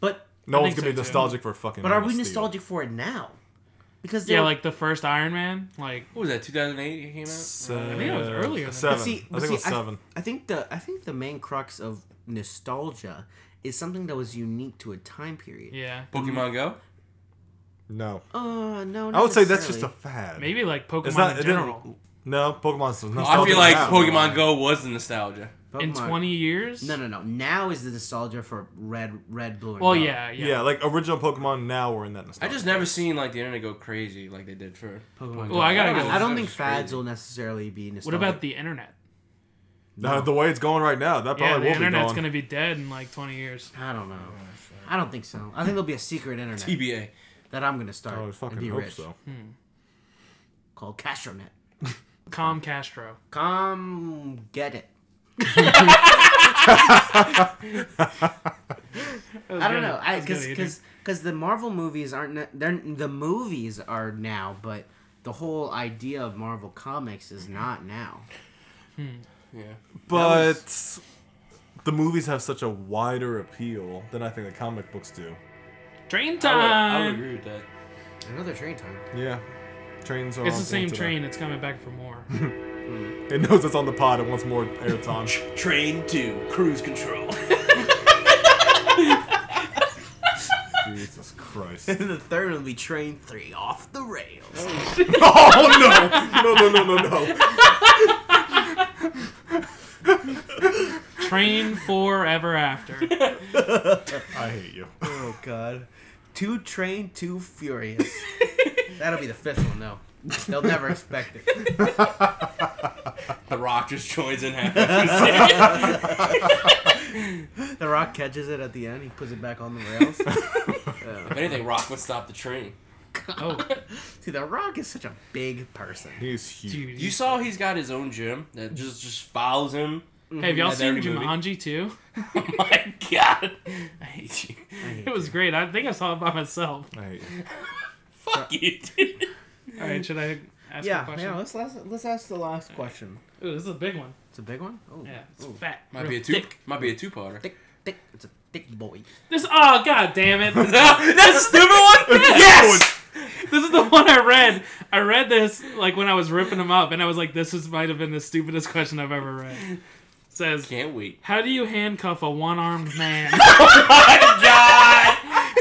[SPEAKER 2] But,
[SPEAKER 4] No
[SPEAKER 1] I
[SPEAKER 4] one's
[SPEAKER 1] think
[SPEAKER 4] gonna be
[SPEAKER 1] so, too.
[SPEAKER 4] nostalgic for fucking.
[SPEAKER 2] but are
[SPEAKER 4] Man
[SPEAKER 2] we
[SPEAKER 4] of Steel.
[SPEAKER 2] nostalgic for it now? Because
[SPEAKER 1] Yeah,
[SPEAKER 2] they're-
[SPEAKER 1] like the first Iron Man. Like
[SPEAKER 3] What was that? 2008 it came out.
[SPEAKER 4] Seven.
[SPEAKER 1] think it was earlier than
[SPEAKER 4] Seven.
[SPEAKER 2] But see,
[SPEAKER 4] I
[SPEAKER 2] but
[SPEAKER 4] think it was
[SPEAKER 2] see, I-
[SPEAKER 4] seven.
[SPEAKER 2] I, think the I think the main crux of nostalgia is something that was unique to a time period.
[SPEAKER 1] yeah.
[SPEAKER 3] Pokemon Go.
[SPEAKER 4] No,
[SPEAKER 2] Uh, no.
[SPEAKER 4] I
[SPEAKER 2] not
[SPEAKER 4] would say that's just a
[SPEAKER 2] necessarily.
[SPEAKER 4] fad.
[SPEAKER 1] Maybe like Pokemon
[SPEAKER 4] it's not
[SPEAKER 1] in
[SPEAKER 4] it
[SPEAKER 1] general.
[SPEAKER 4] didn't. No, Pokemon's
[SPEAKER 3] I feel like
[SPEAKER 4] now.
[SPEAKER 3] Pokemon Go was the nostalgia.
[SPEAKER 1] In
[SPEAKER 2] Pokemon-
[SPEAKER 1] twenty years?
[SPEAKER 2] No, no, no. Now is the nostalgia for red, red, blue. and
[SPEAKER 1] Well
[SPEAKER 2] yellow.
[SPEAKER 1] yeah,
[SPEAKER 4] Yeah.
[SPEAKER 1] yeah.
[SPEAKER 4] like original Pokemon. Now we're in that
[SPEAKER 3] I
[SPEAKER 4] nostalgia.
[SPEAKER 3] just never seen like the internet go crazy like they did for.
[SPEAKER 4] Oh
[SPEAKER 2] Pokemon.
[SPEAKER 1] Well, I gotta go.
[SPEAKER 2] I don't
[SPEAKER 3] That
[SPEAKER 2] think
[SPEAKER 3] was
[SPEAKER 2] fads
[SPEAKER 3] crazy.
[SPEAKER 2] will necessarily be
[SPEAKER 1] What
[SPEAKER 2] nostalgic.
[SPEAKER 1] about the internet?
[SPEAKER 4] Uh, the way it's going right now, that probably
[SPEAKER 1] Yeah,
[SPEAKER 4] will
[SPEAKER 1] the internet's
[SPEAKER 4] be gone.
[SPEAKER 1] gonna be dead in like twenty years.
[SPEAKER 2] I don't know.
[SPEAKER 1] Oh,
[SPEAKER 2] I don't think so. I think there'll be a secret internet
[SPEAKER 3] TBA.
[SPEAKER 2] that I'm gonna start
[SPEAKER 4] I would
[SPEAKER 2] and
[SPEAKER 4] fucking
[SPEAKER 2] be
[SPEAKER 4] hope
[SPEAKER 2] rich
[SPEAKER 4] so.
[SPEAKER 2] called Castronet.
[SPEAKER 1] Com Castro.
[SPEAKER 2] Come get it. I don't know. I
[SPEAKER 1] That's
[SPEAKER 2] because
[SPEAKER 1] good,
[SPEAKER 2] because because the Marvel movies aren't ne- they're the movies are now, but the whole idea of Marvel comics is not now.
[SPEAKER 3] Yeah.
[SPEAKER 4] But the movies have such a wider appeal than I think the comic books do.
[SPEAKER 1] Train
[SPEAKER 3] I would, I would
[SPEAKER 1] time.
[SPEAKER 3] agree with that.
[SPEAKER 2] Another train time.
[SPEAKER 4] Yeah, trains are.
[SPEAKER 1] It's
[SPEAKER 4] on
[SPEAKER 1] the same
[SPEAKER 4] board today.
[SPEAKER 1] train. It's coming back for more.
[SPEAKER 4] It knows it's on the pod. It wants more airtime.
[SPEAKER 3] Train to cruise control.
[SPEAKER 4] Jesus Christ.
[SPEAKER 2] the third will be Train Three off the rails.
[SPEAKER 4] oh no! No no no no no!
[SPEAKER 1] Train for Ever After.
[SPEAKER 4] I hate you.
[SPEAKER 2] Oh God. Too trained, too furious. That'll be the fifth one though. They'll never expect it.
[SPEAKER 3] The Rock just joins in halfway.
[SPEAKER 2] The Rock catches it at the end. He puts it back on the rails.
[SPEAKER 3] if anything, Rock would stop the train.
[SPEAKER 1] Oh,
[SPEAKER 2] See, The Rock is such a big person.
[SPEAKER 4] He's huge.
[SPEAKER 1] dude.
[SPEAKER 3] You saw he's got his own gym that just just follows him.
[SPEAKER 1] hey, have y'all
[SPEAKER 3] That's
[SPEAKER 1] seen
[SPEAKER 3] every movie.
[SPEAKER 1] Jumanji too?
[SPEAKER 3] Oh my god, I hate you.
[SPEAKER 1] It was great. I think I saw it by myself.
[SPEAKER 4] I hate you.
[SPEAKER 3] Fuck you, dude.
[SPEAKER 1] All right, should I ask a
[SPEAKER 2] Yeah,
[SPEAKER 1] question?
[SPEAKER 2] yeah. Let's last, let's ask the last question.
[SPEAKER 1] Ooh, this is a big one.
[SPEAKER 2] It's a big one. Oh,
[SPEAKER 1] Yeah, it's
[SPEAKER 2] Ooh.
[SPEAKER 1] fat.
[SPEAKER 3] Might
[SPEAKER 1] real
[SPEAKER 3] be a two.
[SPEAKER 1] thick.
[SPEAKER 3] Might be a two-parter.
[SPEAKER 2] thick, thick. It's a thick boy.
[SPEAKER 1] This. Oh god damn it! This,
[SPEAKER 3] That's a stupid one. yes.
[SPEAKER 1] this is the one I read. I read this like when I was ripping them up, and I was like, "This is might have been the stupidest question I've ever read." It says,
[SPEAKER 3] Can't wait.
[SPEAKER 1] "How do you handcuff a one-armed man?"
[SPEAKER 3] Oh God.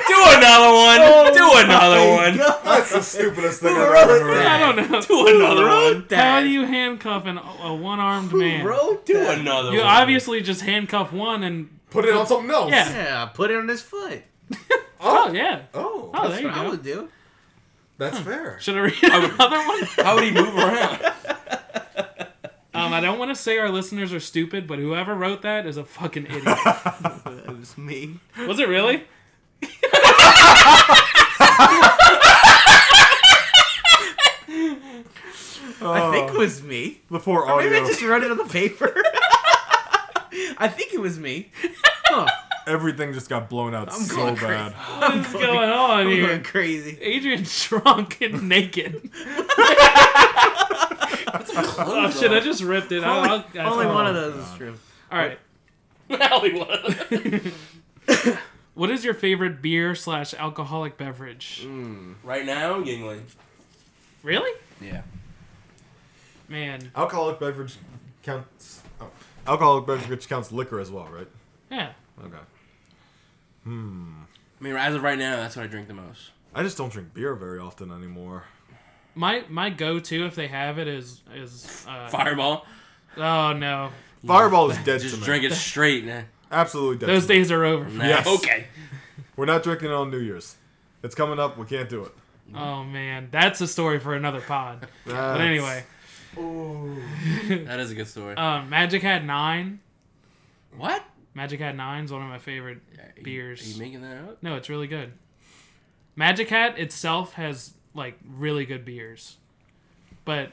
[SPEAKER 3] Do another one. Do another one.
[SPEAKER 4] That's the stupidest thing I've ever
[SPEAKER 1] I
[SPEAKER 4] heard.
[SPEAKER 1] don't know.
[SPEAKER 3] Do another one.
[SPEAKER 1] How do you handcuff an, a one-armed man?
[SPEAKER 2] Bro,
[SPEAKER 3] Do another
[SPEAKER 1] You
[SPEAKER 3] one.
[SPEAKER 1] obviously just handcuff one and
[SPEAKER 4] Put it on something else.
[SPEAKER 1] Yeah.
[SPEAKER 2] Yeah, put it on his foot.
[SPEAKER 1] oh yeah.
[SPEAKER 4] Oh,
[SPEAKER 1] Oh,
[SPEAKER 2] That's
[SPEAKER 1] there you
[SPEAKER 2] what I
[SPEAKER 1] go.
[SPEAKER 2] would do.
[SPEAKER 4] that's fair.
[SPEAKER 1] Should I read another one?
[SPEAKER 3] How would he move around?
[SPEAKER 1] Um, I don't want to say our listeners are stupid, but whoever wrote that is a fucking idiot.
[SPEAKER 2] It was me.
[SPEAKER 1] Was it really?
[SPEAKER 3] Oh.
[SPEAKER 2] I think it was me.
[SPEAKER 4] the poor
[SPEAKER 2] Maybe I
[SPEAKER 4] audio.
[SPEAKER 2] just wrote it on the paper. I think it was me. Huh.
[SPEAKER 4] Everything just got blown out
[SPEAKER 2] I'm
[SPEAKER 4] so
[SPEAKER 2] going crazy.
[SPEAKER 4] bad.
[SPEAKER 1] What is going on
[SPEAKER 2] I'm
[SPEAKER 1] here?
[SPEAKER 2] going crazy.
[SPEAKER 1] Adrian shrunk and naked. Oh shit! I just ripped it. I'll, I'll, that's
[SPEAKER 2] Only
[SPEAKER 1] all.
[SPEAKER 2] one of those is true.
[SPEAKER 1] All right.
[SPEAKER 3] Only one of them.
[SPEAKER 1] What is your favorite beer slash alcoholic beverage?
[SPEAKER 3] Right now, Yingling.
[SPEAKER 1] Really?
[SPEAKER 3] Yeah.
[SPEAKER 1] Man.
[SPEAKER 4] Alcoholic beverage counts. Oh. Alcoholic beverage counts liquor as well, right?
[SPEAKER 1] Yeah.
[SPEAKER 4] Okay.
[SPEAKER 3] I mean, as of right now, that's what I drink the most.
[SPEAKER 4] I just don't drink beer very often anymore.
[SPEAKER 1] My my go to if they have it is is uh,
[SPEAKER 3] Fireball.
[SPEAKER 1] oh no
[SPEAKER 4] Fireball is dead to
[SPEAKER 3] Just
[SPEAKER 4] me.
[SPEAKER 3] drink it straight, man.
[SPEAKER 4] Absolutely dead.
[SPEAKER 1] those
[SPEAKER 4] to me.
[SPEAKER 1] days are over.
[SPEAKER 3] Nah,
[SPEAKER 4] Yes.
[SPEAKER 3] Okay.
[SPEAKER 4] We're not drinking it on New Year's. It's coming up. We can't do it.
[SPEAKER 1] Oh man, that's a story for another pod. But
[SPEAKER 4] That's-
[SPEAKER 1] anyway,
[SPEAKER 3] That is a good story.
[SPEAKER 1] um, Magic had nine.
[SPEAKER 3] what?
[SPEAKER 1] Magic Hat Nine is one of my favorite beers.
[SPEAKER 3] Are you making that up?
[SPEAKER 1] No, it's really good. Magic Hat itself has like really good beers, but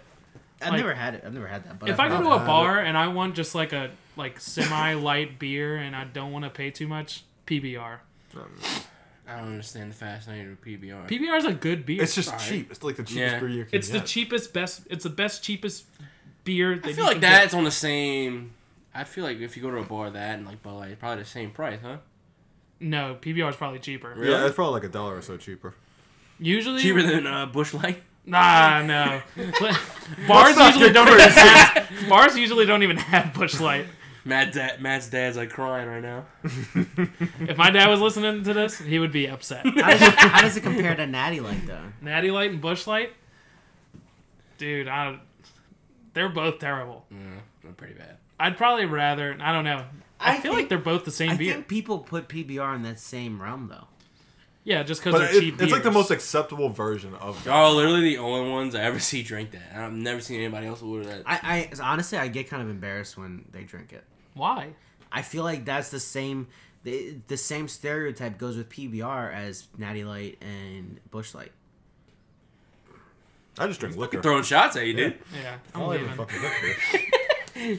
[SPEAKER 2] I've
[SPEAKER 1] Like-
[SPEAKER 2] never had it. I've never had that. But
[SPEAKER 1] if I
[SPEAKER 2] I've
[SPEAKER 1] go
[SPEAKER 4] not
[SPEAKER 1] to a
[SPEAKER 4] bad.
[SPEAKER 1] bar and I want just like a like semi light beer and I don't want to pay too much, PBR.
[SPEAKER 3] I don't understand the fascination with PBR.
[SPEAKER 1] PBR is a good beer.
[SPEAKER 4] It's just
[SPEAKER 3] All right.
[SPEAKER 4] cheap. It's like the cheapest
[SPEAKER 3] Yeah.
[SPEAKER 4] beer you can
[SPEAKER 1] it's the
[SPEAKER 4] get.
[SPEAKER 1] cheapest, best. It's the best, cheapest beer. That
[SPEAKER 3] I
[SPEAKER 1] you
[SPEAKER 3] feel like
[SPEAKER 1] can get.
[SPEAKER 3] that's on the same. I feel like if you go to a bar that and like Bud Light, it's probably the same price, huh?
[SPEAKER 1] No, PBR is probably cheaper.
[SPEAKER 3] Really?
[SPEAKER 4] Yeah, it's probably like a dollar or so cheaper.
[SPEAKER 1] Usually,
[SPEAKER 3] Cheaper than uh, Bush Light.
[SPEAKER 1] Nah, no. bars
[SPEAKER 4] not
[SPEAKER 1] usually
[SPEAKER 4] get
[SPEAKER 1] don't even have, bars usually don't even have Bush Light.
[SPEAKER 3] Matt da- Matt's dad's like crying right now.
[SPEAKER 1] If my dad was listening to this, he would be upset.
[SPEAKER 2] how, does it, how does it compare to Natty Light though?
[SPEAKER 1] Natty Light and Bush Light, dude, I, they're both terrible.
[SPEAKER 3] Mm, I'm pretty bad.
[SPEAKER 1] I'd probably rather. I don't know. I, feel
[SPEAKER 2] think-
[SPEAKER 1] like they're both the same
[SPEAKER 2] I
[SPEAKER 1] beer.
[SPEAKER 2] think people put PBR in that same realm though.
[SPEAKER 1] yeah, just because
[SPEAKER 4] But
[SPEAKER 1] they're
[SPEAKER 4] it-
[SPEAKER 1] cheap.
[SPEAKER 4] it's like the
[SPEAKER 1] beers.
[SPEAKER 4] most acceptable version of that.
[SPEAKER 3] Y'all are literally the only ones I ever see drink that. I've never seen anybody else order that.
[SPEAKER 2] I, I honestly, I get kind of embarrassed when they drink it.
[SPEAKER 1] Why?
[SPEAKER 2] I feel like that's the same. The, the same stereotype goes with PBR as Natty Light and Bush Light.
[SPEAKER 4] I just drink liquor.
[SPEAKER 3] Throwing shots at you, dude.
[SPEAKER 1] Yeah,
[SPEAKER 4] I
[SPEAKER 1] I'm
[SPEAKER 4] don't even
[SPEAKER 1] leaving.
[SPEAKER 4] fucking drink beer.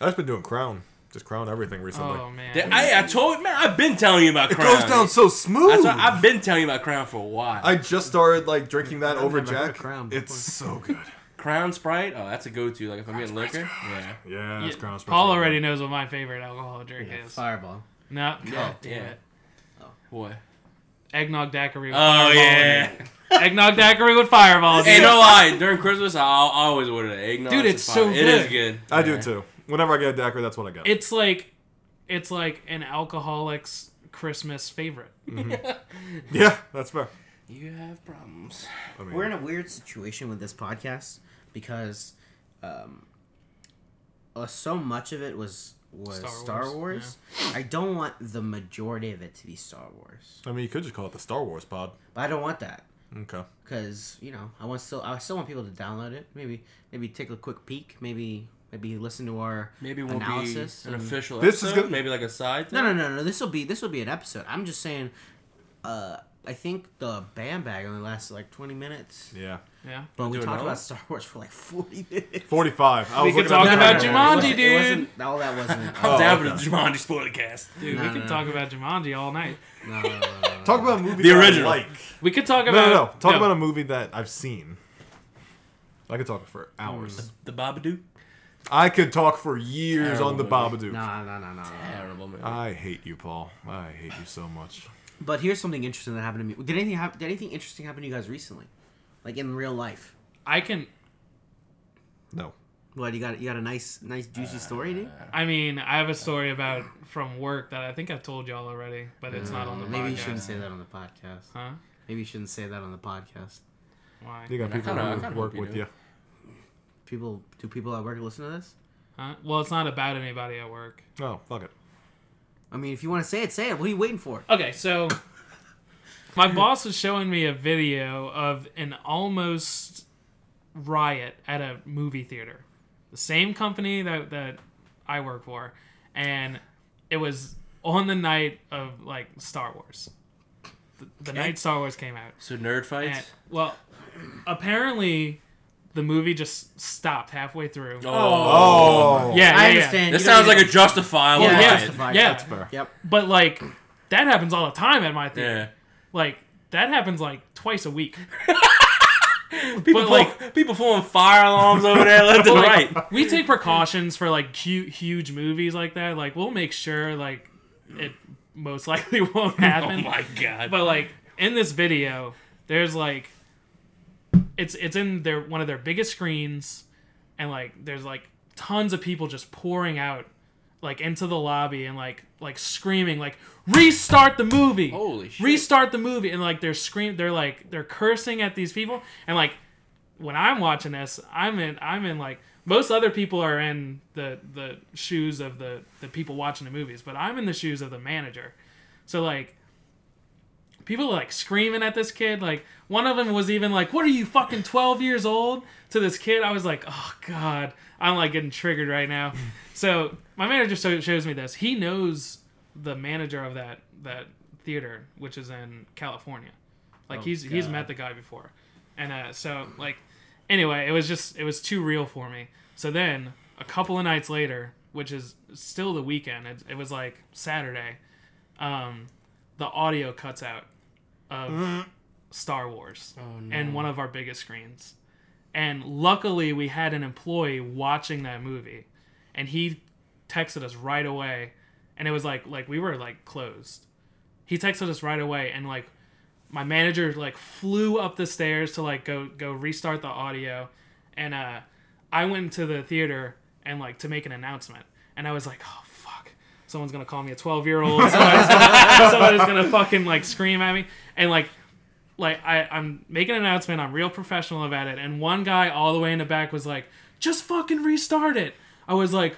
[SPEAKER 4] I've just been doing Crown. Just Crown everything recently.
[SPEAKER 1] Oh man.
[SPEAKER 3] Th- I, I told man, I've been telling you about
[SPEAKER 4] it
[SPEAKER 3] Crown.
[SPEAKER 4] goes down so smooth.
[SPEAKER 3] That's why I've been telling you about Crown for a while.
[SPEAKER 4] I just started like drinking that
[SPEAKER 2] I've
[SPEAKER 4] over
[SPEAKER 2] never heard of
[SPEAKER 4] Jack.
[SPEAKER 2] Crown
[SPEAKER 4] it's so
[SPEAKER 2] before.
[SPEAKER 4] good.
[SPEAKER 3] Crown Sprite. Oh, that's a go-to. Like if I'm getting liquor. Yeah.
[SPEAKER 4] Yeah,
[SPEAKER 1] Yeah,
[SPEAKER 4] it's Crown. Special.
[SPEAKER 1] Paul already knows what my favorite alcohol drink is.
[SPEAKER 2] Fireball.
[SPEAKER 1] No, God damn
[SPEAKER 3] yeah.
[SPEAKER 1] it.
[SPEAKER 3] Boy.
[SPEAKER 1] Eggnog daiquiri. With
[SPEAKER 3] Oh
[SPEAKER 1] fireball in
[SPEAKER 3] yeah.
[SPEAKER 1] it. Eggnog daiquiri with fireball.
[SPEAKER 3] Hey,
[SPEAKER 1] dude.
[SPEAKER 3] no lie. During Christmas, I'll I'll always order the eggnog.
[SPEAKER 1] Dude,
[SPEAKER 3] and
[SPEAKER 1] it's
[SPEAKER 3] fire.
[SPEAKER 1] so
[SPEAKER 3] It is
[SPEAKER 1] good.
[SPEAKER 3] good.
[SPEAKER 4] I do too. Whenever I get a daiquiri, that's what I get.
[SPEAKER 1] it's like it's like an alcoholic's christmas favorite
[SPEAKER 4] yeah, that's fair.
[SPEAKER 3] You have problems.
[SPEAKER 4] I mean,
[SPEAKER 2] We're in a weird situation with this podcast because um, uh, so much of it was was
[SPEAKER 1] Star
[SPEAKER 2] Star
[SPEAKER 1] Wars,
[SPEAKER 2] Wars.
[SPEAKER 1] yeah.
[SPEAKER 2] I don't want the majority of it to be Star Wars,
[SPEAKER 4] I mean, you could just call it the Star Wars pod.
[SPEAKER 2] but I don't want that
[SPEAKER 4] Okay.
[SPEAKER 2] because you know I want still I still want people to download it. Maybe maybe take a quick peek. Maybe maybe listen to our
[SPEAKER 3] Maybe it won't
[SPEAKER 2] analysis.
[SPEAKER 3] be an
[SPEAKER 2] and-
[SPEAKER 3] official
[SPEAKER 4] This is
[SPEAKER 3] episode.
[SPEAKER 4] gonna-
[SPEAKER 3] Maybe like a side thing.
[SPEAKER 2] no no no no. This will be this will be an episode. I'm just saying. Uh, I think the band bag only lasted like 20 minutes.
[SPEAKER 4] Yeah.
[SPEAKER 1] Yeah.
[SPEAKER 2] But we
[SPEAKER 3] Do
[SPEAKER 2] talked
[SPEAKER 3] another?
[SPEAKER 2] about Star Wars for like 40 minutes.
[SPEAKER 4] 45. I
[SPEAKER 1] We
[SPEAKER 4] was
[SPEAKER 1] could
[SPEAKER 4] looking
[SPEAKER 1] talk
[SPEAKER 4] at the
[SPEAKER 1] about
[SPEAKER 4] timer.
[SPEAKER 1] Jumanji,
[SPEAKER 2] It wasn't-
[SPEAKER 1] dude.
[SPEAKER 2] It wasn't, no, that wasn't.
[SPEAKER 4] Oh,
[SPEAKER 3] I'm down for the
[SPEAKER 4] okay.
[SPEAKER 3] Jumandy spoiler cast.
[SPEAKER 1] Dude, we
[SPEAKER 2] No,
[SPEAKER 1] could
[SPEAKER 2] no,
[SPEAKER 1] talk about Jumanji all night.
[SPEAKER 2] No, no, no, no, no.
[SPEAKER 4] Talk about a movie
[SPEAKER 3] The
[SPEAKER 4] that I
[SPEAKER 3] original.
[SPEAKER 4] like.
[SPEAKER 1] We could talk
[SPEAKER 4] No,
[SPEAKER 1] about
[SPEAKER 4] no, no. Talk about a movie that I've seen. I could talk for hours.
[SPEAKER 3] The Babadook.
[SPEAKER 4] I could talk for years on the
[SPEAKER 3] Terrible
[SPEAKER 4] Babadook.
[SPEAKER 2] No, no, no, no, no.
[SPEAKER 3] Terrible movie.
[SPEAKER 4] I hate you, Paul. I hate you so much.
[SPEAKER 2] But here's something interesting that happened to me. Did anything happen? Did anything interesting happen to you guys recently, like in real life?
[SPEAKER 1] I can.
[SPEAKER 4] No.
[SPEAKER 2] What you got? You got a nice, nice juicy story, dude.
[SPEAKER 1] I mean, I have a story about from work that I think I told y'all already, but it's not on the
[SPEAKER 2] Maybe
[SPEAKER 1] podcast.
[SPEAKER 2] you shouldn't say that on the podcast.
[SPEAKER 1] Huh?
[SPEAKER 2] Maybe you shouldn't say that on the podcast.
[SPEAKER 1] Why?
[SPEAKER 4] You got people
[SPEAKER 3] kinda- I
[SPEAKER 4] who
[SPEAKER 3] kinda
[SPEAKER 4] work
[SPEAKER 3] hope you
[SPEAKER 4] with
[SPEAKER 3] do.
[SPEAKER 4] you.
[SPEAKER 2] People, do people at work listen to this?
[SPEAKER 1] Huh? Well, it's not about anybody at work.
[SPEAKER 4] Oh, fuck it.
[SPEAKER 2] I mean, if you want to say it, say it. What are you waiting for?
[SPEAKER 1] Okay, so my boss was showing me a video of an almost riot at a movie theater. The same company that that I work for, and it was on the night of like Star Wars. The, the night Star Wars came out.
[SPEAKER 3] So nerd fights.
[SPEAKER 1] And, Eh, well, apparently the movie just stopped halfway through.
[SPEAKER 3] Oh,
[SPEAKER 4] Oh.
[SPEAKER 1] yeah, yeah,
[SPEAKER 2] I
[SPEAKER 1] yeah.
[SPEAKER 2] understand.
[SPEAKER 3] this
[SPEAKER 2] You're
[SPEAKER 3] sounds like
[SPEAKER 2] gonna-
[SPEAKER 3] a justifiable.
[SPEAKER 2] yeah,
[SPEAKER 1] yeah,
[SPEAKER 3] riot.
[SPEAKER 2] justified.
[SPEAKER 1] yeah.
[SPEAKER 4] That's fair.
[SPEAKER 2] Yep.
[SPEAKER 1] But like that happens all the time at my theater.
[SPEAKER 3] Yeah.
[SPEAKER 1] Like that happens like twice a week.
[SPEAKER 3] People,
[SPEAKER 1] But,
[SPEAKER 3] like people pulling fire alarms over there left and
[SPEAKER 1] But,
[SPEAKER 3] right.
[SPEAKER 1] like, we take precautions for like huge, huge movies like that. Like we'll make sure like it most likely won't
[SPEAKER 3] Oh
[SPEAKER 1] happen.
[SPEAKER 3] my god.
[SPEAKER 1] but like in this video, there's like it's it's in their one of their biggest screens, and like there's like tons of people just pouring out like into the lobby and like like screaming like restart the movie
[SPEAKER 3] Holy shit.
[SPEAKER 1] restart the movie and like they're scream they're like they're cursing at these people and like when I'm watching this, I'm in I'm in like most other people are in the the shoes of the the people watching the movies, but I'm in the shoes of the manager. So like people are like screaming at this kid. Like one of them was even like, "What are you fucking 12 years old?" to this kid. I was like, "Oh god, I'm like getting triggered right now." so, my manager so- shows me this. He knows the manager of that that theater which is in California. Like he's he's
[SPEAKER 3] God.
[SPEAKER 1] met the guy before. And uh so like anyway, it was just it was too real for me. So then a couple of nights later, which is still the weekend, it, it was like Saturday. Um, the audio cuts out of Star Wars and one of our biggest screens. And luckily, we had an employee watching that movie, and he texted us right away. And it was like like we were like closed. He texted us right away, and like my manager like flew up the stairs to like go go restart the audio, and uh, I went to the theater and like to make an announcement, and I was like, oh fuck, someone's gonna call me a twelve year old. Someone's gonna- someone's gonna fucking like scream at me, and like like I, I'm making an announcement, I'm real professional about it, and one guy all the way in the back was like, just fucking restart it. I was like,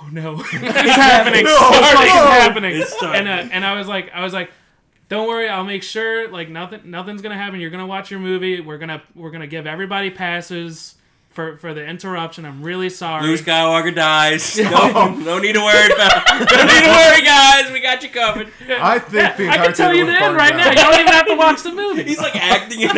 [SPEAKER 1] oh no, it's happening,
[SPEAKER 4] No,
[SPEAKER 1] it's fucking
[SPEAKER 4] no.
[SPEAKER 1] happening.
[SPEAKER 3] It's starting.
[SPEAKER 1] and uh, and I was like, I was like, don't worry, I'll make sure like nothing nothing's gonna happen. You're gonna watch your movie. We're gonna we're gonna give everybody passes. For, for the interruption, I'm really sorry.
[SPEAKER 3] Luke Skywalker dies. No, no need to worry about. No need to worry, guys. We got you covered.
[SPEAKER 4] I think the
[SPEAKER 1] I
[SPEAKER 4] entire
[SPEAKER 1] can tell
[SPEAKER 4] theater
[SPEAKER 1] you
[SPEAKER 4] would
[SPEAKER 1] the end
[SPEAKER 4] burn
[SPEAKER 1] right
[SPEAKER 4] down.
[SPEAKER 1] now. You don't even have to watch the movie.
[SPEAKER 3] He's like acting it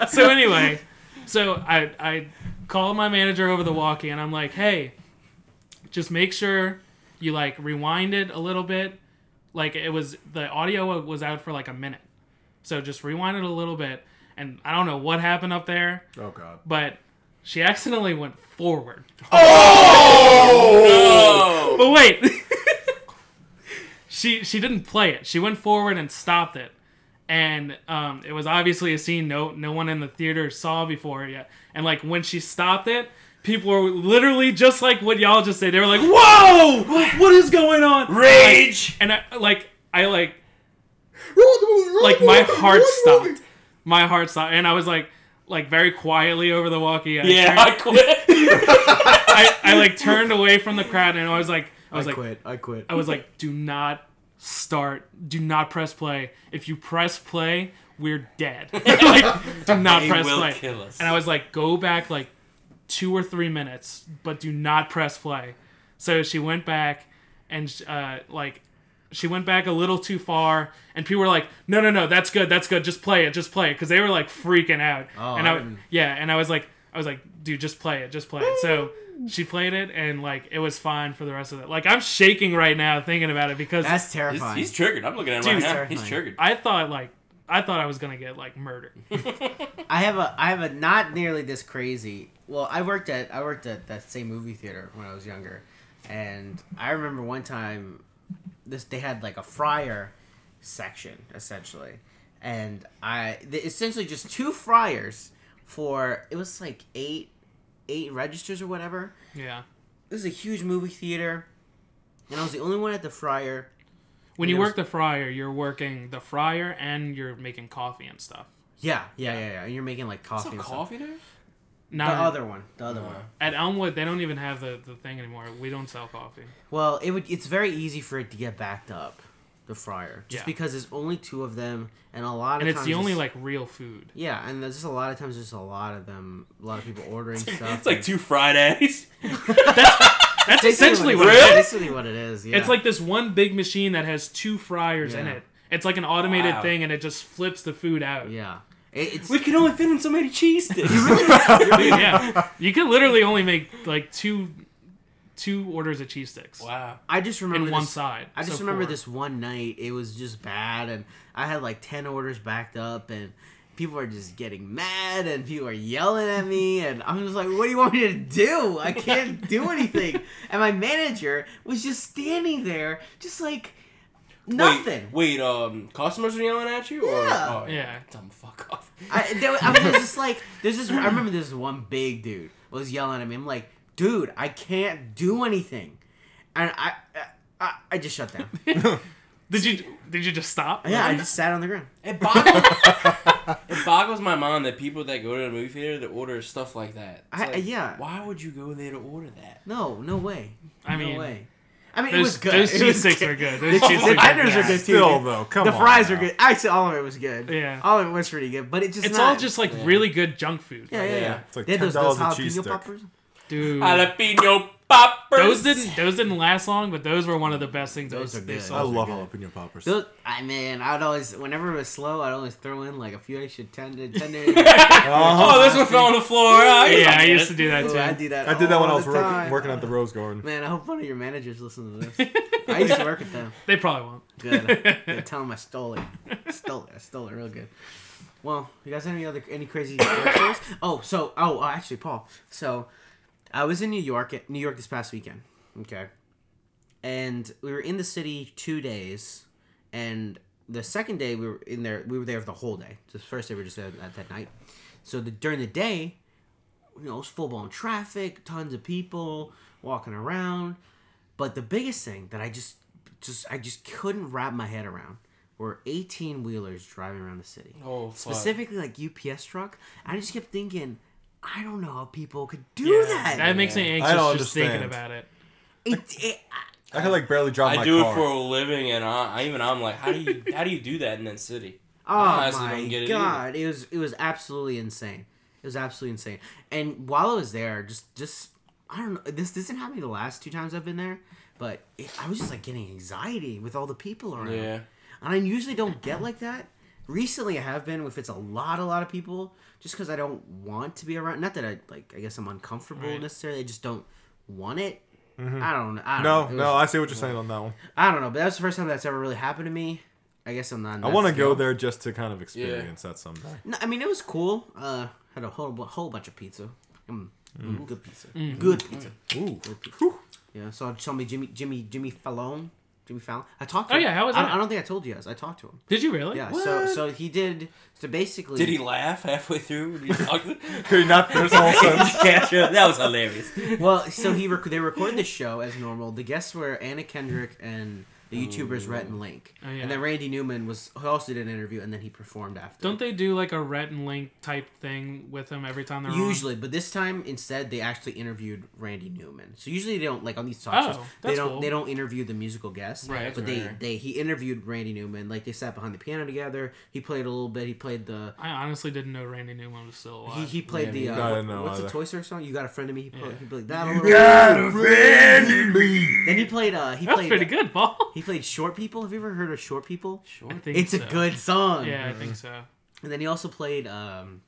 [SPEAKER 3] out.
[SPEAKER 1] so anyway, so I I call my manager over the walkie and I'm like, hey, just make sure you like rewind it a little bit. Like it was the audio was out for like a minute, so just rewind it a little bit. And I don't know what happened up there,
[SPEAKER 4] Oh, God.
[SPEAKER 1] but she accidentally went forward.
[SPEAKER 3] Oh.
[SPEAKER 1] But wait, she she didn't play it. She went forward and stopped it, and um, it was obviously a scene no no one in the theater saw before yet. And like when she stopped it, people were literally just like what y'all just said. They were like, "Whoa, what is going on?"
[SPEAKER 3] Rage.
[SPEAKER 1] And I like I like like my heart stopped. my heart stopped, and I was like, like very quietly over the walkie. I
[SPEAKER 3] Yeah,
[SPEAKER 1] turned-
[SPEAKER 3] I quit.
[SPEAKER 1] I, I like turned away from the crowd, and I was like, I
[SPEAKER 2] I
[SPEAKER 1] was like,
[SPEAKER 2] quit. I quit.
[SPEAKER 1] I was like, do not start. Do not press play. If you press play, we're dead. like, do not
[SPEAKER 3] They
[SPEAKER 1] press
[SPEAKER 3] will
[SPEAKER 1] play.
[SPEAKER 3] kill us.
[SPEAKER 1] And I was like, go back like two or three minutes, but do not press play. So she went back and uh, like she went back a little too far, and people were like, no, no, no, that's good, that's good, just play it, just play it, because they were like freaking out.
[SPEAKER 2] Oh,
[SPEAKER 1] and
[SPEAKER 2] I
[SPEAKER 1] I, w-
[SPEAKER 2] didn't-
[SPEAKER 1] yeah, and I was like, I was like, dude, just play it, just play it. So. She played it and like it was fine for the rest of it. Like I'm shaking right now thinking about it because
[SPEAKER 2] That's
[SPEAKER 3] he's,
[SPEAKER 2] terrifying.
[SPEAKER 3] he's triggered. I'm looking at him
[SPEAKER 1] Dude,
[SPEAKER 3] right now.
[SPEAKER 2] terrifying.
[SPEAKER 3] He's triggered.
[SPEAKER 1] I thought like I thought I was gonna get like murdered.
[SPEAKER 2] I have a I have a not nearly this crazy. Well, I worked at I worked at that same movie theater when I was younger, and I remember one time, this they had like a fryer section essentially, and I the, essentially just two fryers for it was like eight eight registers or whatever.
[SPEAKER 1] Yeah.
[SPEAKER 2] This is a huge movie theater, and I was the only one at the fryer.
[SPEAKER 1] When you
[SPEAKER 2] It was-
[SPEAKER 1] work the fryer, you're working the fryer and you're making coffee and stuff.
[SPEAKER 2] Yeah, yeah, yeah, yeah. And you're making like coffee.
[SPEAKER 3] Is there
[SPEAKER 2] and stuff.
[SPEAKER 3] coffee there?
[SPEAKER 2] The
[SPEAKER 1] Not
[SPEAKER 2] other one. The other one.
[SPEAKER 1] at Elmwood, they don't even have the, the thing anymore. We don't sell coffee.
[SPEAKER 2] Well, it would. It's very easy for it to get backed up, the fryer, just
[SPEAKER 1] Yeah.
[SPEAKER 2] because there's only two of them, and a lot of
[SPEAKER 1] And it's
[SPEAKER 2] times
[SPEAKER 1] the only like real food.
[SPEAKER 2] yeah, and there's just a lot of times there's a lot of them, a lot of people ordering stuff.
[SPEAKER 3] It's like
[SPEAKER 2] and-
[SPEAKER 3] two Fridays.
[SPEAKER 1] That's
[SPEAKER 2] Basically
[SPEAKER 1] essentially
[SPEAKER 2] what
[SPEAKER 1] what
[SPEAKER 2] it
[SPEAKER 1] it
[SPEAKER 2] is.
[SPEAKER 1] is.
[SPEAKER 2] Basically what it is. Yeah.
[SPEAKER 1] It's like this one big machine that has two fryers in
[SPEAKER 2] Yeah.
[SPEAKER 1] it. It's like an automated
[SPEAKER 3] Wow.
[SPEAKER 1] thing and it just flips the food out.
[SPEAKER 2] yeah. It, it's
[SPEAKER 3] We can only fit in so many cheese sticks.
[SPEAKER 1] Dude, yeah. You could literally only make like two two orders of cheese sticks.
[SPEAKER 3] wow.
[SPEAKER 2] I just remember
[SPEAKER 1] And one
[SPEAKER 2] this-
[SPEAKER 1] side.
[SPEAKER 2] I just
[SPEAKER 1] So
[SPEAKER 2] remember
[SPEAKER 1] four.
[SPEAKER 2] this one night. It was just bad, and I had like ten orders backed up, and people are just getting mad, and people are yelling at me, and I'm just like, "What do you want me to do? I can't do anything." And my manager was just standing there, just like nothing.
[SPEAKER 3] Wait, wait, um, customers are yelling at you? Or,
[SPEAKER 2] Yeah.
[SPEAKER 3] Oh,
[SPEAKER 1] Yeah.
[SPEAKER 3] Tell them to fuck off.
[SPEAKER 2] I, there, was- I was just like, "There's this." I remember this one big dude was yelling at me. I'm like, "Dude, I can't do anything," and I, I, I just shut down.
[SPEAKER 1] Did you did you just stop?
[SPEAKER 2] Yeah, I just sat on the ground.
[SPEAKER 3] It boggles, it boggles my mind that people that go to the movie theater to order stuff like that. It's
[SPEAKER 2] I-
[SPEAKER 3] like,
[SPEAKER 2] yeah.
[SPEAKER 3] Why would you go there to order that?
[SPEAKER 2] No, no way.
[SPEAKER 1] I mean
[SPEAKER 2] no way. I mean, it
[SPEAKER 1] those-
[SPEAKER 2] was good.
[SPEAKER 1] those
[SPEAKER 2] It
[SPEAKER 1] cheese
[SPEAKER 2] was
[SPEAKER 1] sticks
[SPEAKER 2] good.
[SPEAKER 1] were good.
[SPEAKER 2] The,
[SPEAKER 1] Those cheese
[SPEAKER 2] the
[SPEAKER 1] sticks were
[SPEAKER 2] tenders
[SPEAKER 1] good.
[SPEAKER 2] are good too.
[SPEAKER 4] Still though, come
[SPEAKER 2] the
[SPEAKER 4] on.
[SPEAKER 2] fries are
[SPEAKER 4] now.
[SPEAKER 2] good. Actually, all of it was good.
[SPEAKER 1] Yeah.
[SPEAKER 2] all of it was pretty good. But it just
[SPEAKER 1] It's
[SPEAKER 2] not-
[SPEAKER 1] all just like
[SPEAKER 3] Yeah.
[SPEAKER 1] really good junk food.
[SPEAKER 2] yeah, yeah, yeah.
[SPEAKER 3] Yeah.
[SPEAKER 4] It's like
[SPEAKER 2] They had
[SPEAKER 4] $10 a cheese stick.
[SPEAKER 1] Dude.
[SPEAKER 3] Jalapeno poppers.
[SPEAKER 1] Those didn't those didn't last long, but those were one of the best things
[SPEAKER 2] Those
[SPEAKER 1] they,
[SPEAKER 2] are
[SPEAKER 1] they
[SPEAKER 2] good.
[SPEAKER 4] I
[SPEAKER 1] sold.
[SPEAKER 4] love jalapeno poppers.
[SPEAKER 2] Those, I mean, I'd always whenever it was slow, I'd always throw in like a few extra tender tenders. Ooh,
[SPEAKER 4] Uh-huh.
[SPEAKER 3] Oh, this one fell on the floor. Oh,
[SPEAKER 1] Yeah, I used to do that
[SPEAKER 2] I
[SPEAKER 1] too.
[SPEAKER 2] do that.
[SPEAKER 4] I did that when I
[SPEAKER 2] all
[SPEAKER 4] was
[SPEAKER 2] the
[SPEAKER 4] working,
[SPEAKER 2] time.
[SPEAKER 4] working at the Rose Garden.
[SPEAKER 2] Man, I hope one of your managers listens to this. I used to work with them.
[SPEAKER 1] They probably won't.
[SPEAKER 2] Good. Yeah, tell him I stole it. Stole it. I stole it real good. Well, you guys have any other any crazy stories? Oh, so oh, uh, actually, Paul. So, I was in New York, New York this past weekend. Okay, and we were in the city two days, and the second day we were in there. We were there the whole day. The first day we were just there at that night. So the, during the day, you know, it was full blown traffic, tons of people walking around. But the biggest thing that I just just I just couldn't wrap my head around were 18 wheelers driving around the city.
[SPEAKER 3] Oh, fuck.
[SPEAKER 2] Specifically like UPS truck. I just kept thinking, I don't know how people could do that.
[SPEAKER 1] That makes me anxious
[SPEAKER 4] I don't
[SPEAKER 1] just
[SPEAKER 4] understand.
[SPEAKER 1] thinking about it.
[SPEAKER 2] It- it-
[SPEAKER 4] I could like barely drive
[SPEAKER 3] I
[SPEAKER 4] my
[SPEAKER 3] do
[SPEAKER 4] car.
[SPEAKER 3] it for a living, and I, I even I'm like, how do you how do you do that in that city?
[SPEAKER 2] oh
[SPEAKER 3] honestly
[SPEAKER 2] my
[SPEAKER 3] don't get it either.
[SPEAKER 2] god, it was it was absolutely insane. It was absolutely insane. And while I was there, just just I don't know. This this didn't happen to me the last two times I've been there, but it, I was just like getting anxiety with all the people around.
[SPEAKER 3] Yeah.
[SPEAKER 2] and I usually don't get like that. Recently, I have been if it's a lot, a lot of people, just because I don't want to be around. Not that I like, I guess I'm uncomfortable
[SPEAKER 1] Right.
[SPEAKER 2] necessarily. I just don't want it. I don't. I don't
[SPEAKER 4] Mm-hmm. no,
[SPEAKER 2] know. It
[SPEAKER 4] no,
[SPEAKER 2] was-
[SPEAKER 4] I see what you're saying on that one.
[SPEAKER 2] I don't know. But that's the first time that's ever really happened to me. I guess I'm not. on
[SPEAKER 4] I
[SPEAKER 2] that
[SPEAKER 4] want to go
[SPEAKER 2] scale.
[SPEAKER 4] there just to kind of experience that someday.
[SPEAKER 2] No, I mean, it was cool. Uh, had a whole bu- whole bunch of pizza. Mm. Mm, Good pizza. Good pizza.
[SPEAKER 4] Mm. Ooh,
[SPEAKER 2] Yeah. So somebody, Jimmy, Jimmy, Jimmy Fallon, Jimmy Fallon. I talked. to
[SPEAKER 1] Oh,
[SPEAKER 2] him.
[SPEAKER 1] yeah, how was
[SPEAKER 2] I,
[SPEAKER 1] that?
[SPEAKER 2] I don't think I told you guys. I talked to him.
[SPEAKER 1] Did you really?
[SPEAKER 2] Yeah. So so he did. So basically,
[SPEAKER 3] Did he laugh halfway through when you talked? to-
[SPEAKER 4] could you not finish the whole sentence?
[SPEAKER 3] Yeah, sure. That was hilarious.
[SPEAKER 2] Well, so he rec- they recorded the show as normal. The guests were Anna Kendrick and the YouTubers Rhett and Link,
[SPEAKER 1] Oh, yeah.
[SPEAKER 2] and then Randy Newman was he also did an interview and then he performed after.
[SPEAKER 1] Don't they do like a Rhett and Link type thing with them every time they're on?
[SPEAKER 2] Usually, but this time instead they actually interviewed Randy Newman. So usually they don't like on these talk
[SPEAKER 1] Oh,
[SPEAKER 2] shows they
[SPEAKER 1] that's
[SPEAKER 2] don't
[SPEAKER 1] cool.
[SPEAKER 2] they don't interview the musical guests.
[SPEAKER 3] Right, that's
[SPEAKER 2] But
[SPEAKER 3] right,
[SPEAKER 2] they
[SPEAKER 3] right.
[SPEAKER 2] they he interviewed Randy Newman. Like they sat behind the piano together. He played a little bit. He played the
[SPEAKER 1] I honestly didn't know Randy Newman was still
[SPEAKER 2] he,
[SPEAKER 1] alive.
[SPEAKER 2] he played
[SPEAKER 3] me
[SPEAKER 2] the
[SPEAKER 4] neither.
[SPEAKER 2] uh,
[SPEAKER 4] I know
[SPEAKER 2] what- what's the
[SPEAKER 4] either.
[SPEAKER 2] Toy Story song? You got a friend of me. He, played, he played that. a
[SPEAKER 4] You
[SPEAKER 2] little
[SPEAKER 4] got a friend in me.
[SPEAKER 2] Then he played uh he
[SPEAKER 1] That's
[SPEAKER 2] played
[SPEAKER 1] pretty good, Paul.
[SPEAKER 2] he played Short People. Have you ever heard of Short People?
[SPEAKER 1] I
[SPEAKER 3] Sure.
[SPEAKER 1] think
[SPEAKER 2] It's a
[SPEAKER 1] so.
[SPEAKER 2] good song.
[SPEAKER 1] Yeah, I think so.
[SPEAKER 2] And then he also played um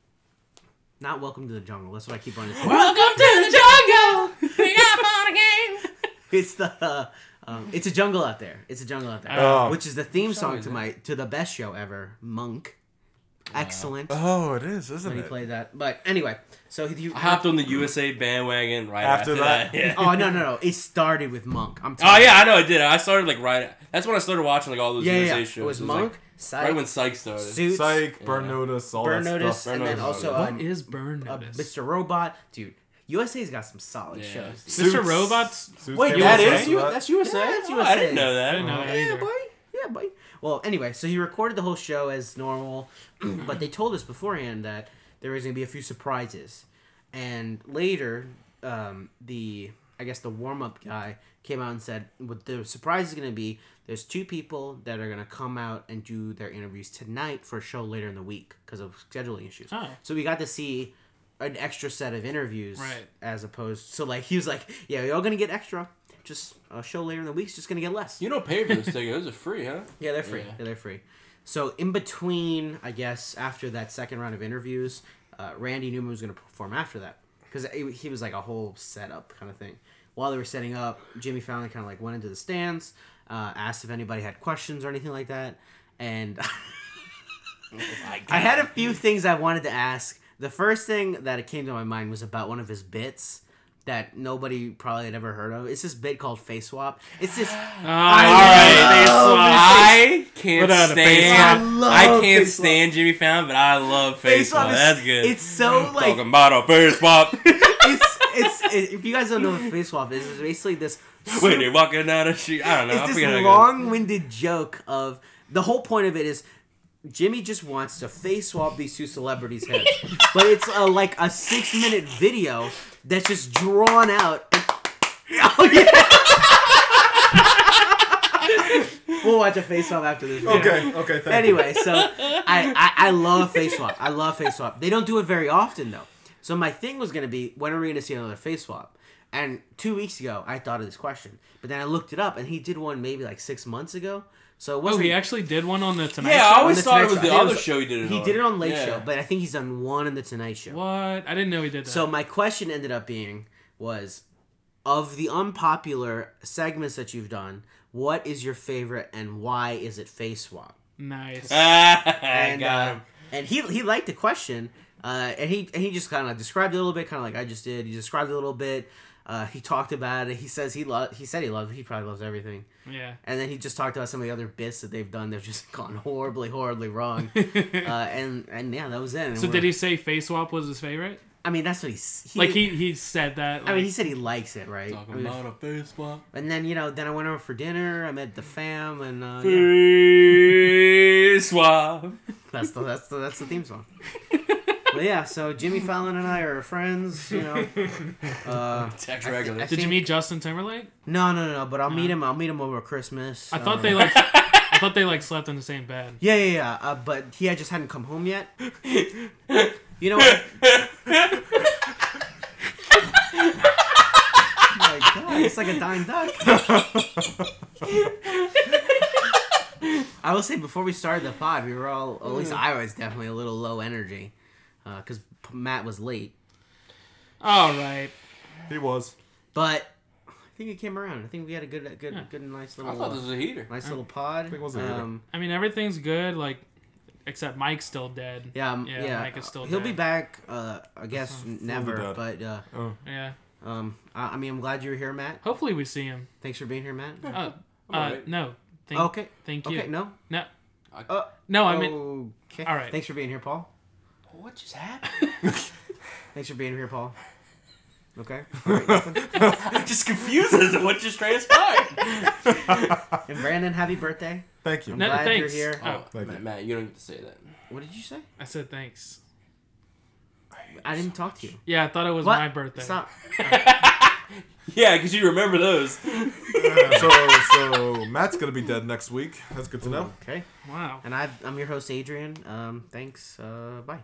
[SPEAKER 2] not Welcome to the Jungle. That's what I keep on.
[SPEAKER 1] Welcome to the jungle. We got game.
[SPEAKER 2] It's the uh, um, it's a jungle out there. It's a jungle out there,
[SPEAKER 4] Oh.
[SPEAKER 2] which is the theme song
[SPEAKER 3] is
[SPEAKER 2] to
[SPEAKER 3] it?
[SPEAKER 2] my to the best show ever, Monk. Excellent
[SPEAKER 4] Oh, it is, isn't
[SPEAKER 2] when he
[SPEAKER 4] it?
[SPEAKER 2] played that. But anyway, so he. he
[SPEAKER 3] I hopped on the USA bandwagon right
[SPEAKER 4] After
[SPEAKER 3] after,
[SPEAKER 4] that?
[SPEAKER 3] that. Yeah.
[SPEAKER 2] oh no no no! It started with Monk. I'm.
[SPEAKER 3] Oh
[SPEAKER 2] telling you.
[SPEAKER 3] yeah, I know I did. I started like right. That's when I started watching like all those
[SPEAKER 2] yeah yeah.
[SPEAKER 3] USA
[SPEAKER 2] yeah.
[SPEAKER 3] shows.
[SPEAKER 2] It was
[SPEAKER 3] like,
[SPEAKER 2] Monk, Psych,
[SPEAKER 3] right when Psych started.
[SPEAKER 2] Suits,
[SPEAKER 4] Psych, Burn Notice, all
[SPEAKER 2] Burn
[SPEAKER 4] that
[SPEAKER 2] Notice,
[SPEAKER 4] stuff.
[SPEAKER 3] Burn
[SPEAKER 2] and then
[SPEAKER 3] Notice.
[SPEAKER 2] also
[SPEAKER 3] What
[SPEAKER 2] um,
[SPEAKER 1] What is burn
[SPEAKER 2] uh,
[SPEAKER 1] notice?
[SPEAKER 2] Mr. Robot, dude. USA's got some solid
[SPEAKER 3] Yeah.
[SPEAKER 2] shows.
[SPEAKER 1] Mr.
[SPEAKER 4] Suits.
[SPEAKER 1] Robots.
[SPEAKER 4] Suits
[SPEAKER 2] Wait,
[SPEAKER 4] came
[SPEAKER 2] that
[SPEAKER 4] out
[SPEAKER 2] is
[SPEAKER 4] after
[SPEAKER 2] you-
[SPEAKER 4] that.
[SPEAKER 3] USA.
[SPEAKER 2] Yeah, that's
[SPEAKER 3] Oh, I
[SPEAKER 2] USA.
[SPEAKER 3] didn't know that.
[SPEAKER 1] I didn't know that
[SPEAKER 2] Yeah,
[SPEAKER 1] either.
[SPEAKER 2] boy. Yeah, boy. Well, anyway, so he recorded the whole show as normal, but they told us beforehand that there was going to be a few surprises. And later, um, the I guess the warm up guy came out and said what the surprise is going to be. There's two people that are going to come out and do their interviews tonight for a show later in the week because of scheduling issues.
[SPEAKER 1] Oh.
[SPEAKER 2] So we got to see an extra set of interviews
[SPEAKER 1] Right.
[SPEAKER 2] as opposed so like he was like yeah you're all gonna get extra just a show later in the week's just gonna get less
[SPEAKER 3] You don't pay for this ticket. Those are free, huh?
[SPEAKER 2] yeah, they're free.
[SPEAKER 3] Yeah.
[SPEAKER 2] Yeah, they're free. So in between, I guess after that second round of interviews, uh, Randy Newman was going to perform after that because he was like a whole setup kind of thing. While they were setting up, Jimmy Fallon kind of like went into the stands, uh, asked if anybody had questions or anything like that, and
[SPEAKER 3] Oh
[SPEAKER 2] I had a few things I wanted to ask. The first thing that it came to my mind was about one of his bits that nobody probably had ever heard of. It's this bit called Face Swap. It's this.
[SPEAKER 1] Oh, alright,
[SPEAKER 3] Ah.
[SPEAKER 1] they
[SPEAKER 2] love
[SPEAKER 1] swap.
[SPEAKER 3] I can't
[SPEAKER 1] Without a face
[SPEAKER 3] stand.
[SPEAKER 2] swap. I
[SPEAKER 3] I,
[SPEAKER 2] love
[SPEAKER 3] can't
[SPEAKER 2] face swap.
[SPEAKER 3] stand Jimmy Fallon, but I love face
[SPEAKER 2] Face
[SPEAKER 3] swap.
[SPEAKER 2] Swap is-
[SPEAKER 3] That's good.
[SPEAKER 2] It's so like
[SPEAKER 3] Talking about a face swap.
[SPEAKER 2] it's it's it, if you guys don't know what face swap is, it's basically this.
[SPEAKER 3] when you're walking down the street, I don't know. I
[SPEAKER 2] It's
[SPEAKER 3] forget how it
[SPEAKER 2] this
[SPEAKER 3] goes.
[SPEAKER 2] long-winded joke of the whole point of it is Jimmy just wants to face swap these two celebrities' heads, but it's a, like a six-minute video that's just drawn out. Oh yeah. we'll watch a face swap after this.
[SPEAKER 4] Okay, okay, thank you.
[SPEAKER 2] anyway, so I, I I love face swap. I love face swap. They don't do it very often though. So my thing was gonna be when are we gonna see another face swap? And two weeks ago, I thought of this question, but then I looked it up, and he did one maybe like six months ago. So it
[SPEAKER 1] Oh,
[SPEAKER 2] wasn't.
[SPEAKER 1] he actually did one on the Tonight
[SPEAKER 3] Yeah, I
[SPEAKER 1] Show.
[SPEAKER 3] always
[SPEAKER 2] the
[SPEAKER 3] thought it
[SPEAKER 2] Tonight
[SPEAKER 3] was
[SPEAKER 2] Show.
[SPEAKER 3] the
[SPEAKER 2] It
[SPEAKER 3] other
[SPEAKER 2] was-
[SPEAKER 3] show he did it on.
[SPEAKER 2] he did it on Late
[SPEAKER 3] Yeah.
[SPEAKER 2] Show, but I think he's done one in the Tonight Show.
[SPEAKER 1] What? I didn't know he did that.
[SPEAKER 2] So my question ended up being was of the unpopular segments that you've done, what is your favorite and why is it face swap?
[SPEAKER 1] nice.
[SPEAKER 2] uh,
[SPEAKER 3] I
[SPEAKER 2] and
[SPEAKER 3] got
[SPEAKER 2] uh,
[SPEAKER 3] him.
[SPEAKER 2] and he he liked the question, uh, and he and he just kind of described it a little bit, kind of like I just did. He described it a little bit. Uh, he talked about it. He says he lo- He said he loves. He probably loves everything.
[SPEAKER 1] yeah.
[SPEAKER 2] And then he just talked about some of the other bits that they've done. They've just gone horribly, horribly wrong. uh, and and yeah, that was it. And
[SPEAKER 1] So
[SPEAKER 2] we're-
[SPEAKER 1] did he say face swap was his favorite?
[SPEAKER 2] I mean, that's what he, s- he
[SPEAKER 1] Like he he said that. Like,
[SPEAKER 2] I mean, he said he likes it, right? I
[SPEAKER 3] Talking
[SPEAKER 2] mean,
[SPEAKER 3] about a face swap.
[SPEAKER 2] and then you know, then I went over for dinner. I met the fam, and
[SPEAKER 3] Oh,
[SPEAKER 2] uh, yeah,
[SPEAKER 3] Face swap.
[SPEAKER 2] that's the that's the that's the theme song. But yeah, so Jimmy Fallon and I are friends. You know, uh,
[SPEAKER 3] Text
[SPEAKER 2] I thi-
[SPEAKER 3] regular.
[SPEAKER 2] I
[SPEAKER 1] did you
[SPEAKER 2] think-
[SPEAKER 1] meet Justin Timberlake?
[SPEAKER 2] No, no, no, no. But I'll meet him. I'll meet him over Christmas.
[SPEAKER 1] I
[SPEAKER 2] uh,
[SPEAKER 1] thought they like. I thought they like slept in the same bed.
[SPEAKER 2] Yeah, yeah, yeah. Uh, but he had just hadn't come home yet. You know what? oh my god, it's like a dying duck. I will say before we started the pod, we were all, at least I was definitely a little low energy, because Matt was late.
[SPEAKER 1] All right.
[SPEAKER 4] He was.
[SPEAKER 2] But I think it came around. I think we had a good, a good, good, nice
[SPEAKER 3] I
[SPEAKER 2] little,
[SPEAKER 3] thought
[SPEAKER 2] uh,
[SPEAKER 3] this was a heater.
[SPEAKER 2] nice little pod.
[SPEAKER 4] think it was a good
[SPEAKER 2] Um,
[SPEAKER 1] I mean, everything's good. Like, except Mike's still dead.
[SPEAKER 2] Yeah, um,
[SPEAKER 1] Yeah,
[SPEAKER 2] yeah.
[SPEAKER 1] Mike is still
[SPEAKER 2] He'll be
[SPEAKER 1] dead.
[SPEAKER 2] back. Uh, I guess never.
[SPEAKER 4] dead.
[SPEAKER 2] But uh,
[SPEAKER 4] Oh.
[SPEAKER 1] Yeah.
[SPEAKER 2] um, I, I mean, I'm glad you were here, Matt.
[SPEAKER 1] Hopefully, we see him.
[SPEAKER 2] Thanks for being here, Matt. Oh,
[SPEAKER 1] Uh, uh,
[SPEAKER 3] alright.
[SPEAKER 1] no. Thank,
[SPEAKER 2] Okay.
[SPEAKER 1] Thank you.
[SPEAKER 2] Okay. No.
[SPEAKER 1] No.
[SPEAKER 2] Uh,
[SPEAKER 1] No, I mean,
[SPEAKER 2] Okay.
[SPEAKER 1] all right.
[SPEAKER 2] Thanks for being here, Paul.
[SPEAKER 3] What just happened?
[SPEAKER 2] Thanks for being here, Paul. Okay. All right, Ethan.
[SPEAKER 3] I'm just confused as to what Oh, you're trying to start.
[SPEAKER 2] and Brandon, happy birthday.
[SPEAKER 4] Thank you.
[SPEAKER 1] No,
[SPEAKER 2] glad you're
[SPEAKER 1] thanks.
[SPEAKER 2] here.
[SPEAKER 1] Oh,
[SPEAKER 4] Thank
[SPEAKER 3] Matt,
[SPEAKER 4] you.
[SPEAKER 3] Matt, you don't have to say that.
[SPEAKER 2] What did you say?
[SPEAKER 1] I said thanks.
[SPEAKER 2] I didn't talk to you.
[SPEAKER 1] Yeah, I thought it was my birthday.
[SPEAKER 2] Stop.
[SPEAKER 3] Yeah, because you remember those.
[SPEAKER 4] Yeah, so, so Matt's gonna be dead next week. That's good to know.
[SPEAKER 2] Okay.
[SPEAKER 1] Wow.
[SPEAKER 2] And I've, I'm your host, Adrian. Um, thanks. Uh, bye.